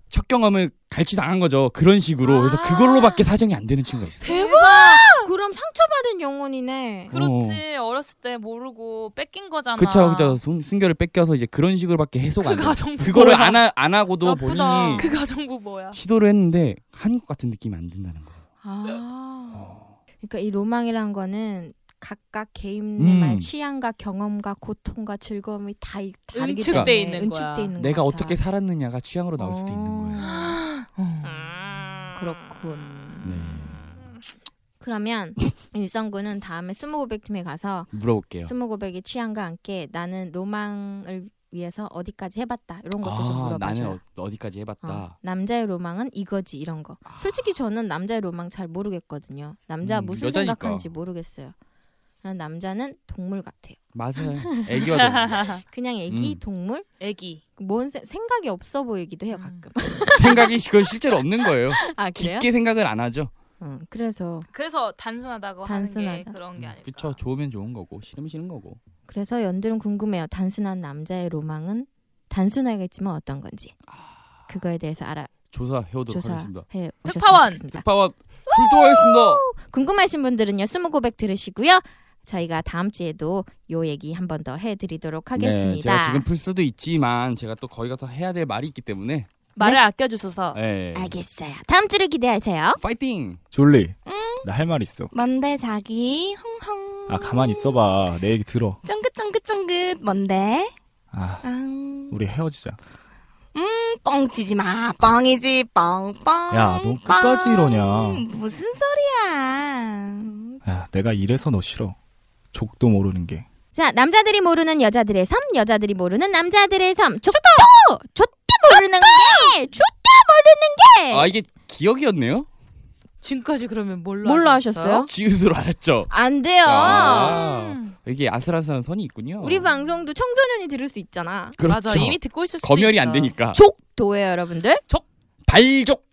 Speaker 6: 첫 경험을 갈취당한 거죠. 그런 식으로. 그래서
Speaker 2: 아.
Speaker 6: 그걸로밖에 사정이 안 되는 친구가 있어요.
Speaker 2: 대박. 그럼 상처받은 영혼이네.
Speaker 3: 그렇지 어렸을 때 모르고 뺏긴 거잖아.
Speaker 6: 그쵸, 그쵸. 순, 순결을 뺏겨서 이제 그런 식으로밖에 해소가 안
Speaker 3: 그
Speaker 6: 돼요.
Speaker 3: 가정부
Speaker 6: 그거를
Speaker 3: 뭐야?
Speaker 6: 안, 하, 안 하고도
Speaker 2: 나쁘다.
Speaker 6: 본인이
Speaker 3: 그 가정부 뭐야?
Speaker 6: 시도를 했는데 한국 같은 느낌이 안 든다는 거예요.
Speaker 2: 아.
Speaker 6: 어.
Speaker 2: 그러니까 이 로망이란 거는 각각 개인의
Speaker 6: 음.
Speaker 2: 말 취향과 경험과 고통과 즐거움이 다 이- 다르기
Speaker 3: 응축돼
Speaker 2: 때문에
Speaker 3: 있는 거야.
Speaker 2: 응축돼 있는
Speaker 6: 내가
Speaker 2: 거다.
Speaker 6: 어떻게 살았느냐가 취향으로 나올 수도 있는
Speaker 2: 어.
Speaker 6: 거예요.
Speaker 3: 그렇군.
Speaker 6: 네.
Speaker 2: 그러면 일성군은 다음에 스무고백 팀에 가서
Speaker 6: 물어볼게요.
Speaker 2: 스무고백의 취향과 함께 나는 로망을 위해서 어디까지 해봤다 이런 것도 좀
Speaker 6: 아,
Speaker 2: 물어봐줘요.
Speaker 6: 나는 어, 어디까지
Speaker 2: 어,
Speaker 6: 해봤다. 아.
Speaker 2: 남자의 로망은 이거지 이런 거. 솔직히 저는 남자의 로망 잘 모르겠거든요. 남자
Speaker 6: 음,
Speaker 2: 무슨
Speaker 6: 여자니까.
Speaker 2: 생각하는지 모르겠어요. 그냥 남자는 동물 같아요.
Speaker 6: 맞아요. 애기와
Speaker 2: 그냥 애기
Speaker 6: 음.
Speaker 2: 동물
Speaker 3: 애기.
Speaker 2: 뭔 세- 생각이 없어 보이기도 해요
Speaker 3: 음.
Speaker 2: 가끔.
Speaker 6: 생각이 그건 실제로 없는 거예요.
Speaker 2: 아
Speaker 6: 깊게 생각을 안 하죠.
Speaker 2: 응, 어, 그래서
Speaker 3: 그래서 단순하다고 하는 게
Speaker 2: 단순하다.
Speaker 3: 그런 게 아닐까.
Speaker 6: 음, 그쵸 좋으면 좋은 거고 싫으면 싫은 거고.
Speaker 2: 그래서 연들은 궁금해요. 단순한 남자의 로망은 단순하겠지만 어떤 건지 그거에 대해서 알아
Speaker 6: 아, 조사해오도록 하겠습니다.
Speaker 2: 조사해
Speaker 3: 특파원!
Speaker 2: 오셨습니다.
Speaker 6: 특파원 출동하겠습니다.
Speaker 2: 궁금하신 분들은요 스무고백 들으시고요. 저희가 다음 주에도 요 얘기 한 번 더 해드리도록 하겠습니다.
Speaker 6: 네, 제가 지금 풀 수도 있지만 제가 또 거기 가서 해야 될 말이 있기 때문에.
Speaker 3: 말을 아껴주소서.
Speaker 6: 네.
Speaker 2: 어, 알겠어요. 다음 주를 기대하세요.
Speaker 6: 파이팅.
Speaker 7: 졸리 나 할 말 있어
Speaker 1: 뭔데 자기? 흥흥.
Speaker 7: 아 가만히 있어봐 내 얘기 들어
Speaker 1: 쫑긋쫑긋쫑긋 뭔데?
Speaker 7: 아
Speaker 1: 아,
Speaker 7: 우리 헤어지자
Speaker 1: 음, 뻥치지 마. 뻥이지 뻥뻥.
Speaker 7: 야, 너 끝까지
Speaker 1: 뻥.
Speaker 7: 이러냐.
Speaker 1: 무슨 소리야?
Speaker 7: 야 내가 이래서 너 싫어 족도 모르는 게
Speaker 2: 자, 남자들이 모르는 여자들의 섬, 여자들이 모르는 남자들의 섬. 족도! 족도 모르는 게! 족도 모르는 게!
Speaker 6: 아 이게 기억이었네요?
Speaker 3: 지금까지 그러면 뭘로,
Speaker 2: 뭘로 하셨어요?
Speaker 6: 지읒으로 알았죠.
Speaker 2: 안 돼요.
Speaker 6: 아,
Speaker 3: 음,
Speaker 6: 이게 아슬아슬한 선이 있군요.
Speaker 2: 우리 방송도 청소년이 들을 수 있잖아.
Speaker 6: 그렇죠.
Speaker 3: 맞아 이미 듣고 있을 수도
Speaker 6: 검열이
Speaker 3: 있어.
Speaker 6: 안 되니까.
Speaker 2: 족도예요, 여러분들.
Speaker 6: 발족.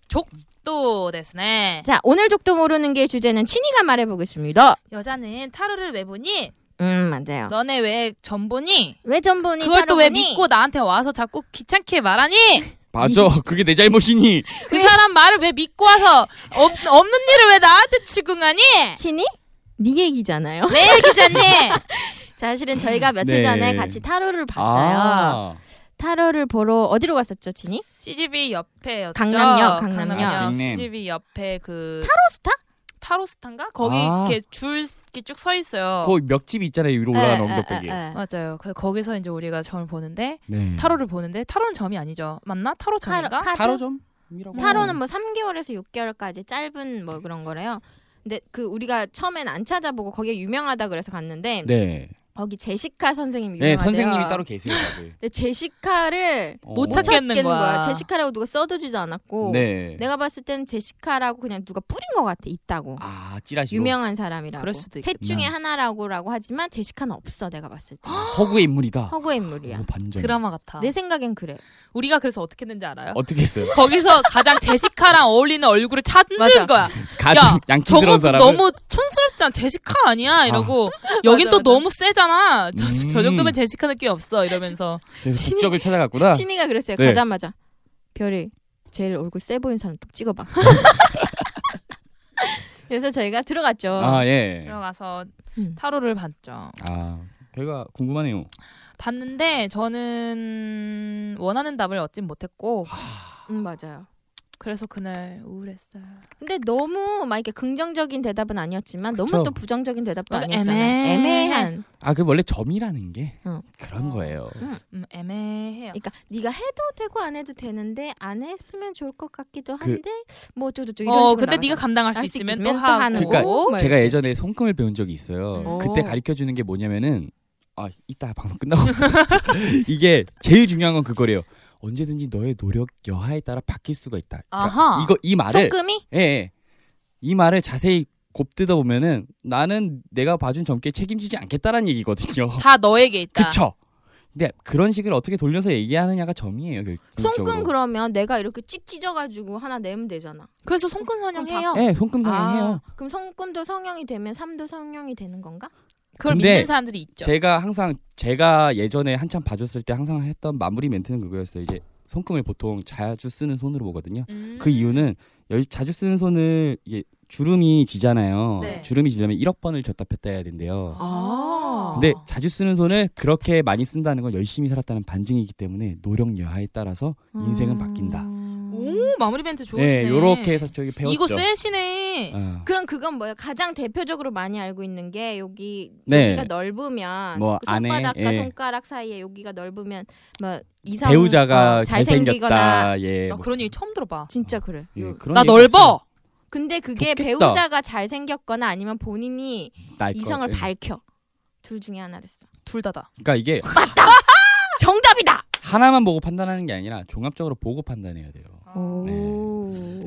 Speaker 3: 또 됐네.
Speaker 2: 자, 오늘 족도 모르는 게 주제는 친이가 말해보겠습니다.
Speaker 3: 여자는 타로를 왜 보니?
Speaker 2: 음, 맞아요.
Speaker 3: 너네 왜 전보니?
Speaker 2: 왜 전분이
Speaker 3: 그걸 또 왜
Speaker 2: 따로보니?
Speaker 3: 믿고 나한테 와서 자꾸 귀찮게 말하니?
Speaker 6: 맞아. 그게 내 잘못이니.
Speaker 3: 그 사람 말을 왜 믿고 와서 없, 없는 일을 왜 나한테 추궁하니?
Speaker 2: 친이? 네 얘기잖아요.
Speaker 3: 내 얘기잖니?
Speaker 2: 사실은 저희가 며칠
Speaker 6: 네.
Speaker 2: 전에 같이 타로를 봤어요.
Speaker 6: 아,
Speaker 2: 타로를 보러 어디로 갔었죠, 친이?
Speaker 3: CGV 옆에였죠.
Speaker 2: 강남역, 강남역.
Speaker 6: 강남역.
Speaker 3: CGV 옆에 그
Speaker 2: 타로스타?
Speaker 3: 타로스탄가 거기
Speaker 6: 아.
Speaker 3: 이렇게 줄 이렇게 쭉 서 있어요.
Speaker 6: 거기 멱집 있잖아요 위로
Speaker 3: 네,
Speaker 6: 올라가는
Speaker 2: 예,
Speaker 6: 언덕배기.
Speaker 2: 예, 예, 예.
Speaker 3: 맞아요. 그- 거기서 이제 우리가 점을 보는데
Speaker 6: 네.
Speaker 3: 타로를 보는데 타로는 점이 아니죠. 맞나? 타로
Speaker 2: 타로,
Speaker 3: 점인가?
Speaker 2: 카드?
Speaker 6: 타로 좀. 이라고.
Speaker 2: 타로는 뭐 3개월에서 6개월까지 짧은 뭐 그런 거래요. 근데 그 우리가 처음엔 안 찾아보고 거기에 유명하다 그래서 갔는데
Speaker 6: 네.
Speaker 2: 거기 제시카 선생님이
Speaker 6: 네
Speaker 2: 유명하대요.
Speaker 6: 선생님이 따로 계세요. 다들.
Speaker 2: 근데 제시카를
Speaker 6: 어.
Speaker 3: 못
Speaker 2: 못 찾겠는
Speaker 3: 찾겠는
Speaker 2: 거야.
Speaker 3: 거야.
Speaker 2: 제시카라고 누가 써두지도 않았고
Speaker 6: 네.
Speaker 2: 내가 봤을 땐 제시카라고 그냥 누가 뿌린 것 같아 있다고.
Speaker 6: 아 찌라시로.
Speaker 2: 유명한 사람이라고.
Speaker 3: 그럴 수도
Speaker 2: 셋
Speaker 6: 있겠다.
Speaker 2: 중에 하나라고라고 하지만 제시카는 없어 내가 봤을 때.
Speaker 6: 허구의 인물이다.
Speaker 2: 허구의 인물이야.
Speaker 6: 오, 반전.
Speaker 3: 드라마 같아.
Speaker 2: 내 생각엔 그래.
Speaker 3: 우리가 그래서 어떻게 했는지 알아요?
Speaker 6: 어떻게 했어요?
Speaker 3: 거기서 가장 제시카랑 어울리는 얼굴을 찾는
Speaker 2: 맞아.
Speaker 3: 거야.
Speaker 6: 가장 양치스러운
Speaker 3: 저거
Speaker 6: 사람.
Speaker 3: 너무 촌스럽지 않아? 제시카 아니야? 이러고 여긴
Speaker 2: 맞아, 맞아.
Speaker 3: 또 너무 세잖아. 저, 저
Speaker 6: 음.
Speaker 3: 정도면 제시카 느낌 없어. 이러면서
Speaker 6: 그래서 국적을 찾아갔구나.
Speaker 2: 신이가 그랬어요.
Speaker 6: 네.
Speaker 2: 가자마자 별이 제일 얼굴 세 보이는 사람 뚝 찍어봐. 그래서 저희가 들어갔죠.
Speaker 6: 아 예.
Speaker 3: 들어가서
Speaker 2: 음.
Speaker 3: 타로를 봤죠.
Speaker 6: 아 결과 궁금하네요.
Speaker 3: 봤는데 저는 원하는 답을 얻진 못했고
Speaker 6: 아.
Speaker 2: 음, 맞아요.
Speaker 3: 그래서 그날 우울했어요.
Speaker 2: 근데 너무 막 이렇게 긍정적인 대답은 아니었지만
Speaker 6: 그쵸.
Speaker 2: 너무 또 부정적인 대답도
Speaker 3: 뭔가
Speaker 2: 아니었잖아요.
Speaker 3: 애매해.
Speaker 2: 애매한.
Speaker 6: 아 그 원래 점이라는 게
Speaker 2: 어.
Speaker 6: 그런 거예요.
Speaker 3: 음, 애매해요.
Speaker 2: 그러니까 네가 해도 되고 안 해도 되는데 안 했으면 좋을 것 같기도
Speaker 6: 그-
Speaker 2: 한데 뭐 어쩌고저쩌고 이런
Speaker 3: 어,
Speaker 2: 식으로
Speaker 3: 근데
Speaker 2: 나가잖아.
Speaker 3: 네가 감당할 수
Speaker 2: 할수
Speaker 3: 있으면 또
Speaker 2: 있으면 또
Speaker 3: 하고.
Speaker 2: 하는
Speaker 6: 그러니까
Speaker 2: 오, 막
Speaker 6: 제가 예전에 손금을 배운 적이 있어요.
Speaker 3: 음.
Speaker 6: 그때
Speaker 2: 오.
Speaker 6: 가르쳐 주는 게 뭐냐면은 아 이따 방송 끝나고 이게 제일 중요한 건 그거래요. 언제든지 너의 노력 여하에 따라 바뀔 수가 있다. 그러니까
Speaker 3: 아하.
Speaker 6: 이거 이
Speaker 2: 뭐
Speaker 6: 말을
Speaker 2: 손금이
Speaker 6: 예, 예. 이 말을 자세히 곱뜯어 보면은 나는 내가 봐준 점괘 책임지지 않겠다라는 얘기거든요.
Speaker 3: 그러니까 다 너에게 있다.
Speaker 6: 그쵸? 근데 그런 식을 어떻게 돌려서 얘기하느냐가 점이에요. 결국적으로.
Speaker 2: 손금 그러면 내가 이렇게 찍 찢어가지고 하나 내면 되잖아.
Speaker 3: 그래서 손금선영해요.
Speaker 2: 네.
Speaker 6: 예, 손금 사용해요.
Speaker 2: 아, 그럼 손금도 성형이 되면 삶도 성형이 되는 건가?
Speaker 3: 그걸
Speaker 6: 근데
Speaker 3: 믿는 사람들이 있죠.
Speaker 6: 제가 항상 제가 예전에 한참 봐줬을 때 항상 했던 마무리 멘트는 그거였어요. 이제 손금을 보통 자주 쓰는 손으로 보거든요.
Speaker 3: 음.
Speaker 6: 그 이유는 여- 자주 쓰는 손을 이게 주름이 지잖아요.
Speaker 3: 네.
Speaker 6: 주름이 지려면 1억 번을 줬다 뺐다 해야 된대요.
Speaker 3: 아.
Speaker 6: 근데 자주 쓰는 손을 그렇게 많이 쓴다는 건 열심히 살았다는 반증이기 때문에 노력 여하에 따라서 인생은 바뀐다.
Speaker 2: 음.
Speaker 3: 오 마무리 멘트 음, 좋으시네.
Speaker 6: 네, 요렇게 해서 저기 배웠죠.
Speaker 3: 이거 세시네.
Speaker 6: 어.
Speaker 2: 그럼 그건 뭐예요? 가장 대표적으로 많이 알고 있는 게 여기
Speaker 6: 네.
Speaker 2: 여기가 넓으면
Speaker 6: 뭐
Speaker 2: 그
Speaker 6: 안에,
Speaker 2: 손바닥과
Speaker 6: 예.
Speaker 2: 손가락 사이에 여기가 넓으면 막 이상
Speaker 6: 배우자가
Speaker 2: 어, 잘생기거나
Speaker 6: 잘생겼다. 예.
Speaker 3: 나
Speaker 6: 뭐,
Speaker 3: 그런 얘기 처음 들어봐.
Speaker 2: 진짜 그래.
Speaker 6: 예,
Speaker 2: 요-
Speaker 6: 그런
Speaker 3: 나
Speaker 6: 얘기
Speaker 3: 넓어.
Speaker 2: 근데 그게
Speaker 6: 좋겠다.
Speaker 2: 배우자가 잘생겼거나 아니면 본인이
Speaker 6: 있어요. 날 거.
Speaker 2: 이성을
Speaker 6: 예.
Speaker 2: 밝혀 둘 중에 하나랬어.
Speaker 3: 둘 다다.
Speaker 6: 그러니까 이게
Speaker 2: 정답이다.
Speaker 6: 하나만 보고 판단하는 게 아니라 종합적으로 보고 판단해야 돼요.
Speaker 3: 어.
Speaker 2: 어.
Speaker 6: 네. 오.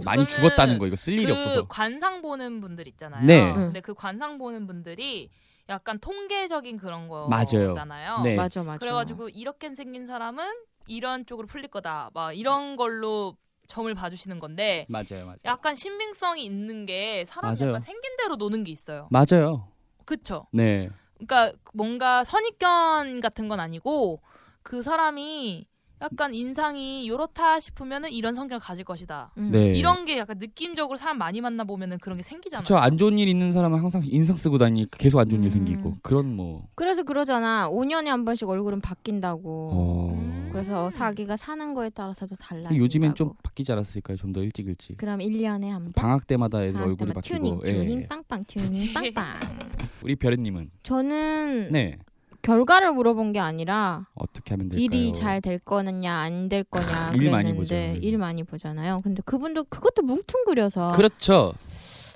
Speaker 6: 많이
Speaker 3: 그거는
Speaker 6: 죽었다는 거 이거 쓸 일이
Speaker 3: 네. 그
Speaker 6: 네. 없어서.
Speaker 3: 관상 보는 분들 있잖아요.
Speaker 6: 네.
Speaker 3: 근데 그 관상 보는 분들이 약간 통계적인 그런
Speaker 6: 맞아요.
Speaker 3: 거잖아요.
Speaker 6: 네.
Speaker 2: 맞아 맞아.
Speaker 3: 그래가지고 이렇게 생긴 사람은 이런 쪽으로 풀릴 거다. 막 이런 걸로 점을 봐주시는 건데
Speaker 6: 맞아요, 맞아요.
Speaker 3: 약간 신빙성이 있는 게 사람이
Speaker 6: 맞아요.
Speaker 3: 약간 생긴 대로 노는 게 있어요.
Speaker 6: 맞아요.
Speaker 3: 그쵸?
Speaker 6: 네.
Speaker 3: 그러니까 뭔가 선입견 같은 건 아니고 그 사람이 약간 인상이 요렇다 싶으면은 이런 성격을 가질 것이다.
Speaker 2: 음.
Speaker 6: 네.
Speaker 3: 이런 게 약간 느낌적으로 사람 많이 만나 보면은 그런 게 생기잖아요.
Speaker 6: 그쵸. 안 좋은 일 있는 사람은 항상 인상 쓰고 다니 계속 안 좋은 일
Speaker 2: 음.
Speaker 6: 생기고 그런 뭐
Speaker 2: 그래서 그러잖아. 5년에 한 번씩 얼굴은 바뀐다고.
Speaker 6: 어.
Speaker 3: 음.
Speaker 2: 그래서 자기가 사는 거에 따라서도 달라진다고.
Speaker 6: 근데 요즘엔 좀 바뀌지 않았을까요? 좀 더 일찍 일찍.
Speaker 2: 그럼 1년에 한 번.
Speaker 6: 방학 때마다 애들
Speaker 2: 방학
Speaker 6: 얼굴이
Speaker 2: 때마다
Speaker 6: 바뀌고.
Speaker 2: 튜닝, 튜닝
Speaker 6: 예.
Speaker 2: 빵빵 튜닝 빵빵.
Speaker 6: 우리 별님은
Speaker 2: 저는
Speaker 6: 네.
Speaker 2: 결과를 물어본 게 아니라
Speaker 6: 어떻게 하면 될까요?
Speaker 2: 일이 잘 될 거냐 안 될 거냐
Speaker 6: 일
Speaker 2: 그랬는데
Speaker 6: 많이 보죠.
Speaker 2: 일 많이 보잖아요. 근데 그분도 그것도 뭉퉁그려서
Speaker 6: 그렇죠.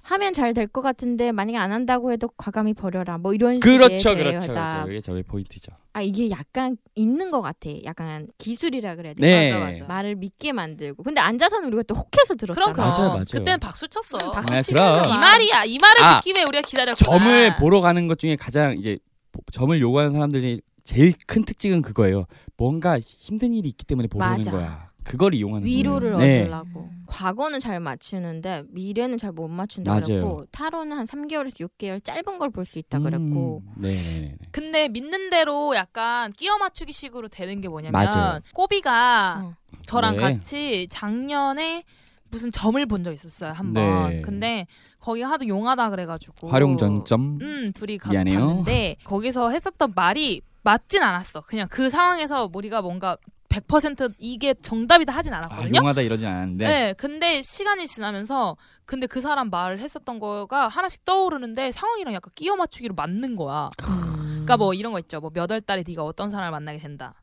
Speaker 2: 하면 잘 될 것 같은데 만약에 안 한다고 해도 과감히 버려라 뭐 이런 식의
Speaker 6: 그렇죠. 그렇죠.
Speaker 2: 대여다.
Speaker 6: 그렇죠. 이게 저의 포인트죠.
Speaker 2: 아 이게 약간 있는 것 같아. 약간 기술이라 그래야 되나?
Speaker 6: 네.
Speaker 3: 맞아, 맞아.
Speaker 2: 말을 믿게 만들고. 근데 앉아서는 우리가 또 혹해서 들었잖아.
Speaker 3: 그럼 그럼
Speaker 6: 맞아요, 맞아요.
Speaker 3: 그때는 박수 쳤어.
Speaker 2: 음, 박수
Speaker 6: 네,
Speaker 2: 치면서
Speaker 6: 그럼.
Speaker 3: 이
Speaker 2: 막
Speaker 3: 말이야. 이 말을
Speaker 6: 아,
Speaker 3: 듣기 위해 우리가 기다렸구나.
Speaker 2: 아.
Speaker 6: 점을 보러 가는 것 중에 가장 이제 보- 점을 요구하는 사람들이 제일 큰 특징은 그거예요. 뭔가 힘든 일이 있기 때문에 보는
Speaker 2: 맞아.
Speaker 6: 거야. 그걸 이용하는
Speaker 2: 위로를
Speaker 6: 거예요. 네.
Speaker 2: 얻으려고. 과거는 잘 맞추는데 미래는 잘 못 맞춘다
Speaker 6: 맞아요.
Speaker 2: 그랬고 타로는 한 3개월에서 6개월 짧은 걸 볼 수 있다 그랬고.
Speaker 6: 음, 네, 네, 네.
Speaker 3: 근데 믿는 대로 약간 끼어 맞추기 식으로 되는 게 뭐냐면
Speaker 6: 맞아요.
Speaker 3: 꼬비가
Speaker 2: 어.
Speaker 3: 저랑
Speaker 6: 네.
Speaker 3: 같이 작년에 무슨 점을 본 적 있었어요 한번
Speaker 6: 네.
Speaker 3: 근데 거기 하도 용하다 그래가지고
Speaker 6: 활용 정점.
Speaker 3: 음 둘이 가서
Speaker 6: 미안해요.
Speaker 3: 봤는데 거기서 했었던 말이 맞진 않았어 그냥 그 상황에서 우리가 뭔가 100% 이게 정답이다 하진
Speaker 6: 아,
Speaker 3: 않았거든요.
Speaker 6: 용하다 이러진 않았는데.
Speaker 3: 네. 근데 시간이 지나면서 근데 그 사람 말을 했었던 거가 하나씩 떠오르는데 상황이랑 약간 끼워 맞추기로 맞는 거야. 그러니까 뭐 이런 거 있죠. 뭐 몇 월 달에 네가 어떤 사람을 만나게 된다.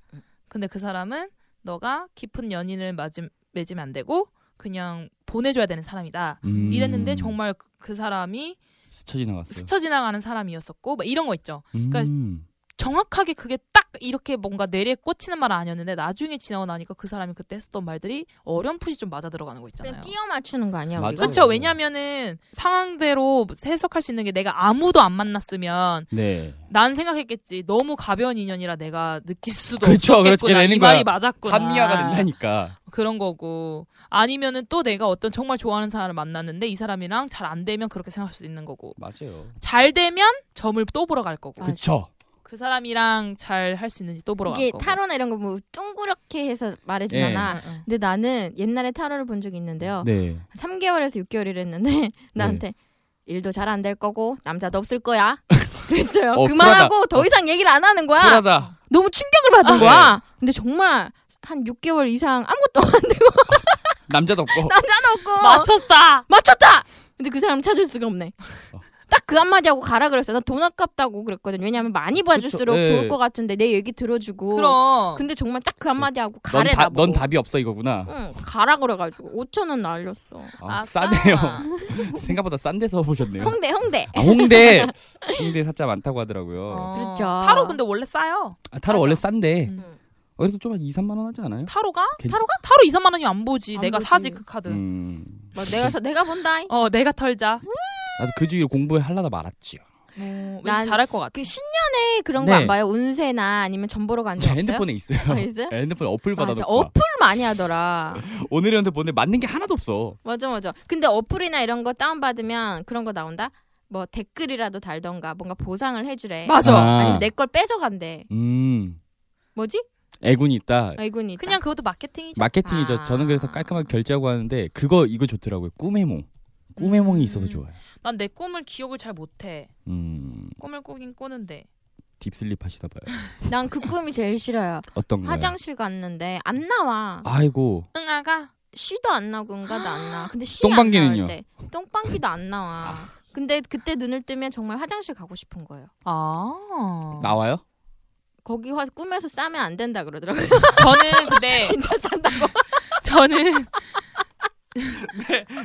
Speaker 3: 근데 그 사람은 너가 깊은 연인을 맞음, 맺으면 안 되고 그냥 보내줘야 되는 사람이다.
Speaker 6: 음.
Speaker 3: 이랬는데 정말 그- 그 사람이
Speaker 6: 스쳐 지나갔어요.
Speaker 3: 스쳐 지나가는 사람이었었고 막 이런 거 있죠. 그러니까
Speaker 6: 음.
Speaker 3: 정확하게 그게 딱 이렇게 뭔가 뇌리에 꽂히는 말은 아니었는데 나중에 지나고 나니까 그 사람이 그때 했었던 말들이 어렴풋이 좀 맞아 들어가는 거 있잖아요.
Speaker 2: 그냥 끼워 맞추는 거 아니야
Speaker 6: 맞아.
Speaker 2: 우리가?
Speaker 3: 그렇죠. 왜냐면은 상황대로 해석할 수 있는 게 내가 아무도 안 만났으면
Speaker 6: 네.
Speaker 3: 난 생각했겠지. 너무 가벼운 인연이라 내가 느낄 수도
Speaker 6: 그렇죠. 그렇게
Speaker 3: 없겠구나.
Speaker 6: 되는
Speaker 3: 이
Speaker 6: 거야.
Speaker 3: 말이 맞았구나.
Speaker 6: 합리화가 된다니까.
Speaker 3: 그런 거고 아니면은 또 내가 어떤 정말 좋아하는 사람을 만났는데 이 사람이랑 잘 안 되면 그렇게 생각할 수도 있는 거고
Speaker 6: 맞아요.
Speaker 3: 잘 되면 점을 또 보러 갈 거고
Speaker 2: 아,
Speaker 6: 그쵸.
Speaker 3: 그 사람이랑 잘 할 수 있는지 또 보러 갈
Speaker 2: 이게
Speaker 3: 거고
Speaker 2: 타로나 이런 거 뭐 둥그렇게 해서 말해주잖아.
Speaker 3: 응, 응.
Speaker 2: 근데 나는 옛날에 타로를 본 적이 있는데요.
Speaker 6: 네.
Speaker 2: 3개월에서 6개월 일했는데
Speaker 6: 어.
Speaker 2: 나한테 일도 잘 안 될 거고 남자도 없을 거야. 그랬어요.
Speaker 6: 어,
Speaker 2: 그만하고
Speaker 6: 쿨하다.
Speaker 2: 더 이상 얘기를 안 하는 거야.
Speaker 6: 쿨하다.
Speaker 2: 너무 충격을 받은
Speaker 6: 아,
Speaker 2: 거야. 근데 정말 한 6개월 이상 아무것도 안 되고
Speaker 6: 남자도 없고.
Speaker 2: 남자는 없고
Speaker 3: 맞췄다.
Speaker 2: 맞췄다. 근데 그 사람 찾을 수가 없네.
Speaker 6: 어.
Speaker 2: 딱 그 한마디 하고 가라 그랬어. 나 돈 아깝다고 그랬거든. 왜냐면 많이 봐줄수록
Speaker 6: 그쵸, 예.
Speaker 2: 좋을 것 같은데 내 얘기 들어주고.
Speaker 3: 그럼
Speaker 2: 근데 정말 딱 그 한마디 하고
Speaker 6: 네. 넌,
Speaker 2: 가래
Speaker 6: 다,
Speaker 2: 나보고.
Speaker 6: 넌 답이 없어 이거구나.
Speaker 2: 뭐. 응, 가라 그래가지고 5천 원 날렸어.
Speaker 6: 아,
Speaker 3: 아싸.
Speaker 6: 싸네요. 생각보다 싼 데서 보셨네요.
Speaker 2: 홍대 홍대.
Speaker 6: 아, 홍대. 홍대 사자 많다고 하더라고요.
Speaker 3: 어,
Speaker 2: 그렇죠.
Speaker 3: 타로 근데 원래 싸요.
Speaker 6: 아, 타로 원래 싼데.
Speaker 2: 네.
Speaker 3: 음.
Speaker 6: 어, 이렇게 좀한 2, 3만 원 하지 않아요?
Speaker 3: 타로가?
Speaker 6: 괜찮-
Speaker 3: 타로가? 타로 2, 3만 원이 안 보지.
Speaker 2: 안
Speaker 3: 내가
Speaker 2: 보지.
Speaker 3: 사지 그 카드.
Speaker 6: 음.
Speaker 2: 뭐 내가 사- 내가 본다.
Speaker 3: 어, 내가
Speaker 2: 음?
Speaker 3: 털자.
Speaker 6: 나도 그 주일 공부하려다 말았지요.
Speaker 2: 아,
Speaker 3: 뭐,
Speaker 2: 난
Speaker 3: 왠지 잘할 것 같아.
Speaker 2: 그 신년에 그런
Speaker 6: 네.
Speaker 2: 거 안 봐요? 운세나 아니면 점 보러 가는 거
Speaker 6: 제
Speaker 2: 없어요?
Speaker 6: 핸드폰에 있어요. 네,
Speaker 2: 아, 있어요?
Speaker 6: 핸드폰 어플
Speaker 2: 맞아.
Speaker 6: 받아놓고 와.
Speaker 2: 어플 많이 하더라.
Speaker 6: 오늘한테 보내 맞는 게 하나도 없어.
Speaker 2: 맞아 맞아. 근데 어플이나 이런 거 다운 받으면 그런 거 나온다. 뭐 댓글이라도 달던가 뭔가 보상을 해주래.
Speaker 3: 맞아.
Speaker 2: 아니면 내 걸 뺏어간대.
Speaker 6: 음,
Speaker 2: 뭐지?
Speaker 6: 애군이 있다.
Speaker 2: 아이군이 있다.
Speaker 3: 그냥 그것도 마케팅이죠.
Speaker 6: 마케팅이죠.
Speaker 2: 아.
Speaker 6: 저는 그래서 깔끔하게 결제하고 하는데 그거 이거 좋더라고요. 꿈해몽. 꿈해몽이 있어서
Speaker 3: 음.
Speaker 6: 좋아요.
Speaker 3: 난 내 꿈을 기억을 잘 못해.
Speaker 6: 음,
Speaker 3: 꿈을 꾸긴 꾸는데.
Speaker 6: 딥슬립 하시나 봐요.
Speaker 2: 난 그 꿈이 제일 싫어요.
Speaker 6: 어떤 거요?
Speaker 2: 화장실 갔는데 안 나와.
Speaker 6: 아, 아이고.
Speaker 3: 응아가
Speaker 2: 씨도 안 나고 응가도 안 나와. 근데 씨
Speaker 6: 똥방귀는요?
Speaker 2: 안 나올 때 똥방귀도 안 나와. 근데 그때 눈을 뜨면 정말 화장실 가고 싶은 거예요.
Speaker 3: 아.
Speaker 2: 어.
Speaker 6: 나와요?
Speaker 2: 거기 화, 꿈에서 싸면 안 된다 그러더라고요.
Speaker 3: 저는 근데
Speaker 2: 진짜 싼다고.
Speaker 3: 저는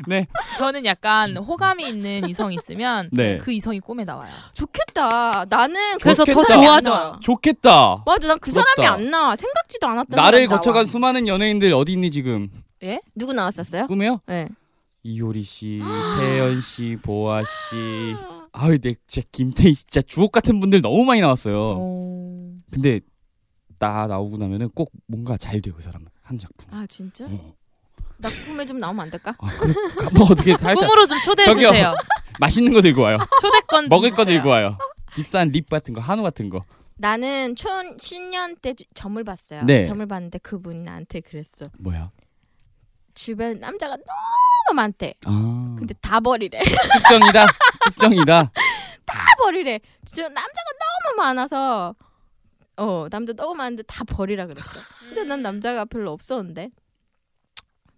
Speaker 6: 네.
Speaker 3: 저는 약간 호감이 있는 이성 있으면
Speaker 6: 네.
Speaker 3: 그 이성이 꿈에 나와요.
Speaker 2: 좋겠다. 나는
Speaker 3: 그래서 더
Speaker 2: 그 사람이 안
Speaker 3: 좋아져요.
Speaker 2: 나와.
Speaker 6: 좋겠다.
Speaker 2: 맞아, 난 그 사람이
Speaker 6: 부럽다.
Speaker 2: 안 나와. 생각지도 않았던
Speaker 6: 나를
Speaker 2: 사람이 나와.
Speaker 6: 거쳐간 수많은 연예인들 어디 있니 지금?
Speaker 2: 누구 나왔었어요?
Speaker 6: 꿈에요?
Speaker 2: 네.
Speaker 6: 이효리 씨, 태연 씨, 보아 씨. 아유, 내 진짜 김태희 진짜 주옥 같은 분들 너무 많이 나왔어요.
Speaker 3: 어.
Speaker 6: 근데 나 나오고 나면은 꼭 뭔가 잘 돼요, 그 사람은. 한 작품.
Speaker 2: 아 진짜?
Speaker 6: 어.
Speaker 2: 나 꿈에 좀 나오면 안 될까?
Speaker 6: 아, 그래. 가- 뭐 어떻게 살짝
Speaker 3: 꿈으로 좀 초대해
Speaker 6: 저기요.
Speaker 3: 주세요.
Speaker 6: 맛있는 거 들고 와요.
Speaker 3: 초대권 좀
Speaker 6: 먹을 거
Speaker 3: 주세요.
Speaker 6: 들고 와요. 비싼 립 같은 거, 한우 같은 거.
Speaker 2: 나는 촌 신년 때 주- 점을 봤어요.
Speaker 6: 네.
Speaker 2: 점을 봤는데 그분이 나한테 그랬어.
Speaker 6: 뭐야?
Speaker 2: 주변 에 남자가 너무 많대.
Speaker 6: 아.
Speaker 2: 근데 다 버리래.
Speaker 6: 특정이다. 특정이다.
Speaker 2: 다 버리래. 진짜 남자가 너무 많아서 어 남자 너무 많은데 다 버리라 그랬어. 근데 난 남자가 별로 없었는데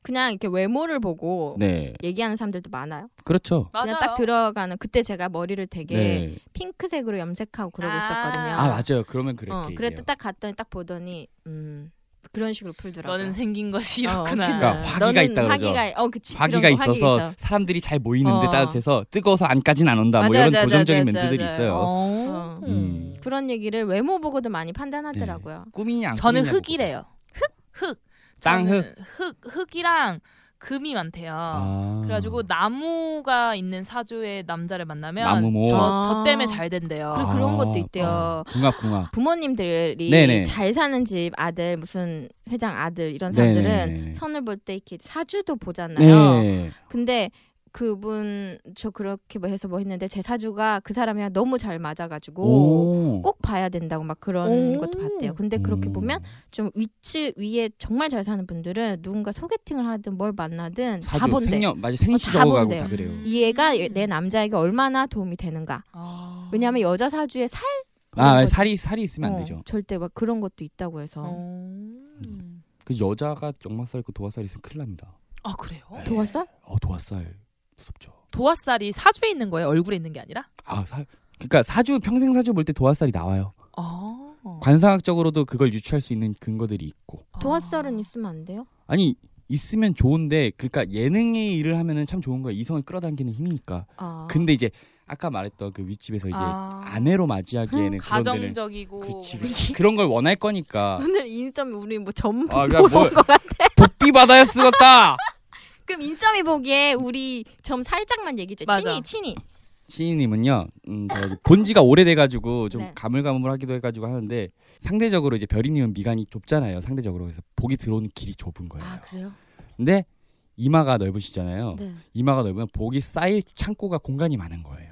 Speaker 2: 그냥 이렇게 외모를 보고
Speaker 6: 네.
Speaker 2: 얘기하는 사람들도 많아요.
Speaker 6: 그렇죠.
Speaker 3: 맞아요.
Speaker 2: 그냥 딱 들어가는 그때 제가 머리를 되게
Speaker 6: 네.
Speaker 2: 핑크색으로 염색하고 그러고
Speaker 3: 아.
Speaker 2: 있었거든요.
Speaker 6: 아, 맞아요. 그러면 그렇게
Speaker 2: 어,
Speaker 6: 얘기해요.
Speaker 2: 그랬다 딱 갔더니 딱 보더니 음 그런 식으로 풀더라고.
Speaker 3: 너는 생긴 것이
Speaker 2: 어,
Speaker 3: 이렇구나.
Speaker 6: 그러니까 화기가 있다 그러죠.
Speaker 2: 화기가 어 그치.
Speaker 6: 화기가
Speaker 2: 그런 거,
Speaker 6: 있어서
Speaker 2: 있어.
Speaker 6: 사람들이 잘 모이는데
Speaker 2: 어.
Speaker 6: 따뜻해서 뜨거워서 안까진 안 온다. 뭐
Speaker 2: 맞아,
Speaker 6: 이런
Speaker 2: 맞아,
Speaker 6: 고정적인
Speaker 2: 맞아,
Speaker 6: 멘트들이
Speaker 2: 맞아.
Speaker 6: 있어요.
Speaker 3: 어.
Speaker 2: 어.
Speaker 6: 음.
Speaker 2: 그런 얘기를 외모 보고도 많이 판단하더라고요.
Speaker 6: 꿈이냐? 안
Speaker 3: 저는
Speaker 6: 꿈이냐고.
Speaker 3: 흙이래요. 흙, 흙.
Speaker 6: 아, 땅
Speaker 3: 저는 흙, 흙이랑 금이 많대요.
Speaker 6: 아.
Speaker 3: 그래가지고 나무가 있는 사주의 남자를 만나면
Speaker 6: 나무모.
Speaker 3: 저,
Speaker 2: 아.
Speaker 3: 저 때문에 잘 된대요.
Speaker 2: 그리고 그런 것도 있대요.
Speaker 6: 아, 궁합 궁합.
Speaker 2: 부모님들이
Speaker 6: 네네.
Speaker 2: 잘 사는 집 아들 무슨 회장 아들 이런
Speaker 6: 네네네.
Speaker 2: 사람들은 선을 볼 때 이렇게 사주도 보잖아요.
Speaker 6: 네.
Speaker 2: 근데 그분 저 그렇게 뭐 해서 뭐 했는데 제 사주가 그 사람이랑 너무 잘뭐 맞아가지고
Speaker 6: 오.
Speaker 2: 꼭 봐야 된다고 막 그런
Speaker 3: 오.
Speaker 2: 것도 봤대요. 근데 그렇게
Speaker 6: 오.
Speaker 2: 보면 좀 위치 위에 정말 잘 사는 분들은 누군가 소개팅을 하든 뭘 만나든 다
Speaker 6: 사주
Speaker 2: 본대.
Speaker 6: 생년 맞아
Speaker 2: 다
Speaker 6: 생시 적어가고
Speaker 2: 본대요.
Speaker 6: 다 그래요.
Speaker 3: 음.
Speaker 2: 이 애가 내 남자에게 얼마나 도움이 되는가.
Speaker 3: 아.
Speaker 2: 왜냐하면 여자 사주에 살
Speaker 6: 아
Speaker 2: 거죠.
Speaker 6: 살이 살이 있으면 안
Speaker 2: 어,
Speaker 6: 되죠.
Speaker 3: 어.
Speaker 2: 절대 막 그런 것도 있다고 해서
Speaker 3: 음.
Speaker 6: 그 여자가 역마살 있고 도화살 있으면 큰일 납니다.
Speaker 3: 아 그래요?
Speaker 2: 도화살?
Speaker 6: 어 도화살 무섭죠.
Speaker 3: 도화살이 사주에 있는 거예요? 얼굴에 있는 게 아니라?
Speaker 6: 아 사, 그러니까 사주 평생 사주 볼 때 도화살이 나와요.
Speaker 3: 아.
Speaker 6: 관상학적으로도 그걸 유추할 수 있는 근거들이 있고
Speaker 3: 아.
Speaker 2: 도화살은 있으면 안 돼요?
Speaker 6: 아니 있으면 좋은데 그러니까 예능의 일을 하면은 참 좋은 거야 이성을 끌어당기는 힘이니까
Speaker 2: 아.
Speaker 6: 근데 이제 아까 말했던 그 윗집에서 이제
Speaker 3: 아.
Speaker 6: 아내로 맞이하기에는 그런 데는
Speaker 3: 가정적이고
Speaker 6: 그치, 그치. 그런 걸 원할 거니까
Speaker 2: 오늘 인점 우리 뭐 전문
Speaker 6: 아, 그냥
Speaker 2: 보고
Speaker 6: 뭘-
Speaker 2: 온것 같아.
Speaker 6: 복비 받아야 쓰겄다
Speaker 2: 그럼 인점이 보기에 우리 점 살짝만 얘기해 줘.
Speaker 3: 맞아.
Speaker 2: 친이 친이.
Speaker 6: 시인님은요 음, 저 본지가 오래돼가지고 좀
Speaker 2: 네.
Speaker 6: 가물가물하기도 해가지고 하는데 상대적으로 이제 별이님은 미간이 좁잖아요 상대적으로 그래서 복이 들어오는 길이 좁은 거예요
Speaker 2: 아 그래요?
Speaker 6: 근데 이마가 넓으시잖아요
Speaker 2: 네.
Speaker 6: 이마가 넓으면 복이 쌓일 창고가 공간이 많은 거예요.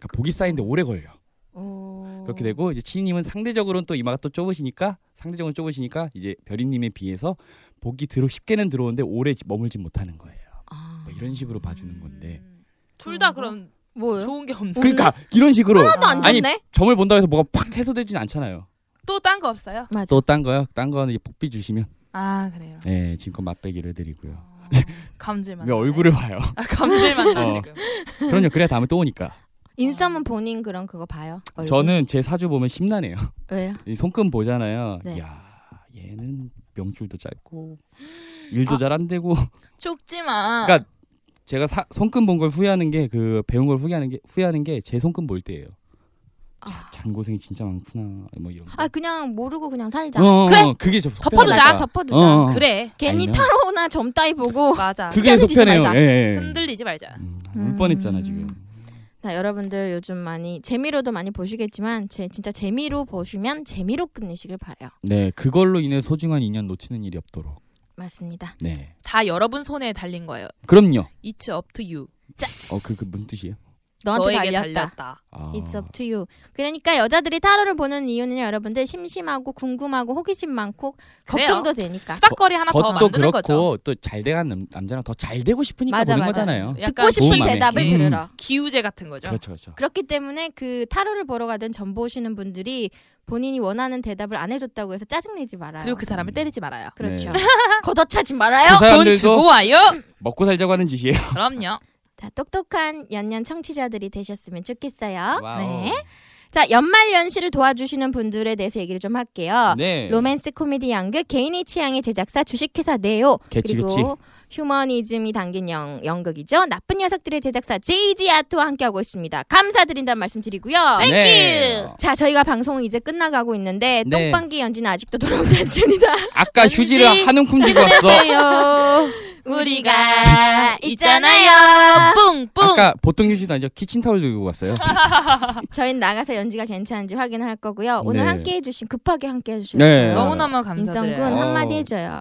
Speaker 6: 그러니까 복이 쌓이는데 오래 걸려.
Speaker 2: 어...
Speaker 6: 그렇게 되고 이제 치님은 상대적으로는 또 이마가 또 좁으시니까 상대적으로 좁으시니까 이제 별이님에 비해서 복이 들어 쉽게는 들어오는데 오래 머물지 못하는 거예요.
Speaker 2: 아...
Speaker 6: 뭐 이런 식으로 봐주는 건데.
Speaker 3: 둘 다 그럼
Speaker 2: 뭐예요?
Speaker 3: 좋은 게 없네.
Speaker 6: 그러니까 이런 식으로
Speaker 2: 하나도 안
Speaker 6: 아니,
Speaker 2: 좋네.
Speaker 6: 점을 본다고 해서 뭐가 팍 해소되진 않잖아요.
Speaker 3: 또 딴 거 없어요?
Speaker 2: 맞아.
Speaker 6: 또 딴 거요. 딴 거는 이제 복비 주시면
Speaker 3: 아 그래요.
Speaker 6: 예, 지금껏 맛배기로 해드리고요.
Speaker 3: 어, 감질만.
Speaker 6: 왜
Speaker 3: 나네.
Speaker 6: 얼굴을 봐요?
Speaker 3: 아, 감질만 나
Speaker 6: 어.
Speaker 3: 지금.
Speaker 6: 그럼요. 그래야 다음에 또 오니까.
Speaker 2: 인썸은 본인 그런 그거 봐요. 얼굴.
Speaker 6: 저는 제 사주 보면 심란해요.
Speaker 2: 왜요?
Speaker 6: 이 손금 보잖아요.
Speaker 2: 네. 아.
Speaker 6: 야 얘는 명줄도 짧고 일도 잘 안 되고.
Speaker 3: 죽지 마.
Speaker 6: 그러니까 제가 사- 손금 본 걸 후회하는 게 그 배운 걸 후회하는 게 후회하는 게 제 손금 볼 때예요.
Speaker 2: 아,
Speaker 6: 잔 고생이 진짜 많구나. 뭐 이런. 거.
Speaker 2: 아, 그냥 모르고 그냥 살자.
Speaker 6: 어, 어,
Speaker 3: 그래.
Speaker 6: 그게 좀
Speaker 3: 덮어두자.
Speaker 6: 속편하니까.
Speaker 2: 덮어두자.
Speaker 6: 어, 어.
Speaker 3: 그래.
Speaker 2: 괜히
Speaker 6: 아니면-
Speaker 2: 타로나 점 따위 보고
Speaker 3: 맞아.
Speaker 6: 그게
Speaker 2: 흔들리지
Speaker 6: 속편해요.
Speaker 2: 말자.
Speaker 6: 예, 예.
Speaker 3: 흔들리지 말자.
Speaker 6: 음,
Speaker 2: 음.
Speaker 6: 울 뻔했잖아 지금.
Speaker 2: 나 여러분들 요즘 많이 재미로도 많이 보시겠지만 제 진짜 재미로 보시면 재미로 끝내시길 바래요.
Speaker 6: 네, 그걸로 인해 소중한 인연 놓치는 일이 없도록.
Speaker 2: 맞습니다.
Speaker 6: 네,
Speaker 3: 다 여러분 손에 달린 거예요.
Speaker 6: 그럼요.
Speaker 3: It's up to you.
Speaker 6: 어, 그, 그 무슨 뜻이에요?
Speaker 2: 너한테
Speaker 3: 너에게
Speaker 2: 달렸다.
Speaker 3: 달렸다.
Speaker 6: 아,
Speaker 2: It's up to you. 그러니까 여자들이 타로를 보는 이유는요, 여러분들 심심하고 궁금하고 호기심 많고
Speaker 3: 그래요.
Speaker 2: 걱정도 되니까
Speaker 3: 수다거리 하나 더
Speaker 6: 겉도
Speaker 3: 만드는
Speaker 6: 그렇고
Speaker 3: 거죠.
Speaker 6: 또 잘 돼간 남, 남자랑 더 잘 되고 싶으니까
Speaker 2: 맞아,
Speaker 6: 보는
Speaker 2: 맞아.
Speaker 6: 거잖아요.
Speaker 2: 듣고
Speaker 3: 약간 음.
Speaker 2: 싶은
Speaker 6: 도움이
Speaker 2: 대답을
Speaker 6: 안 돼.
Speaker 2: 들으라.
Speaker 3: 기우제 같은 거죠.
Speaker 6: 그렇죠, 그렇죠.
Speaker 2: 그렇기 때문에 그 타로를 보러 가든 전 보시는 분들이 본인이 원하는 대답을 안 해줬다고 해서 짜증내지 말아요.
Speaker 3: 그리고 그 사람을 때리지 말아요.
Speaker 2: 그렇죠.
Speaker 6: 네.
Speaker 2: 걷어차지 말아요.
Speaker 6: 그
Speaker 3: 돈
Speaker 6: 사람들도- 어.
Speaker 3: 주고 와요.
Speaker 6: 먹고 살자고 하는 짓이에요.
Speaker 3: 그럼요.
Speaker 2: 자, 똑똑한 연년 청취자들이 되셨으면 좋겠어요.
Speaker 6: 와우.
Speaker 3: 네.
Speaker 2: 자, 연말 연시를 도와주시는 분들에 대해서 얘기를 좀 할게요.
Speaker 6: 네.
Speaker 2: 로맨스 코미디 연극 개인의 취향의 제작사 주식회사 네오
Speaker 6: 개치,
Speaker 2: 그리고
Speaker 6: 개치.
Speaker 2: 휴머니즘이 담긴 영, 연극이죠. 나쁜 녀석들의 제작사 제이지 아트와 함께하고 있습니다. 감사드린다는 말씀드리고요.
Speaker 6: 네.
Speaker 2: 자, 저희가 방송 이제 끝나가고 있는데
Speaker 6: 네.
Speaker 2: 똥방귀 연지는 아직도 돌아오지 않습니다.
Speaker 6: 아까 휴지를 한 움큼 쥐고 왔어.
Speaker 3: 안녕하세요.
Speaker 2: 우리가
Speaker 3: 있잖아요. 뿡뿡.
Speaker 6: 아까 보통 휴지도 아니죠. 키친타올 들고 갔어요.
Speaker 2: 저희는 나가서 연지가 괜찮은지 확인할 거고요. 오늘
Speaker 6: 네.
Speaker 2: 함께 해주신 급하게 함께 해주신
Speaker 6: 네.
Speaker 3: 너무너무
Speaker 2: 인성군
Speaker 3: 감사드려요.
Speaker 6: 어.
Speaker 2: 한마디 해줘요.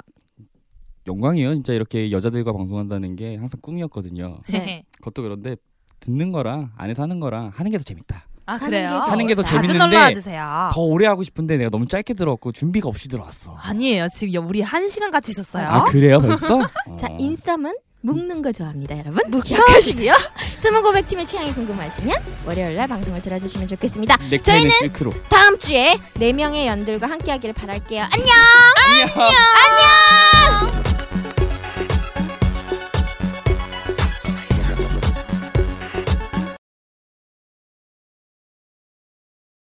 Speaker 6: 영광이에요. 진짜 이렇게 여자들과 방송한다는 게 항상 꿈이었거든요.
Speaker 2: 네.
Speaker 6: 그것도 그런데 듣는 거랑 안에서 하는 거랑 하는 게 더 재밌다.
Speaker 3: 아
Speaker 2: 하는
Speaker 3: 그래요.
Speaker 2: 게
Speaker 6: 하는 게 더
Speaker 3: 자주
Speaker 6: 재밌는데
Speaker 3: 놀러와 주세요.
Speaker 6: 더 오래 하고 싶은데 내가 너무 짧게 들어왔고 준비가 없이 들어왔어.
Speaker 3: 아. 아니에요. 지금 여- 우리 한 시간 같이 있었어요.
Speaker 6: 아 그래요 벌써?
Speaker 2: 자,
Speaker 6: 어.
Speaker 2: 인썸은 묵는 거 좋아합니다, 여러분. 기억하시고요. 스무고백 팀의 취향이 궁금하시면 월요일 날 방송을 들어주시면 좋겠습니다.
Speaker 6: 넥타이는 실크로.
Speaker 2: 다음 주에 네 명의 연들과 함께하기를 바랄게요. 안녕.
Speaker 6: 안녕.
Speaker 2: 안녕.